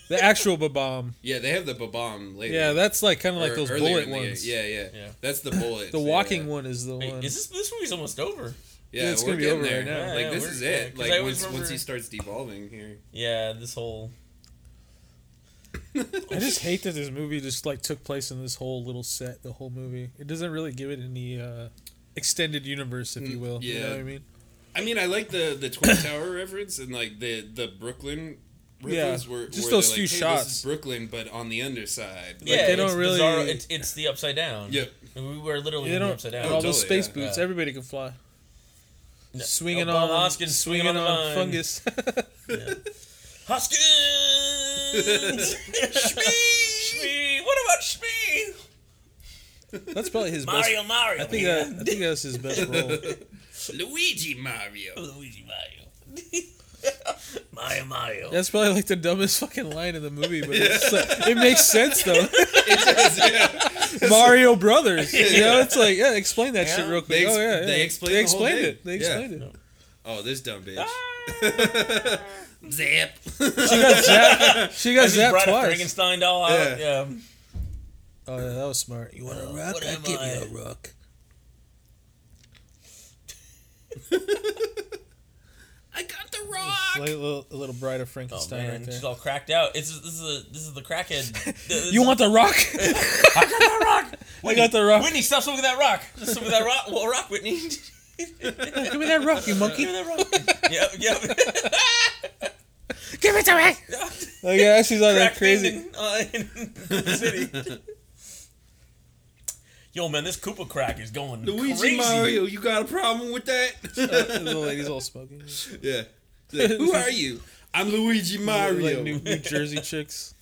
S1: the actual bomb.
S2: yeah, they have the ba-bomb later.
S1: Yeah, that's like kind of like
S2: Or
S1: those
S2: earlier
S1: bullet
S2: in the-
S1: ones.
S2: Yeah, yeah,
S3: Yeah.
S2: That's the bullet.
S1: The walking one is the
S3: Wait,
S1: one.
S3: is this this movie's almost over?
S2: Yeah,
S1: Yeah, it's
S2: we're
S1: gonna be
S2: getting
S1: over
S2: there.
S1: right now.
S3: Yeah,
S2: like
S3: yeah,
S2: this
S3: we're-
S2: is
S3: yeah,
S2: it.
S3: 'cause
S2: Like
S3: I
S2: once once
S3: always remember-
S2: he starts devolving here.
S3: Yeah, this whole
S1: I just hate that this movie just like took place in this whole little set, the whole movie. It doesn't really give it any uh, extended universe, if you will. You
S2: yeah.
S1: know what I mean?
S2: I mean, I like the the Twin Tower reference and like the the Brooklyn.
S1: Yeah,
S2: reference were,
S1: just
S2: were
S1: those
S2: like,
S1: few
S2: hey, This
S1: shots.
S2: is Brooklyn, but on the underside.
S3: yeah.
S1: they don't
S3: it's
S1: really-
S3: bizarro- it's, it's the upside down.
S2: Yep.
S3: We were literally
S1: They
S3: in the
S1: don't.
S3: upside
S1: all those
S3: down.
S2: totally,
S1: space
S2: yeah.
S1: boots,
S3: Yeah.
S1: everybody can fly.
S3: No,
S1: Swinging
S3: no,
S1: on
S3: Bob Hoskins,
S1: swinging on,
S3: vine.
S1: fungus.
S3: Hoskins. Shmee. Shmee. What about Shmee?
S1: that's probably his best.
S3: Mario, Mario.
S1: I think uh, that, I think that's his best role.
S2: Luigi Mario.
S3: Luigi Mario. Mario, Mario.
S1: That's probably like the dumbest fucking line in the movie, but it's like, it makes sense though. Mario Brothers. You know, it's like yeah, explain that shit
S3: Yeah.
S1: real quick.
S2: They ex-
S1: oh yeah, yeah.
S2: they explained
S1: They
S2: the whole
S1: explained
S2: thing.
S1: it. They
S2: Yeah.
S1: explained it.
S2: Oh, this dumb bitch. Zap.
S1: She got zapped. She got
S3: Just
S1: zapped
S3: brought a
S1: twice.
S3: Frankenstein doll out. Yeah.
S2: Yeah.
S1: Oh yeah, that was smart. You want a rock?
S3: what
S1: I
S3: am
S1: give
S3: I?
S1: you a rock.
S2: I got the rock.
S1: Like a little, a little bride of
S3: Oh
S1: Frankenstein
S3: man,
S1: right there.
S3: she's all cracked out. It's this is a, this is the crackhead.
S1: you want the rock?
S3: that rock?
S1: I got the rock.
S3: Whitney, stop smoking that rock. Stop smoking that rock. Well, rock, Whitney.
S1: Give me that rock, you monkey.
S3: Give me that rock. yep, yep.
S1: Give it to me. Like yeah, she's all like
S3: Crack
S1: crazy.
S3: fiend in, uh, in the city. Yo, man, this Koopa crack is going
S2: Luigi
S3: crazy.
S2: Mario, you got a problem with that?
S1: the little lady's all smoking.
S2: yeah. Like, Who are you? I'm Luigi
S1: Like
S2: Mario.
S1: New, New Jersey chicks.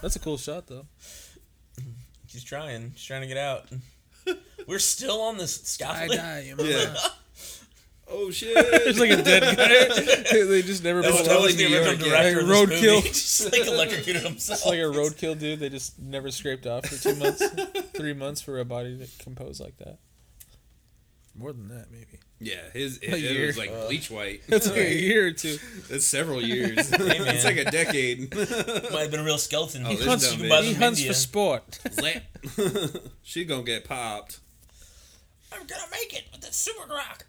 S1: That's a cool shot though.
S3: She's trying. She's trying to get out. We're still on this scaffolding.
S1: you
S2: yeah. oh shit.
S1: There's like a dead guy. they just never
S3: That was
S1: pull
S2: totally
S1: up.
S3: the
S2: New
S3: original
S2: York, yeah.
S3: director
S1: Like
S3: of this
S1: roadkill.
S3: movie. Just like electrocuted himself.
S1: It's like a roadkill dude. They just never scraped off for two months, three months for a body to compose like that. More than that, maybe.
S2: Yeah, his it,
S1: A
S2: it
S1: year.
S2: was like bleach white.
S1: It's like a year or two.
S2: That's several years. it's like a decade.
S3: Might have been a real skeleton.
S2: Oh,
S3: he
S2: this
S3: hunts,
S2: dumb
S3: from
S2: bitch.
S1: He hunts for sport.
S2: Zap. she gonna get popped.
S3: I'm gonna make it with that super rock.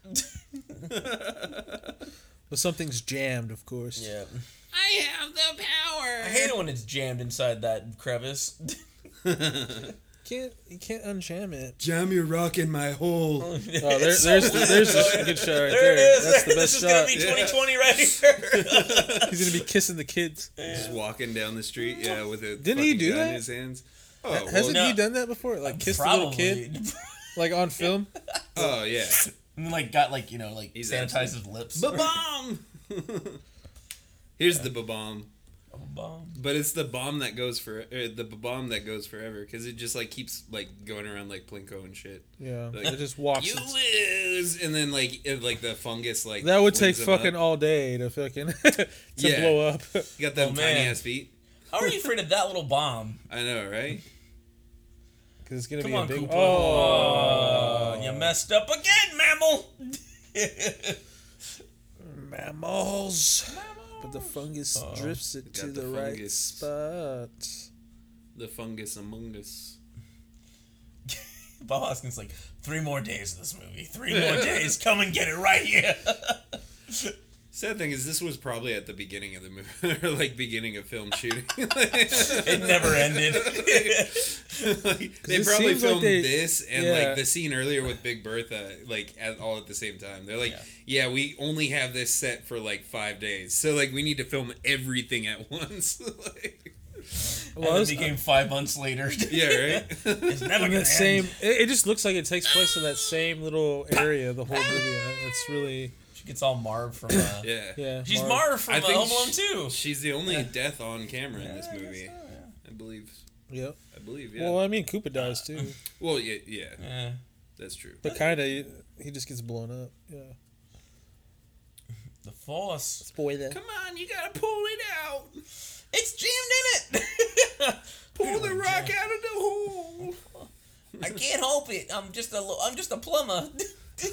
S1: But something's jammed, of course.
S3: yeah,
S2: I have the
S3: I
S2: power.
S3: hate it when it's jammed inside that crevice.
S1: Can't you can't unjam it.
S2: Jam your rock in my hole.
S1: Oh, there,
S3: It's so
S1: there's there's a good shot right
S3: There
S1: there.
S3: it is.
S1: That's the
S3: this
S1: best
S3: is
S1: shot.
S3: gonna be 2020 right here.
S1: He's gonna be kissing the kids.
S2: Just walking down the street, yeah, with a
S1: Didn't he
S2: fucking
S1: do
S2: gun in
S1: that?
S2: his hands. Oh, well,
S1: Hasn't
S3: no.
S1: he done that before? Like kissed a little kid, like on film.
S2: oh yeah.
S3: And then, like got like you know like
S2: He's
S3: sanitized his lips.
S2: Ba-bomb! Here's the ba-bomb.
S3: Ba-bomb.
S2: But it's the bomb that goes for er, the bomb that goes forever because it just like keeps like going around like plinko and shit.
S1: Yeah,
S2: Like,
S1: it just walks.
S2: You
S1: it.
S2: lose, and then like it, like the fungus like
S1: That would take
S2: flings them
S1: fucking
S2: Up.
S1: all day to fucking to
S2: Yeah.
S1: blow up.
S2: You got them
S3: Oh, man.
S2: tiny ass feet.
S3: How are you afraid of that little bomb?
S2: I know, right?
S1: Because it's gonna
S3: Come
S1: be
S3: on,
S1: a big.
S3: Koopa.
S1: Oh,
S3: Oh, you messed up again, mammal.
S1: mammals. But the fungus drifts it to
S2: got
S1: the,
S2: the
S1: right
S2: fungus.
S1: spot.
S2: The fungus among us.
S3: Bob Hoskins like three more days of this movie. Three more days. Come and get it right here.
S2: Sad thing is, this was probably at the beginning of the movie, or like beginning of film shooting.
S3: It never ended.
S2: Like, they
S1: it
S2: probably
S1: seems like
S2: filmed
S1: they-
S2: this and
S1: yeah.
S2: like the scene earlier with Big Bertha, like at, all at the same time. They're like, yeah. we only have this set for like five days, so like we need to film everything at once." like,
S1: Well,
S3: and it
S1: it's-
S3: became five months later.
S2: yeah, right.
S3: It's never
S1: in
S3: gonna
S1: that same.
S3: end.
S1: It, it just looks like it takes place in that same little area the whole movie. It's really
S3: She gets all Marv from. Uh,
S2: yeah.
S1: yeah.
S3: She's
S1: Marv.
S3: Marv from
S2: I
S3: uh,
S2: think
S3: Home Alone
S2: sh-
S3: Two.
S2: She's the only death on camera in this movie. I, believe.
S1: Yep.
S2: I believe. Yeah.
S1: Well, uh,
S2: Well,
S1: I mean, Koopa dies too,
S2: yeah, yeah,
S3: Yeah.
S2: that's true.
S1: but kind of he just gets blown up. Yeah.
S3: The Force.
S1: Spoiler.
S2: Come on, you gotta pull it out.
S3: It's jammed in it.
S2: Pull
S1: oh,
S2: the rock out of the hole.
S3: I can't help it. I'm just a. lo- I'm just a plumber.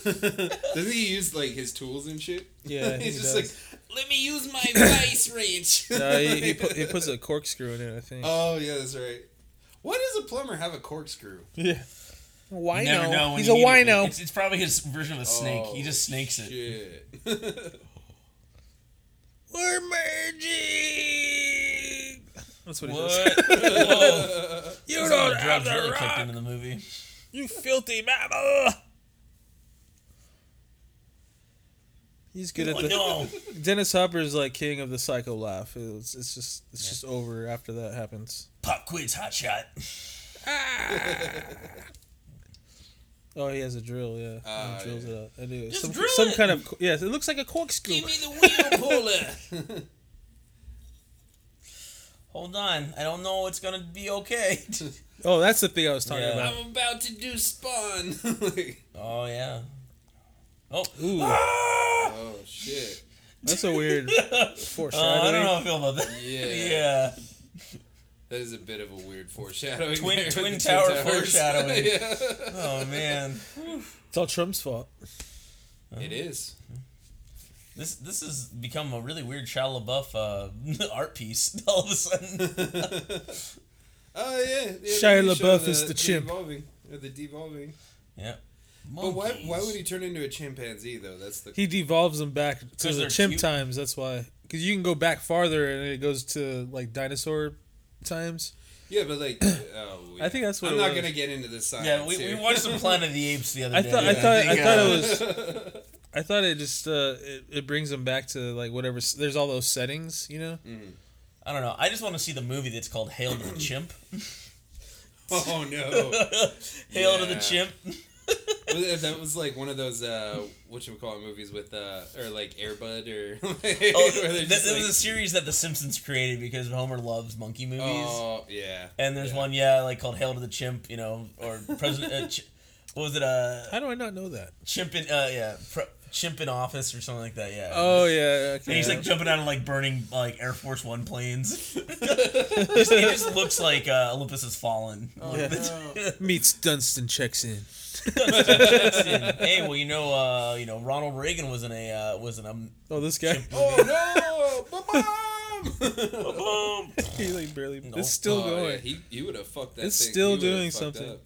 S2: Doesn't he use like his tools and shit?
S1: Yeah,
S2: he's
S1: he
S2: just
S1: does.
S2: like, let me use my vice wrench.
S1: No, he, he, put, he puts a corkscrew in it, I think.
S2: Oh yeah, that's right. Why does a plumber have a corkscrew?
S1: yeah. Wino.
S3: Never know when
S1: He's a
S3: you need it.
S1: wino.
S3: It's, it's probably his version of a snake. he just snakes it.
S2: Shit.
S1: We're merging. That's what, he
S3: What?
S1: says.
S3: Whoa.
S1: You
S3: Those
S1: don't
S3: other
S1: have
S3: drugs
S1: the
S3: really kicked
S1: rock,
S3: into the movie.
S1: you filthy mammal. He's good at
S3: Oh
S1: the.
S3: no!
S1: Dennis Hopper's like king of the psycho laugh. It's, it's just it's just over after that happens.
S3: Pop quiz, hot shot.
S1: Oh, he has a drill. Yeah,
S2: Ah,
S1: he drills
S2: yeah.
S1: it out. I do.
S3: Just
S1: some
S3: drill
S1: some
S3: it.
S1: kind of yeah. It looks like a corkscrew.
S3: Give me the wheel puller. Hold on, I don't know it's gonna be okay.
S1: Oh, that's the thing I was talking
S3: Yeah.
S1: about.
S2: I'm about to do spawn. Like,
S3: oh yeah. Oh,
S1: Ooh,
S3: Ah!
S2: oh shit.
S1: that's a weird
S3: uh, I
S1: foreshadowing.
S3: don't know how I feel about that.
S2: Yeah.
S3: yeah.
S2: That is a bit of a weird foreshadowing.
S3: Twin-
S2: there with
S3: twin
S2: the
S3: tower
S2: towers.
S3: foreshadowing.
S2: yeah.
S3: Oh man,
S1: It's all Trump's fault.
S2: It is.
S3: this this has become a really weird Shia LaBeouf uh, art piece all of a sudden.
S2: Oh yeah. yeah
S1: Shia
S2: they show
S1: LaBeouf is the chimp. Oh,
S2: Devolving, or the devolving.
S3: yeah.
S2: But why, why would he turn into a chimpanzee though? That's the
S1: He devolves them back to
S3: 'Cause
S1: the
S3: they're
S1: chimp
S3: cute.
S1: times. That's why. Because you can go back farther and it goes to like dinosaur times.
S2: yeah. But like, oh, yeah.
S1: I think that's what
S2: I'm
S1: it
S2: not
S1: was.
S2: gonna get into the science.
S3: Yeah, we, we
S2: here.
S3: watched some Planet of the Apes the other
S1: I
S3: day.
S1: thought I
S3: Yeah.
S1: thought I,
S2: think,
S1: thought
S2: uh,
S1: it was. I thought it just uh, it, it brings them back to like whatever. s- There's all those settings, you know.
S3: Mm. I don't know. I just want to see the movie that's called Hail to the Chimp.
S2: Oh no.
S3: Hail to the
S2: Yeah.
S3: Chimp.
S2: Was it- that was like one of those uh what you call it movies with uh or like Airbud or
S3: Oh,
S2: oh, where they're
S3: th-
S2: just
S3: there
S2: like,
S3: was a series that The Simpsons created because Homer loves monkey movies,
S2: oh yeah
S3: and there's
S2: yeah.
S3: one, yeah, like called "Hail to the Chimp," you know, or President. Uh, ch- what was it? Uh,
S1: How do I not know that?
S3: chimp in, uh, yeah, pre- chimp in office or something like that. Yeah.
S1: Oh yeah. Okay.
S3: And he's like jumping out of like burning like Air Force One planes. Just- it just looks like uh, Olympus has Oh. fallen. Like,
S1: Yeah. meets Dunstan checks in.
S3: hey, well you know, uh, you know, Ronald Reagan was in a uh, was in a
S1: Oh, this guy.
S2: Oh no! Ba-bam!
S3: boom.
S1: he like barely.
S3: No.
S1: It's still
S2: Oh,
S1: going.
S2: yeah, he, he would have fucked that.
S1: It's
S2: thing.
S1: still
S2: He would've
S1: doing
S2: fucked
S1: something.
S2: up.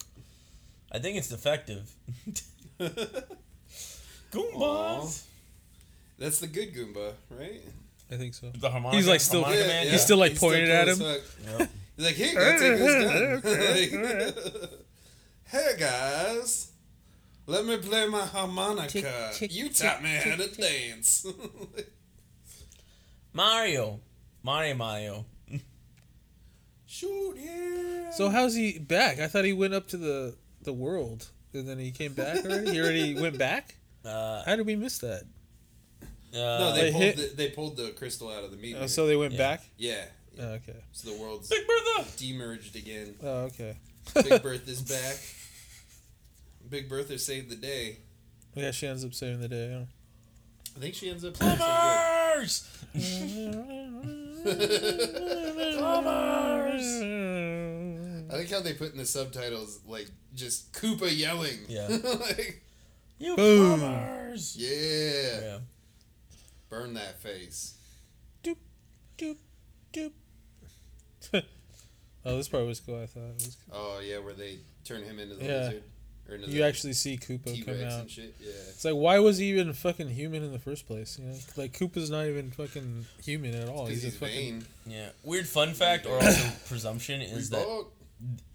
S3: I think it's defective. Goombas.
S2: That's the good Goomba, right?
S1: I think so.
S3: The harmonica.
S1: He's, like, still-
S3: harmonica
S1: Yeah,
S3: man.
S1: He's still, like, pointed
S2: cool
S1: at
S2: as
S1: him.
S2: fuck. He's like, here, guys, take this gun. Like, hey guys, let me play my harmonica. You taught me how to dance.
S3: Mario, Mario, Mario.
S2: Shoot him.
S1: So how's he back? I thought he went up to the the world, and then he came back already. He already went back.
S3: Uh,
S1: How did we miss that?
S3: uh,
S2: no, they
S1: they
S2: pulled,
S1: hit-
S2: the, they pulled the crystal out of the meteor.
S1: Oh, so they went
S3: Yeah.
S1: back.
S2: yeah,
S1: Oh, okay.
S2: so the world's
S3: Big Bertha.
S2: demerged again.
S1: Oh, okay.
S2: Big Bertha's back. Big Bertha saved the day.
S1: Yeah, she ends up saving the day. huh?
S2: I think she ends up.
S3: Plumbers.
S2: I like how they put in the subtitles like just Koopa yelling.
S3: Yeah.
S2: like,
S3: You
S1: Boom.
S3: plumbers.
S2: yeah.
S3: Yeah.
S2: Burn that face.
S1: Doop, doop, doop. oh, this part was cool. I thought it was cool.
S2: Oh yeah, where they turn him into the
S1: Yeah.
S2: lizard. Or into
S1: you
S2: the
S1: actually see Koopa come
S2: T-Rex
S1: out.
S2: and shit. Yeah.
S1: It's like, why was he even fucking human in the first place? You know, like Koopa's not even fucking human at all. Oh,
S2: Because
S1: He's,
S2: he's,
S1: a fucking
S2: vain.
S3: Yeah. Weird fun fact, or also presumption, is that
S2: Oh,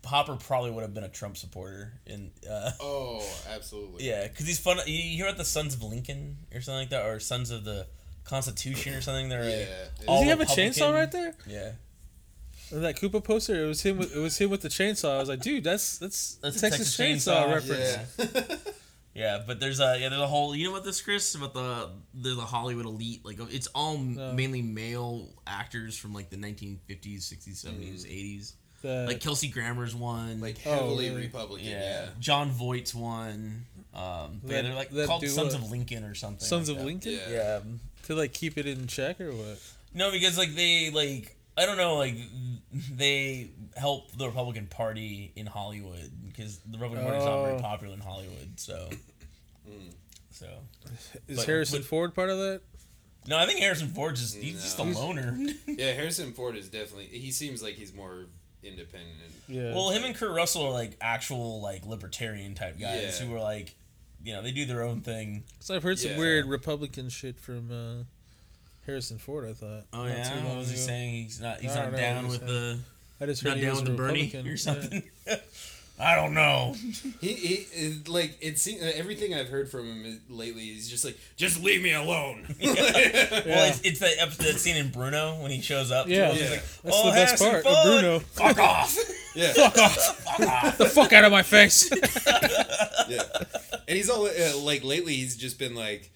S3: Hopper probably would have been a Trump supporter, and uh,
S2: oh, absolutely.
S3: yeah, because he's fun. You you hear about the Sons of Lincoln or something like that, or Sons of the Constitution or something. They're
S2: Yeah.
S3: a-
S2: Does
S3: all
S1: Does he have a
S3: Republican-
S1: chainsaw right there?
S3: Yeah,
S1: And that Koopa poster, it was him. With, it was him with the chainsaw. I was like, dude, that's that's,
S3: That's a
S1: Texas,
S3: Texas
S1: chainsaw,
S3: Chainsaw,
S1: reference.
S2: Yeah.
S3: yeah. But there's a yeah, there's a whole. You know what this, Chris? About the there's a Hollywood elite. Like it's all
S1: No.
S3: mainly male actors from like the 1950s, 60s, 70s, 80s.
S1: The-
S3: Like Kelsey Grammer's one.
S2: Like
S1: Oh,
S2: heavily
S1: really?
S2: Republican.
S3: yeah.
S2: Yeah.
S3: John Voight's one. Um, but yeah,
S1: That-
S3: they're like
S1: that
S3: called
S1: duo.
S3: Sons of Lincoln or something.
S1: Sons
S3: like
S1: of
S3: that.
S1: Lincoln
S2: Yeah.
S3: Yeah.
S1: to like keep it in check or what?
S3: No, because like they like I don't know like they help the Republican Party in Hollywood because the Republican Party's not very
S1: Oh.
S3: popular in Hollywood. So, so
S1: Is
S3: But-
S1: Harrison
S3: but-
S1: Ford part of that?
S3: no, I think Harrison Ford's just he's just a
S2: No.
S3: loner.
S2: Yeah, Harrison Ford is definitely. He seems like he's more independent.
S1: Yeah.
S3: well, him and Kurt Russell are like actual like libertarian type guys
S2: Yeah.
S3: who are like you know they do their own thing.
S1: 'Cause I've heard some
S2: Yeah.
S1: weird Republican shit from uh, Harrison Ford. I thought. not too long
S3: Oh, what was he
S1: ago.
S3: saying? He's not
S1: Oh, I
S3: he's
S1: don't
S3: not
S1: know
S3: down
S1: what
S3: with
S1: he
S3: the
S1: I just heard
S3: not
S1: he
S3: down
S1: was
S3: with
S1: a
S3: the Bernie
S1: Republican.
S3: or
S1: Yeah.
S3: something. I don't know.
S2: He, he it- like it seems everything I've heard from him is- lately. He's just like, just leave me alone.
S3: Well, it's, it's that, ep- that scene in Bruno when he shows up. to
S1: Yeah.
S3: him, he's
S2: Yeah.
S3: like,
S1: That's
S3: "Oh,
S1: the best
S3: Harrison
S1: part
S3: Ford,
S1: of Bruno.
S3: Fuck off.
S2: yeah,
S1: the fuck out of my face.
S2: yeah. And he's all uh, like lately. He's just been like,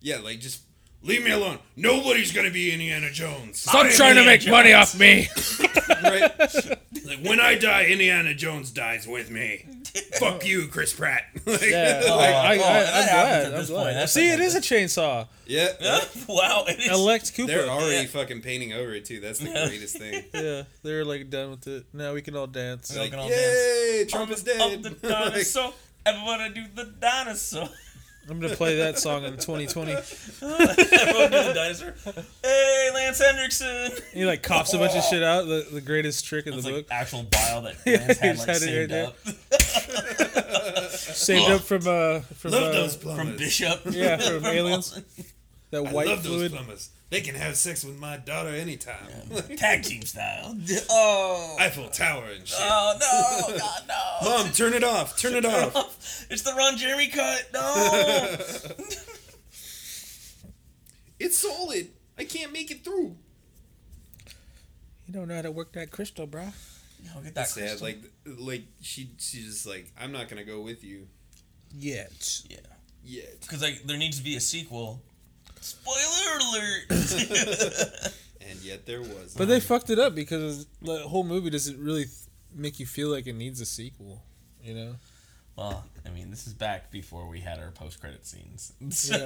S2: yeah, like just leave me alone. Nobody's gonna be Indiana Jones.
S1: Stop trying to make money off me.
S2: right? like when I die, Indiana Jones dies with me. Fuck you, Chris Pratt. Like-
S1: Yeah, I,
S2: like,
S1: I, I,
S3: oh, that
S1: I'm
S3: happens
S1: glad.
S3: at
S1: I'm
S3: this
S1: glad.
S3: point. That's
S1: See,
S3: like
S1: it
S3: a-
S1: is a chainsaw.
S2: yeah. uh,
S3: wow. It is.
S1: Elect Cooper.
S2: They're already
S3: Yeah.
S2: fucking painting over it too. That's the
S3: Yeah.
S2: greatest thing.
S1: yeah, they're like done with it. Now we can all dance.
S3: Yeah.
S2: Like,
S3: Fucking all
S2: yay, Trump
S3: Up
S2: is
S3: up
S2: dead.
S3: the
S2: Like,
S3: dinosaur. Everyone do the dinosaur.
S1: I'm gonna play that song in 2020.
S3: Everyone do the dinosaur. Hey, Lance Hendrickson.
S1: He like cops a bunch of shit out. The, the greatest trick in the
S3: It's like
S1: book,
S3: actual bile that Lance
S1: he
S3: had
S1: just
S3: like
S1: had it
S3: saved
S1: right
S3: up
S1: saved up from uh from uh,
S2: love those plumbers.
S3: from Bishop.
S1: Yeah, from Aliens. that
S2: I
S1: white
S2: love
S1: fluid.
S2: those plumbers. They can have sex with my daughter anytime.
S3: Tag team style. Oh.
S2: Eiffel Tower and shit.
S3: Oh no! God no!
S2: Mom, turn it off. Turn it off.
S3: It's the Ron Jeremy cut. No.
S2: It's solid. I can't make it through.
S1: You don't know how to work that crystal, bro.
S3: no get that
S2: Sad,
S3: crystal.
S2: like, like she, she's just like, I'm not gonna go with you
S1: Yet.
S3: Yeah.
S2: yet.
S3: because like there needs to be a sequel. Spoiler alert!
S2: And yet there was.
S1: But they fucked it up because the whole movie doesn't really th- make you feel like it needs a sequel. You know.
S3: well, I mean, this is back before we had our post-credit scenes, so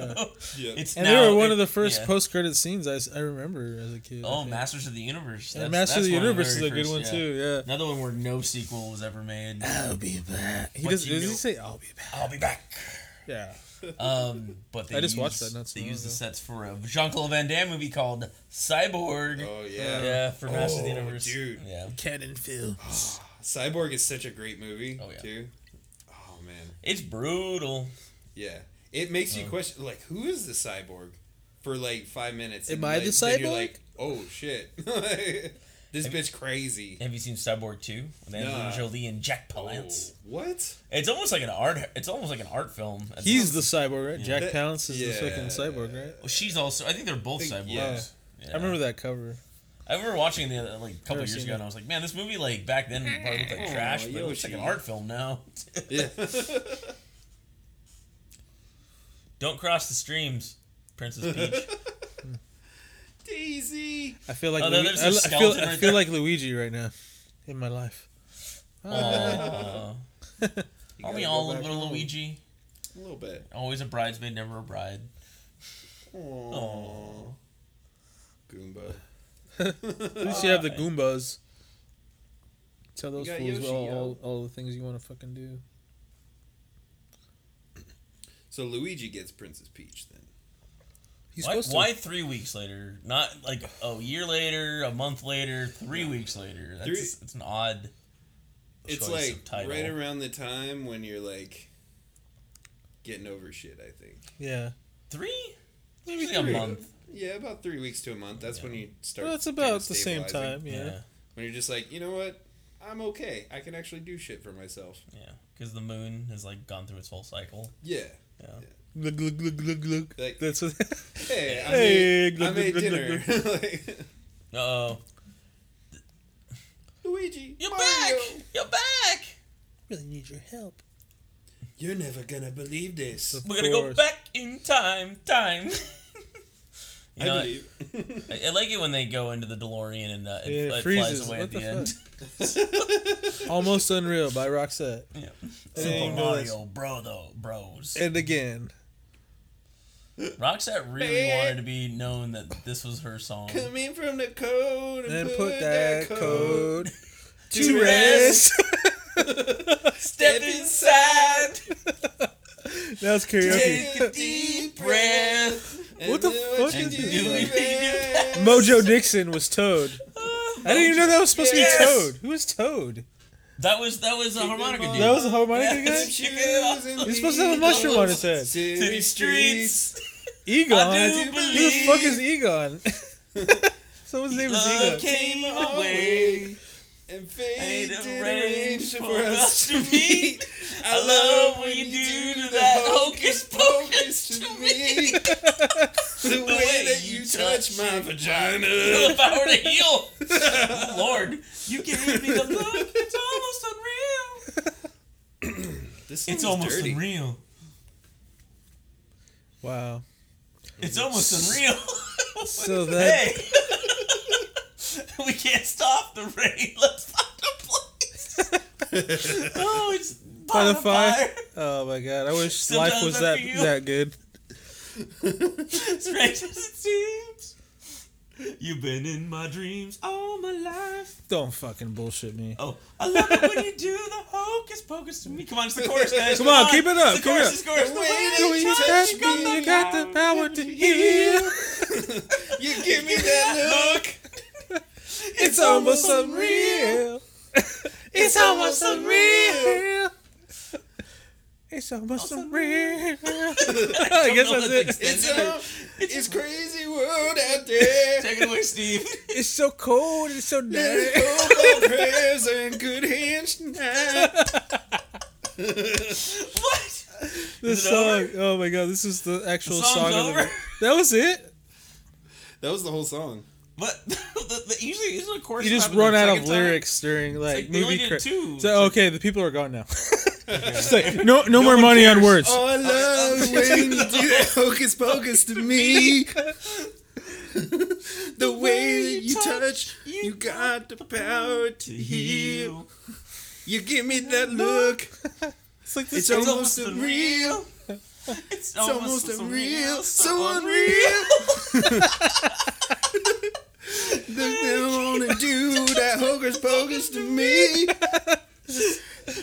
S2: Yeah.
S3: it's
S1: And
S3: now-
S1: they were one
S3: it-
S1: of the first
S3: yeah.
S1: post-credit scenes I, s- I remember as a kid. I
S3: Oh,
S1: think.
S3: Masters of the Universe!
S1: And Master of the
S3: one
S1: Universe is
S3: very
S1: a good
S3: first-
S1: one
S3: yeah.
S1: too. Yeah.
S3: Another one where no sequel was ever made.
S1: I'll be back. He
S3: What
S1: does.
S3: you
S1: Does he
S3: do?
S1: say I'll be back?
S3: I'll be back.
S1: Yeah.
S3: Um, but they
S1: I just
S3: used,
S1: watched that not so
S3: They
S1: long
S3: used the
S1: ago.
S3: sets for a Jean Claude Van Damme movie called Cyborg.
S2: Oh yeah,
S3: Yeah, for Master of the
S2: Oh,
S3: Universe.
S2: dude.
S3: Yeah,
S1: Cannon Phil.
S2: Cyborg is such a great movie
S3: Oh, yeah.
S2: too. Oh man,
S3: it's brutal.
S2: yeah, it makes
S3: Oh.
S2: you question like who is the cyborg for like five minutes.
S1: Am
S2: and,
S1: I
S2: like,
S1: the
S2: then you're
S1: cyborg?
S2: like, oh shit, this bitch crazy.
S3: Have you seen Cyborg Two with Angelina
S2: Nah.
S3: Jolie and Jack
S2: Oh,
S3: Palance?
S2: what?
S3: It's almost like an art. It's almost like an art film. It's-
S1: He's the cyborg, right? Jack
S2: That-
S1: Palance is
S2: yeah.
S1: the fucking cyborg, right?
S3: Well, she's also. I think they're both
S2: Think-
S3: cyborgs.
S2: yeah.
S3: Yeah.
S1: I remember that cover.
S3: I remember watching it the other, like a couple
S1: Never
S3: years
S1: seen
S3: ago,
S1: it.
S3: and I was like, "Man, this movie like back then probably looked like
S2: Aw,
S3: trash, but it looks like
S2: Yoshi.
S3: an art film now."
S2: Oh, Yeah.
S3: Don't cross the streams, Princess Peach.
S2: Daisy.
S1: I feel like
S3: Oh, there-
S1: Lu-
S3: there's a
S1: I, I feel,
S3: skeleton
S1: I
S3: right
S1: feel
S3: there.
S1: like Luigi right now in my life.
S3: Aw. Aren't we
S2: gotta
S3: all a
S2: go
S3: little bit
S2: back
S3: of
S2: home.
S3: Luigi?
S2: A little bit.
S3: Always a bridesmaid, never a bride.
S2: Aww. Goomba.
S1: At least you have the Goombas. Tell those
S2: got
S1: fools
S2: Yoshi,
S1: all,
S2: yo.
S1: all, all the things you want to fucking do.
S2: So Luigi gets Princess Peach then.
S1: He's
S3: Why,
S1: supposed to.
S3: why three weeks later? Not like a year later, a month later, three weeks later. That's
S2: Three-
S3: just- it's an odd.
S2: It's
S3: choice
S2: like
S3: of title.
S2: right around the time when you're like getting over shit, I think.
S1: Yeah.
S3: three,
S1: Maybe
S3: usually a
S1: three.
S3: month.
S2: Yeah, about three weeks to a month. That's when you start.
S1: Well, it's
S2: kinda
S1: about the same
S2: stabilizing.
S1: time, yeah.
S3: Yeah,
S2: When you're just like, you know what? I'm okay. I can actually do shit for myself.
S3: yeah, because the moon has like gone through its whole cycle.
S2: Yeah.
S3: Yeah.
S1: Glug, glug, glug, glug, glug.
S2: Like-
S1: That's what.
S2: Hey, I
S1: Hey,
S2: made,
S1: glug,
S2: I made
S1: glug, glug,
S2: dinner. Like,
S3: Uh oh,
S2: Luigi,
S3: you're
S2: Mario.
S3: back! You're back!
S1: really need your help.
S2: You're never gonna believe this.
S1: Of
S3: We're gonna go
S1: course.
S3: back in time, time. you know,
S2: I
S3: I,
S2: believe.
S3: I, like it when they go into the DeLorean and uh, it,
S1: Yeah, it
S3: it
S1: freezes.
S3: flies away
S1: What
S3: at the,
S1: the
S3: end.
S1: Almost Unreal by Roxette.
S3: Yeah.
S1: Same
S3: Super
S1: goes.
S3: Mario, bro, though, bros.
S1: And again.
S3: Roxette really
S2: Bad.
S3: wanted to be known that this was her song.
S2: Come in from the cold and,
S1: And put that code
S2: to rest.
S3: Step inside,
S1: That's
S3: take
S1: karaoke.
S3: a deep breath.
S1: What the fuck
S3: And
S1: is
S3: do
S1: this?
S3: it again.
S1: Mojo Dixon was Toad. I didn't even know that was supposed
S3: Yes.
S1: to be Toad. Who was Toad?
S3: That was that was a harmonica
S2: on.
S3: dude.
S1: That was a harmonica
S3: Yes.
S1: guy?
S3: Check it out.
S1: He's supposed to have a mushroom on his head.
S3: City streets.
S1: Egon.
S3: I do
S1: Who the fuck is Egon? Someone's name is
S3: Love
S1: Egon.
S3: came
S2: our
S3: away.
S2: way and
S3: Made
S2: fate
S3: a
S2: did
S3: range
S2: arrange
S3: for us to meet. I love what you do to that hocus pocus to me.
S2: The way that you touch my vagina.
S3: If I were to heal, Oh, Lord, you gave me the look. It's almost unreal.
S2: This
S3: It's almost unreal.
S1: Wow.
S3: It's almost unreal.
S1: So that
S3: hey, we can't stop the rain. Let's find a place. oh, it's
S1: by the
S3: bonfire.
S1: fire. Oh my god. I wish
S3: Sometimes
S1: life was
S3: I
S1: that
S3: feel-
S1: that good.
S3: Strange as it seems, you've been in my dreams all my life.
S1: Don't fucking bullshit me.
S3: Oh, I love it when you do the hocus pocus to me. Come on, it's the chorus, guys.
S1: Come on, keep it up,
S3: It's the
S1: keep it
S3: chorus,
S1: up.
S3: it's the chorus. The way that
S1: When
S3: you
S1: you
S3: touch,
S1: touch
S3: you
S1: me,
S3: got
S1: you
S3: the
S1: got the power to heal.
S2: You give me that look.
S1: It's almost unreal. It's almost unreal. It's almost unreal. I guess
S3: know
S1: that's
S3: the
S1: it.
S2: It's a, it's crazy world out there.
S3: Take it away, Steve.
S1: It's so cold. It's so
S2: Let
S1: dirty.
S2: go for prayers and good hands tonight.
S3: what?
S1: This
S3: it
S1: song. Oh my god, this is the actual
S3: The
S1: song.
S3: song's
S1: of the-
S3: over.
S1: That was it.
S2: That was the whole song.
S3: But the, the, usually, usually the chorus.
S1: You just
S3: will
S1: run
S3: happen the
S1: out
S3: second
S1: of
S3: time.
S1: lyrics during like,
S3: they only
S1: movie.
S3: did
S1: cra-
S3: two.
S1: So okay, the people are gone now. It's like, no, no, more money on words.
S2: Oh, I love when you do that hocus pocus to me. the way that you touch, you got the power to heal.
S3: Heal.
S2: You give me that look.
S1: It's like
S2: It's
S1: this.
S2: almost unreal.
S3: It's
S2: It's
S3: almost,
S2: almost unreal. So
S3: So unreal.
S2: unreal. They wanna do that hocus pocus to me.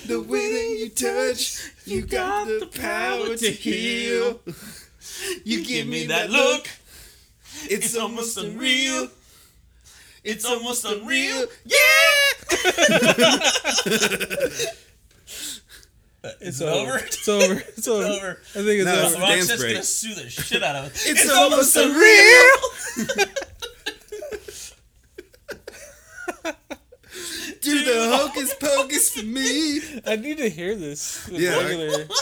S2: The way that you touch, You got the power to heal. You
S3: Give me that look.
S2: It's
S3: almost unreal. It's almost unreal.
S2: Yeah.
S3: It's over.
S1: It's over. It's over.
S3: over.
S1: I think it's
S2: No,
S1: over.
S2: it's-
S3: Rock's
S2: Dance
S3: just
S2: break.
S3: gonna sue the shit out of it.
S2: It's, almost unreal. Do the hocus pocus for me.
S1: I need to hear this. The
S2: Yeah.
S1: regular-
S3: Dude, the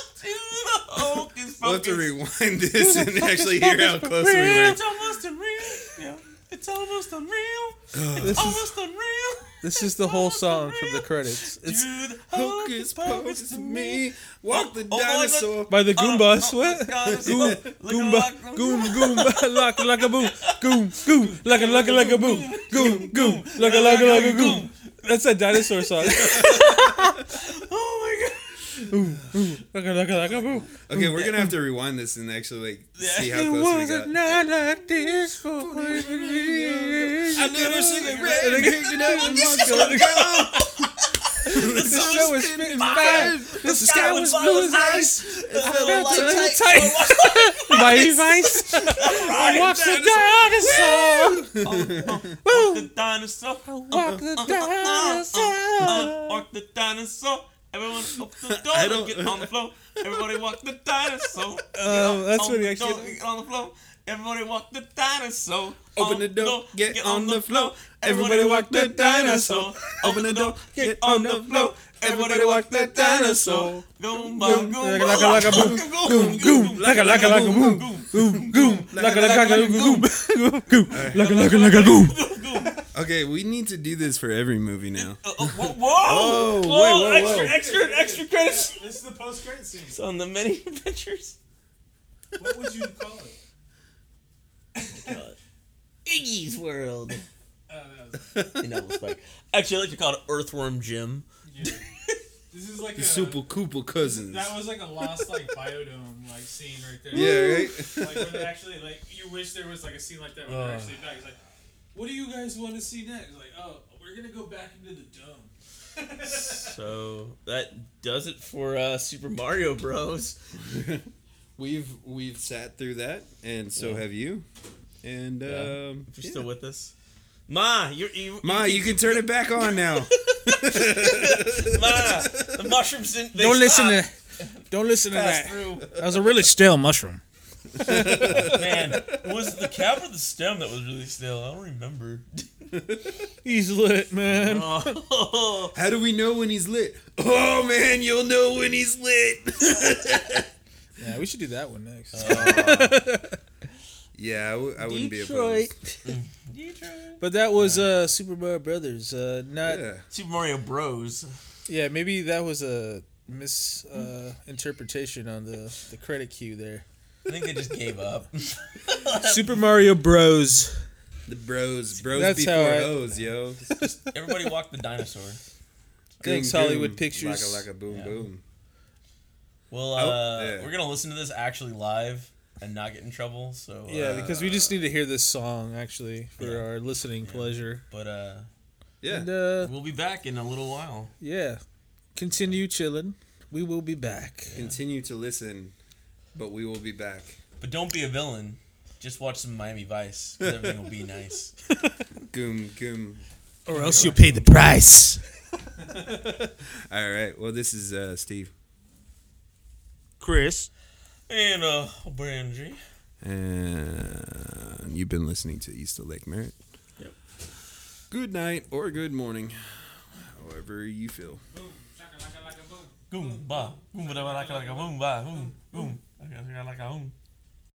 S3: Hulk is
S2: We'll have to
S3: fucking-
S2: rewind this and actually hear how close we were.
S3: It's almost unreal. Yeah. It's almost unreal.
S1: this, is,
S3: Almost unreal.
S1: this is the whole song from the credits. It's
S3: Dude,
S2: Hocus pocus to me. Walk the
S3: oh, look.
S2: dinosaur.
S1: by the Goombas.
S3: oh,
S1: what?
S3: oh, God, it's-
S1: Goom,
S3: look at
S1: Goomba,
S3: that.
S1: Goom, Goom, lock, lock a boom, Goom, Goom, like a, like a, like a boom, Goom, Goom, like a, like a, like a Goom. That's a dinosaur song.
S3: Oh my god.
S1: Like a, like a, like a boom.
S2: Okay, we're gonna have to rewind this and actually like see how
S1: It
S2: close we
S1: was a
S2: got.
S1: night like this for years.
S2: I never seen it red.
S1: And it-
S2: This
S1: The show was spinning by. The sky was
S3: Sky
S1: blue as ice.
S3: ice. It felt
S1: Like
S3: like
S1: tight. My vice. I walk the dinosaur. Woo!
S3: the dinosaur. Uh,
S1: Walk the dinosaur.
S3: Walk the dinosaur. Everyone open the door
S2: I
S3: and
S2: don't-
S3: get on the floor. Everybody walk the dinosaur.
S1: Oh, that's
S3: on
S1: what he
S3: the
S1: actually-
S3: door, get on the floor. Everybody walk the dinosaur.
S2: Open
S3: On
S2: the door, get on the floor. Everybody walk the dinosaur. Open the door, get on the floor. Everybody walk the dinosaur.
S3: Goomba,
S1: Goom,
S3: goomba,
S1: like a- like a boom,
S3: goom,
S1: Goom, like a, like a, like a boom. Goom, goom, like a, like a, like a goom. Goom, goom, like a, like a, like a goom.
S3: goom.
S2: Okay, we need to do this for every movie now.
S3: Uh, uh, whoa! Whoa!
S2: whoa, whoa,
S3: extra,
S2: whoa.
S3: extra, extra credits
S6: This is the post credit scene.
S3: It's on the many adventures.
S6: What would you call it?
S3: Iggy's World.
S6: Uh, that was-
S3: In Elvis Spike. Actually, I like to call it Earthworm Jim.
S6: yeah. This is like a
S2: The Super Cooper Cousins.
S6: That was like a lost like biodome like scene right there.
S2: Yeah, right?
S6: Like when they actually like you wish there was like a scene like that when they're actually back. It's like, what do you guys want to see next? Like, oh, we're gonna go back into the dome.
S3: So that does it for uh, Super Mario Bros.
S2: We've we've sat through that, and so have you. And
S3: Yeah.
S2: um,
S3: If you're
S2: yeah.
S3: still with us, Ma, you're, you,
S2: Ma, you can turn it back on now.
S3: Ma, the mushrooms didn't. They
S1: Don't listen
S3: stopped.
S1: to. Don't listen to
S3: Pass
S1: that.
S3: through.
S1: That was a really stale mushroom.
S3: Man, was it the cap or the stem that was really still? I don't remember.
S1: He's lit, man.
S3: Oh,
S2: How do we know when he's lit? Oh man, you'll know when he's lit.
S1: Yeah, we should do that one next.
S2: yeah, I, w- I wouldn't be opposed.
S1: But that was uh, Super Mario Brothers. Uh, not yeah.
S2: Yeah.
S3: Super Mario Bros.
S1: Maybe that was a misinterpretation uh, interpretation on the the credit cue there.
S3: I think they just gave up.
S1: Super Mario Bros.
S2: The bros, bros
S1: That's
S2: before
S1: how I-
S2: hoes, yo.
S3: Everybody walked the dinosaur.
S1: Thanks,
S2: Ding,
S1: Hollywood
S2: doom,
S1: Pictures.
S2: Laka, laka, boom,
S3: Yeah.
S2: boom.
S3: Well,
S2: Oh,
S3: uh,
S2: yeah.
S3: we're gonna listen to this actually live and not get in trouble. So
S1: Yeah,
S3: uh,
S1: because we just need to hear this song actually for our listening pleasure.
S3: But uh,
S2: Yeah.
S1: And uh,
S3: we'll be back in a little while.
S1: yeah, continue chilling. We will be back.
S2: Continue to listen, but we will be back.
S3: But don't be a villain. Just watch some Miami Vice. 'cause Everything will be nice.
S2: Goom, goom.
S1: Or else you'll pay the price.
S2: All right. Well, this is uh, Steve.
S3: Chris and uh, Brandy.
S2: Uh, And you've been listening to East of Lake Merritt.
S3: Yep.
S2: Good night or good morning, however you feel.
S6: boom, shaka, laka, laka, boom.
S3: Goomba, goomba, da ba, laka, laka, boom, ba, boom, boom. Laka, laka, laka, boom.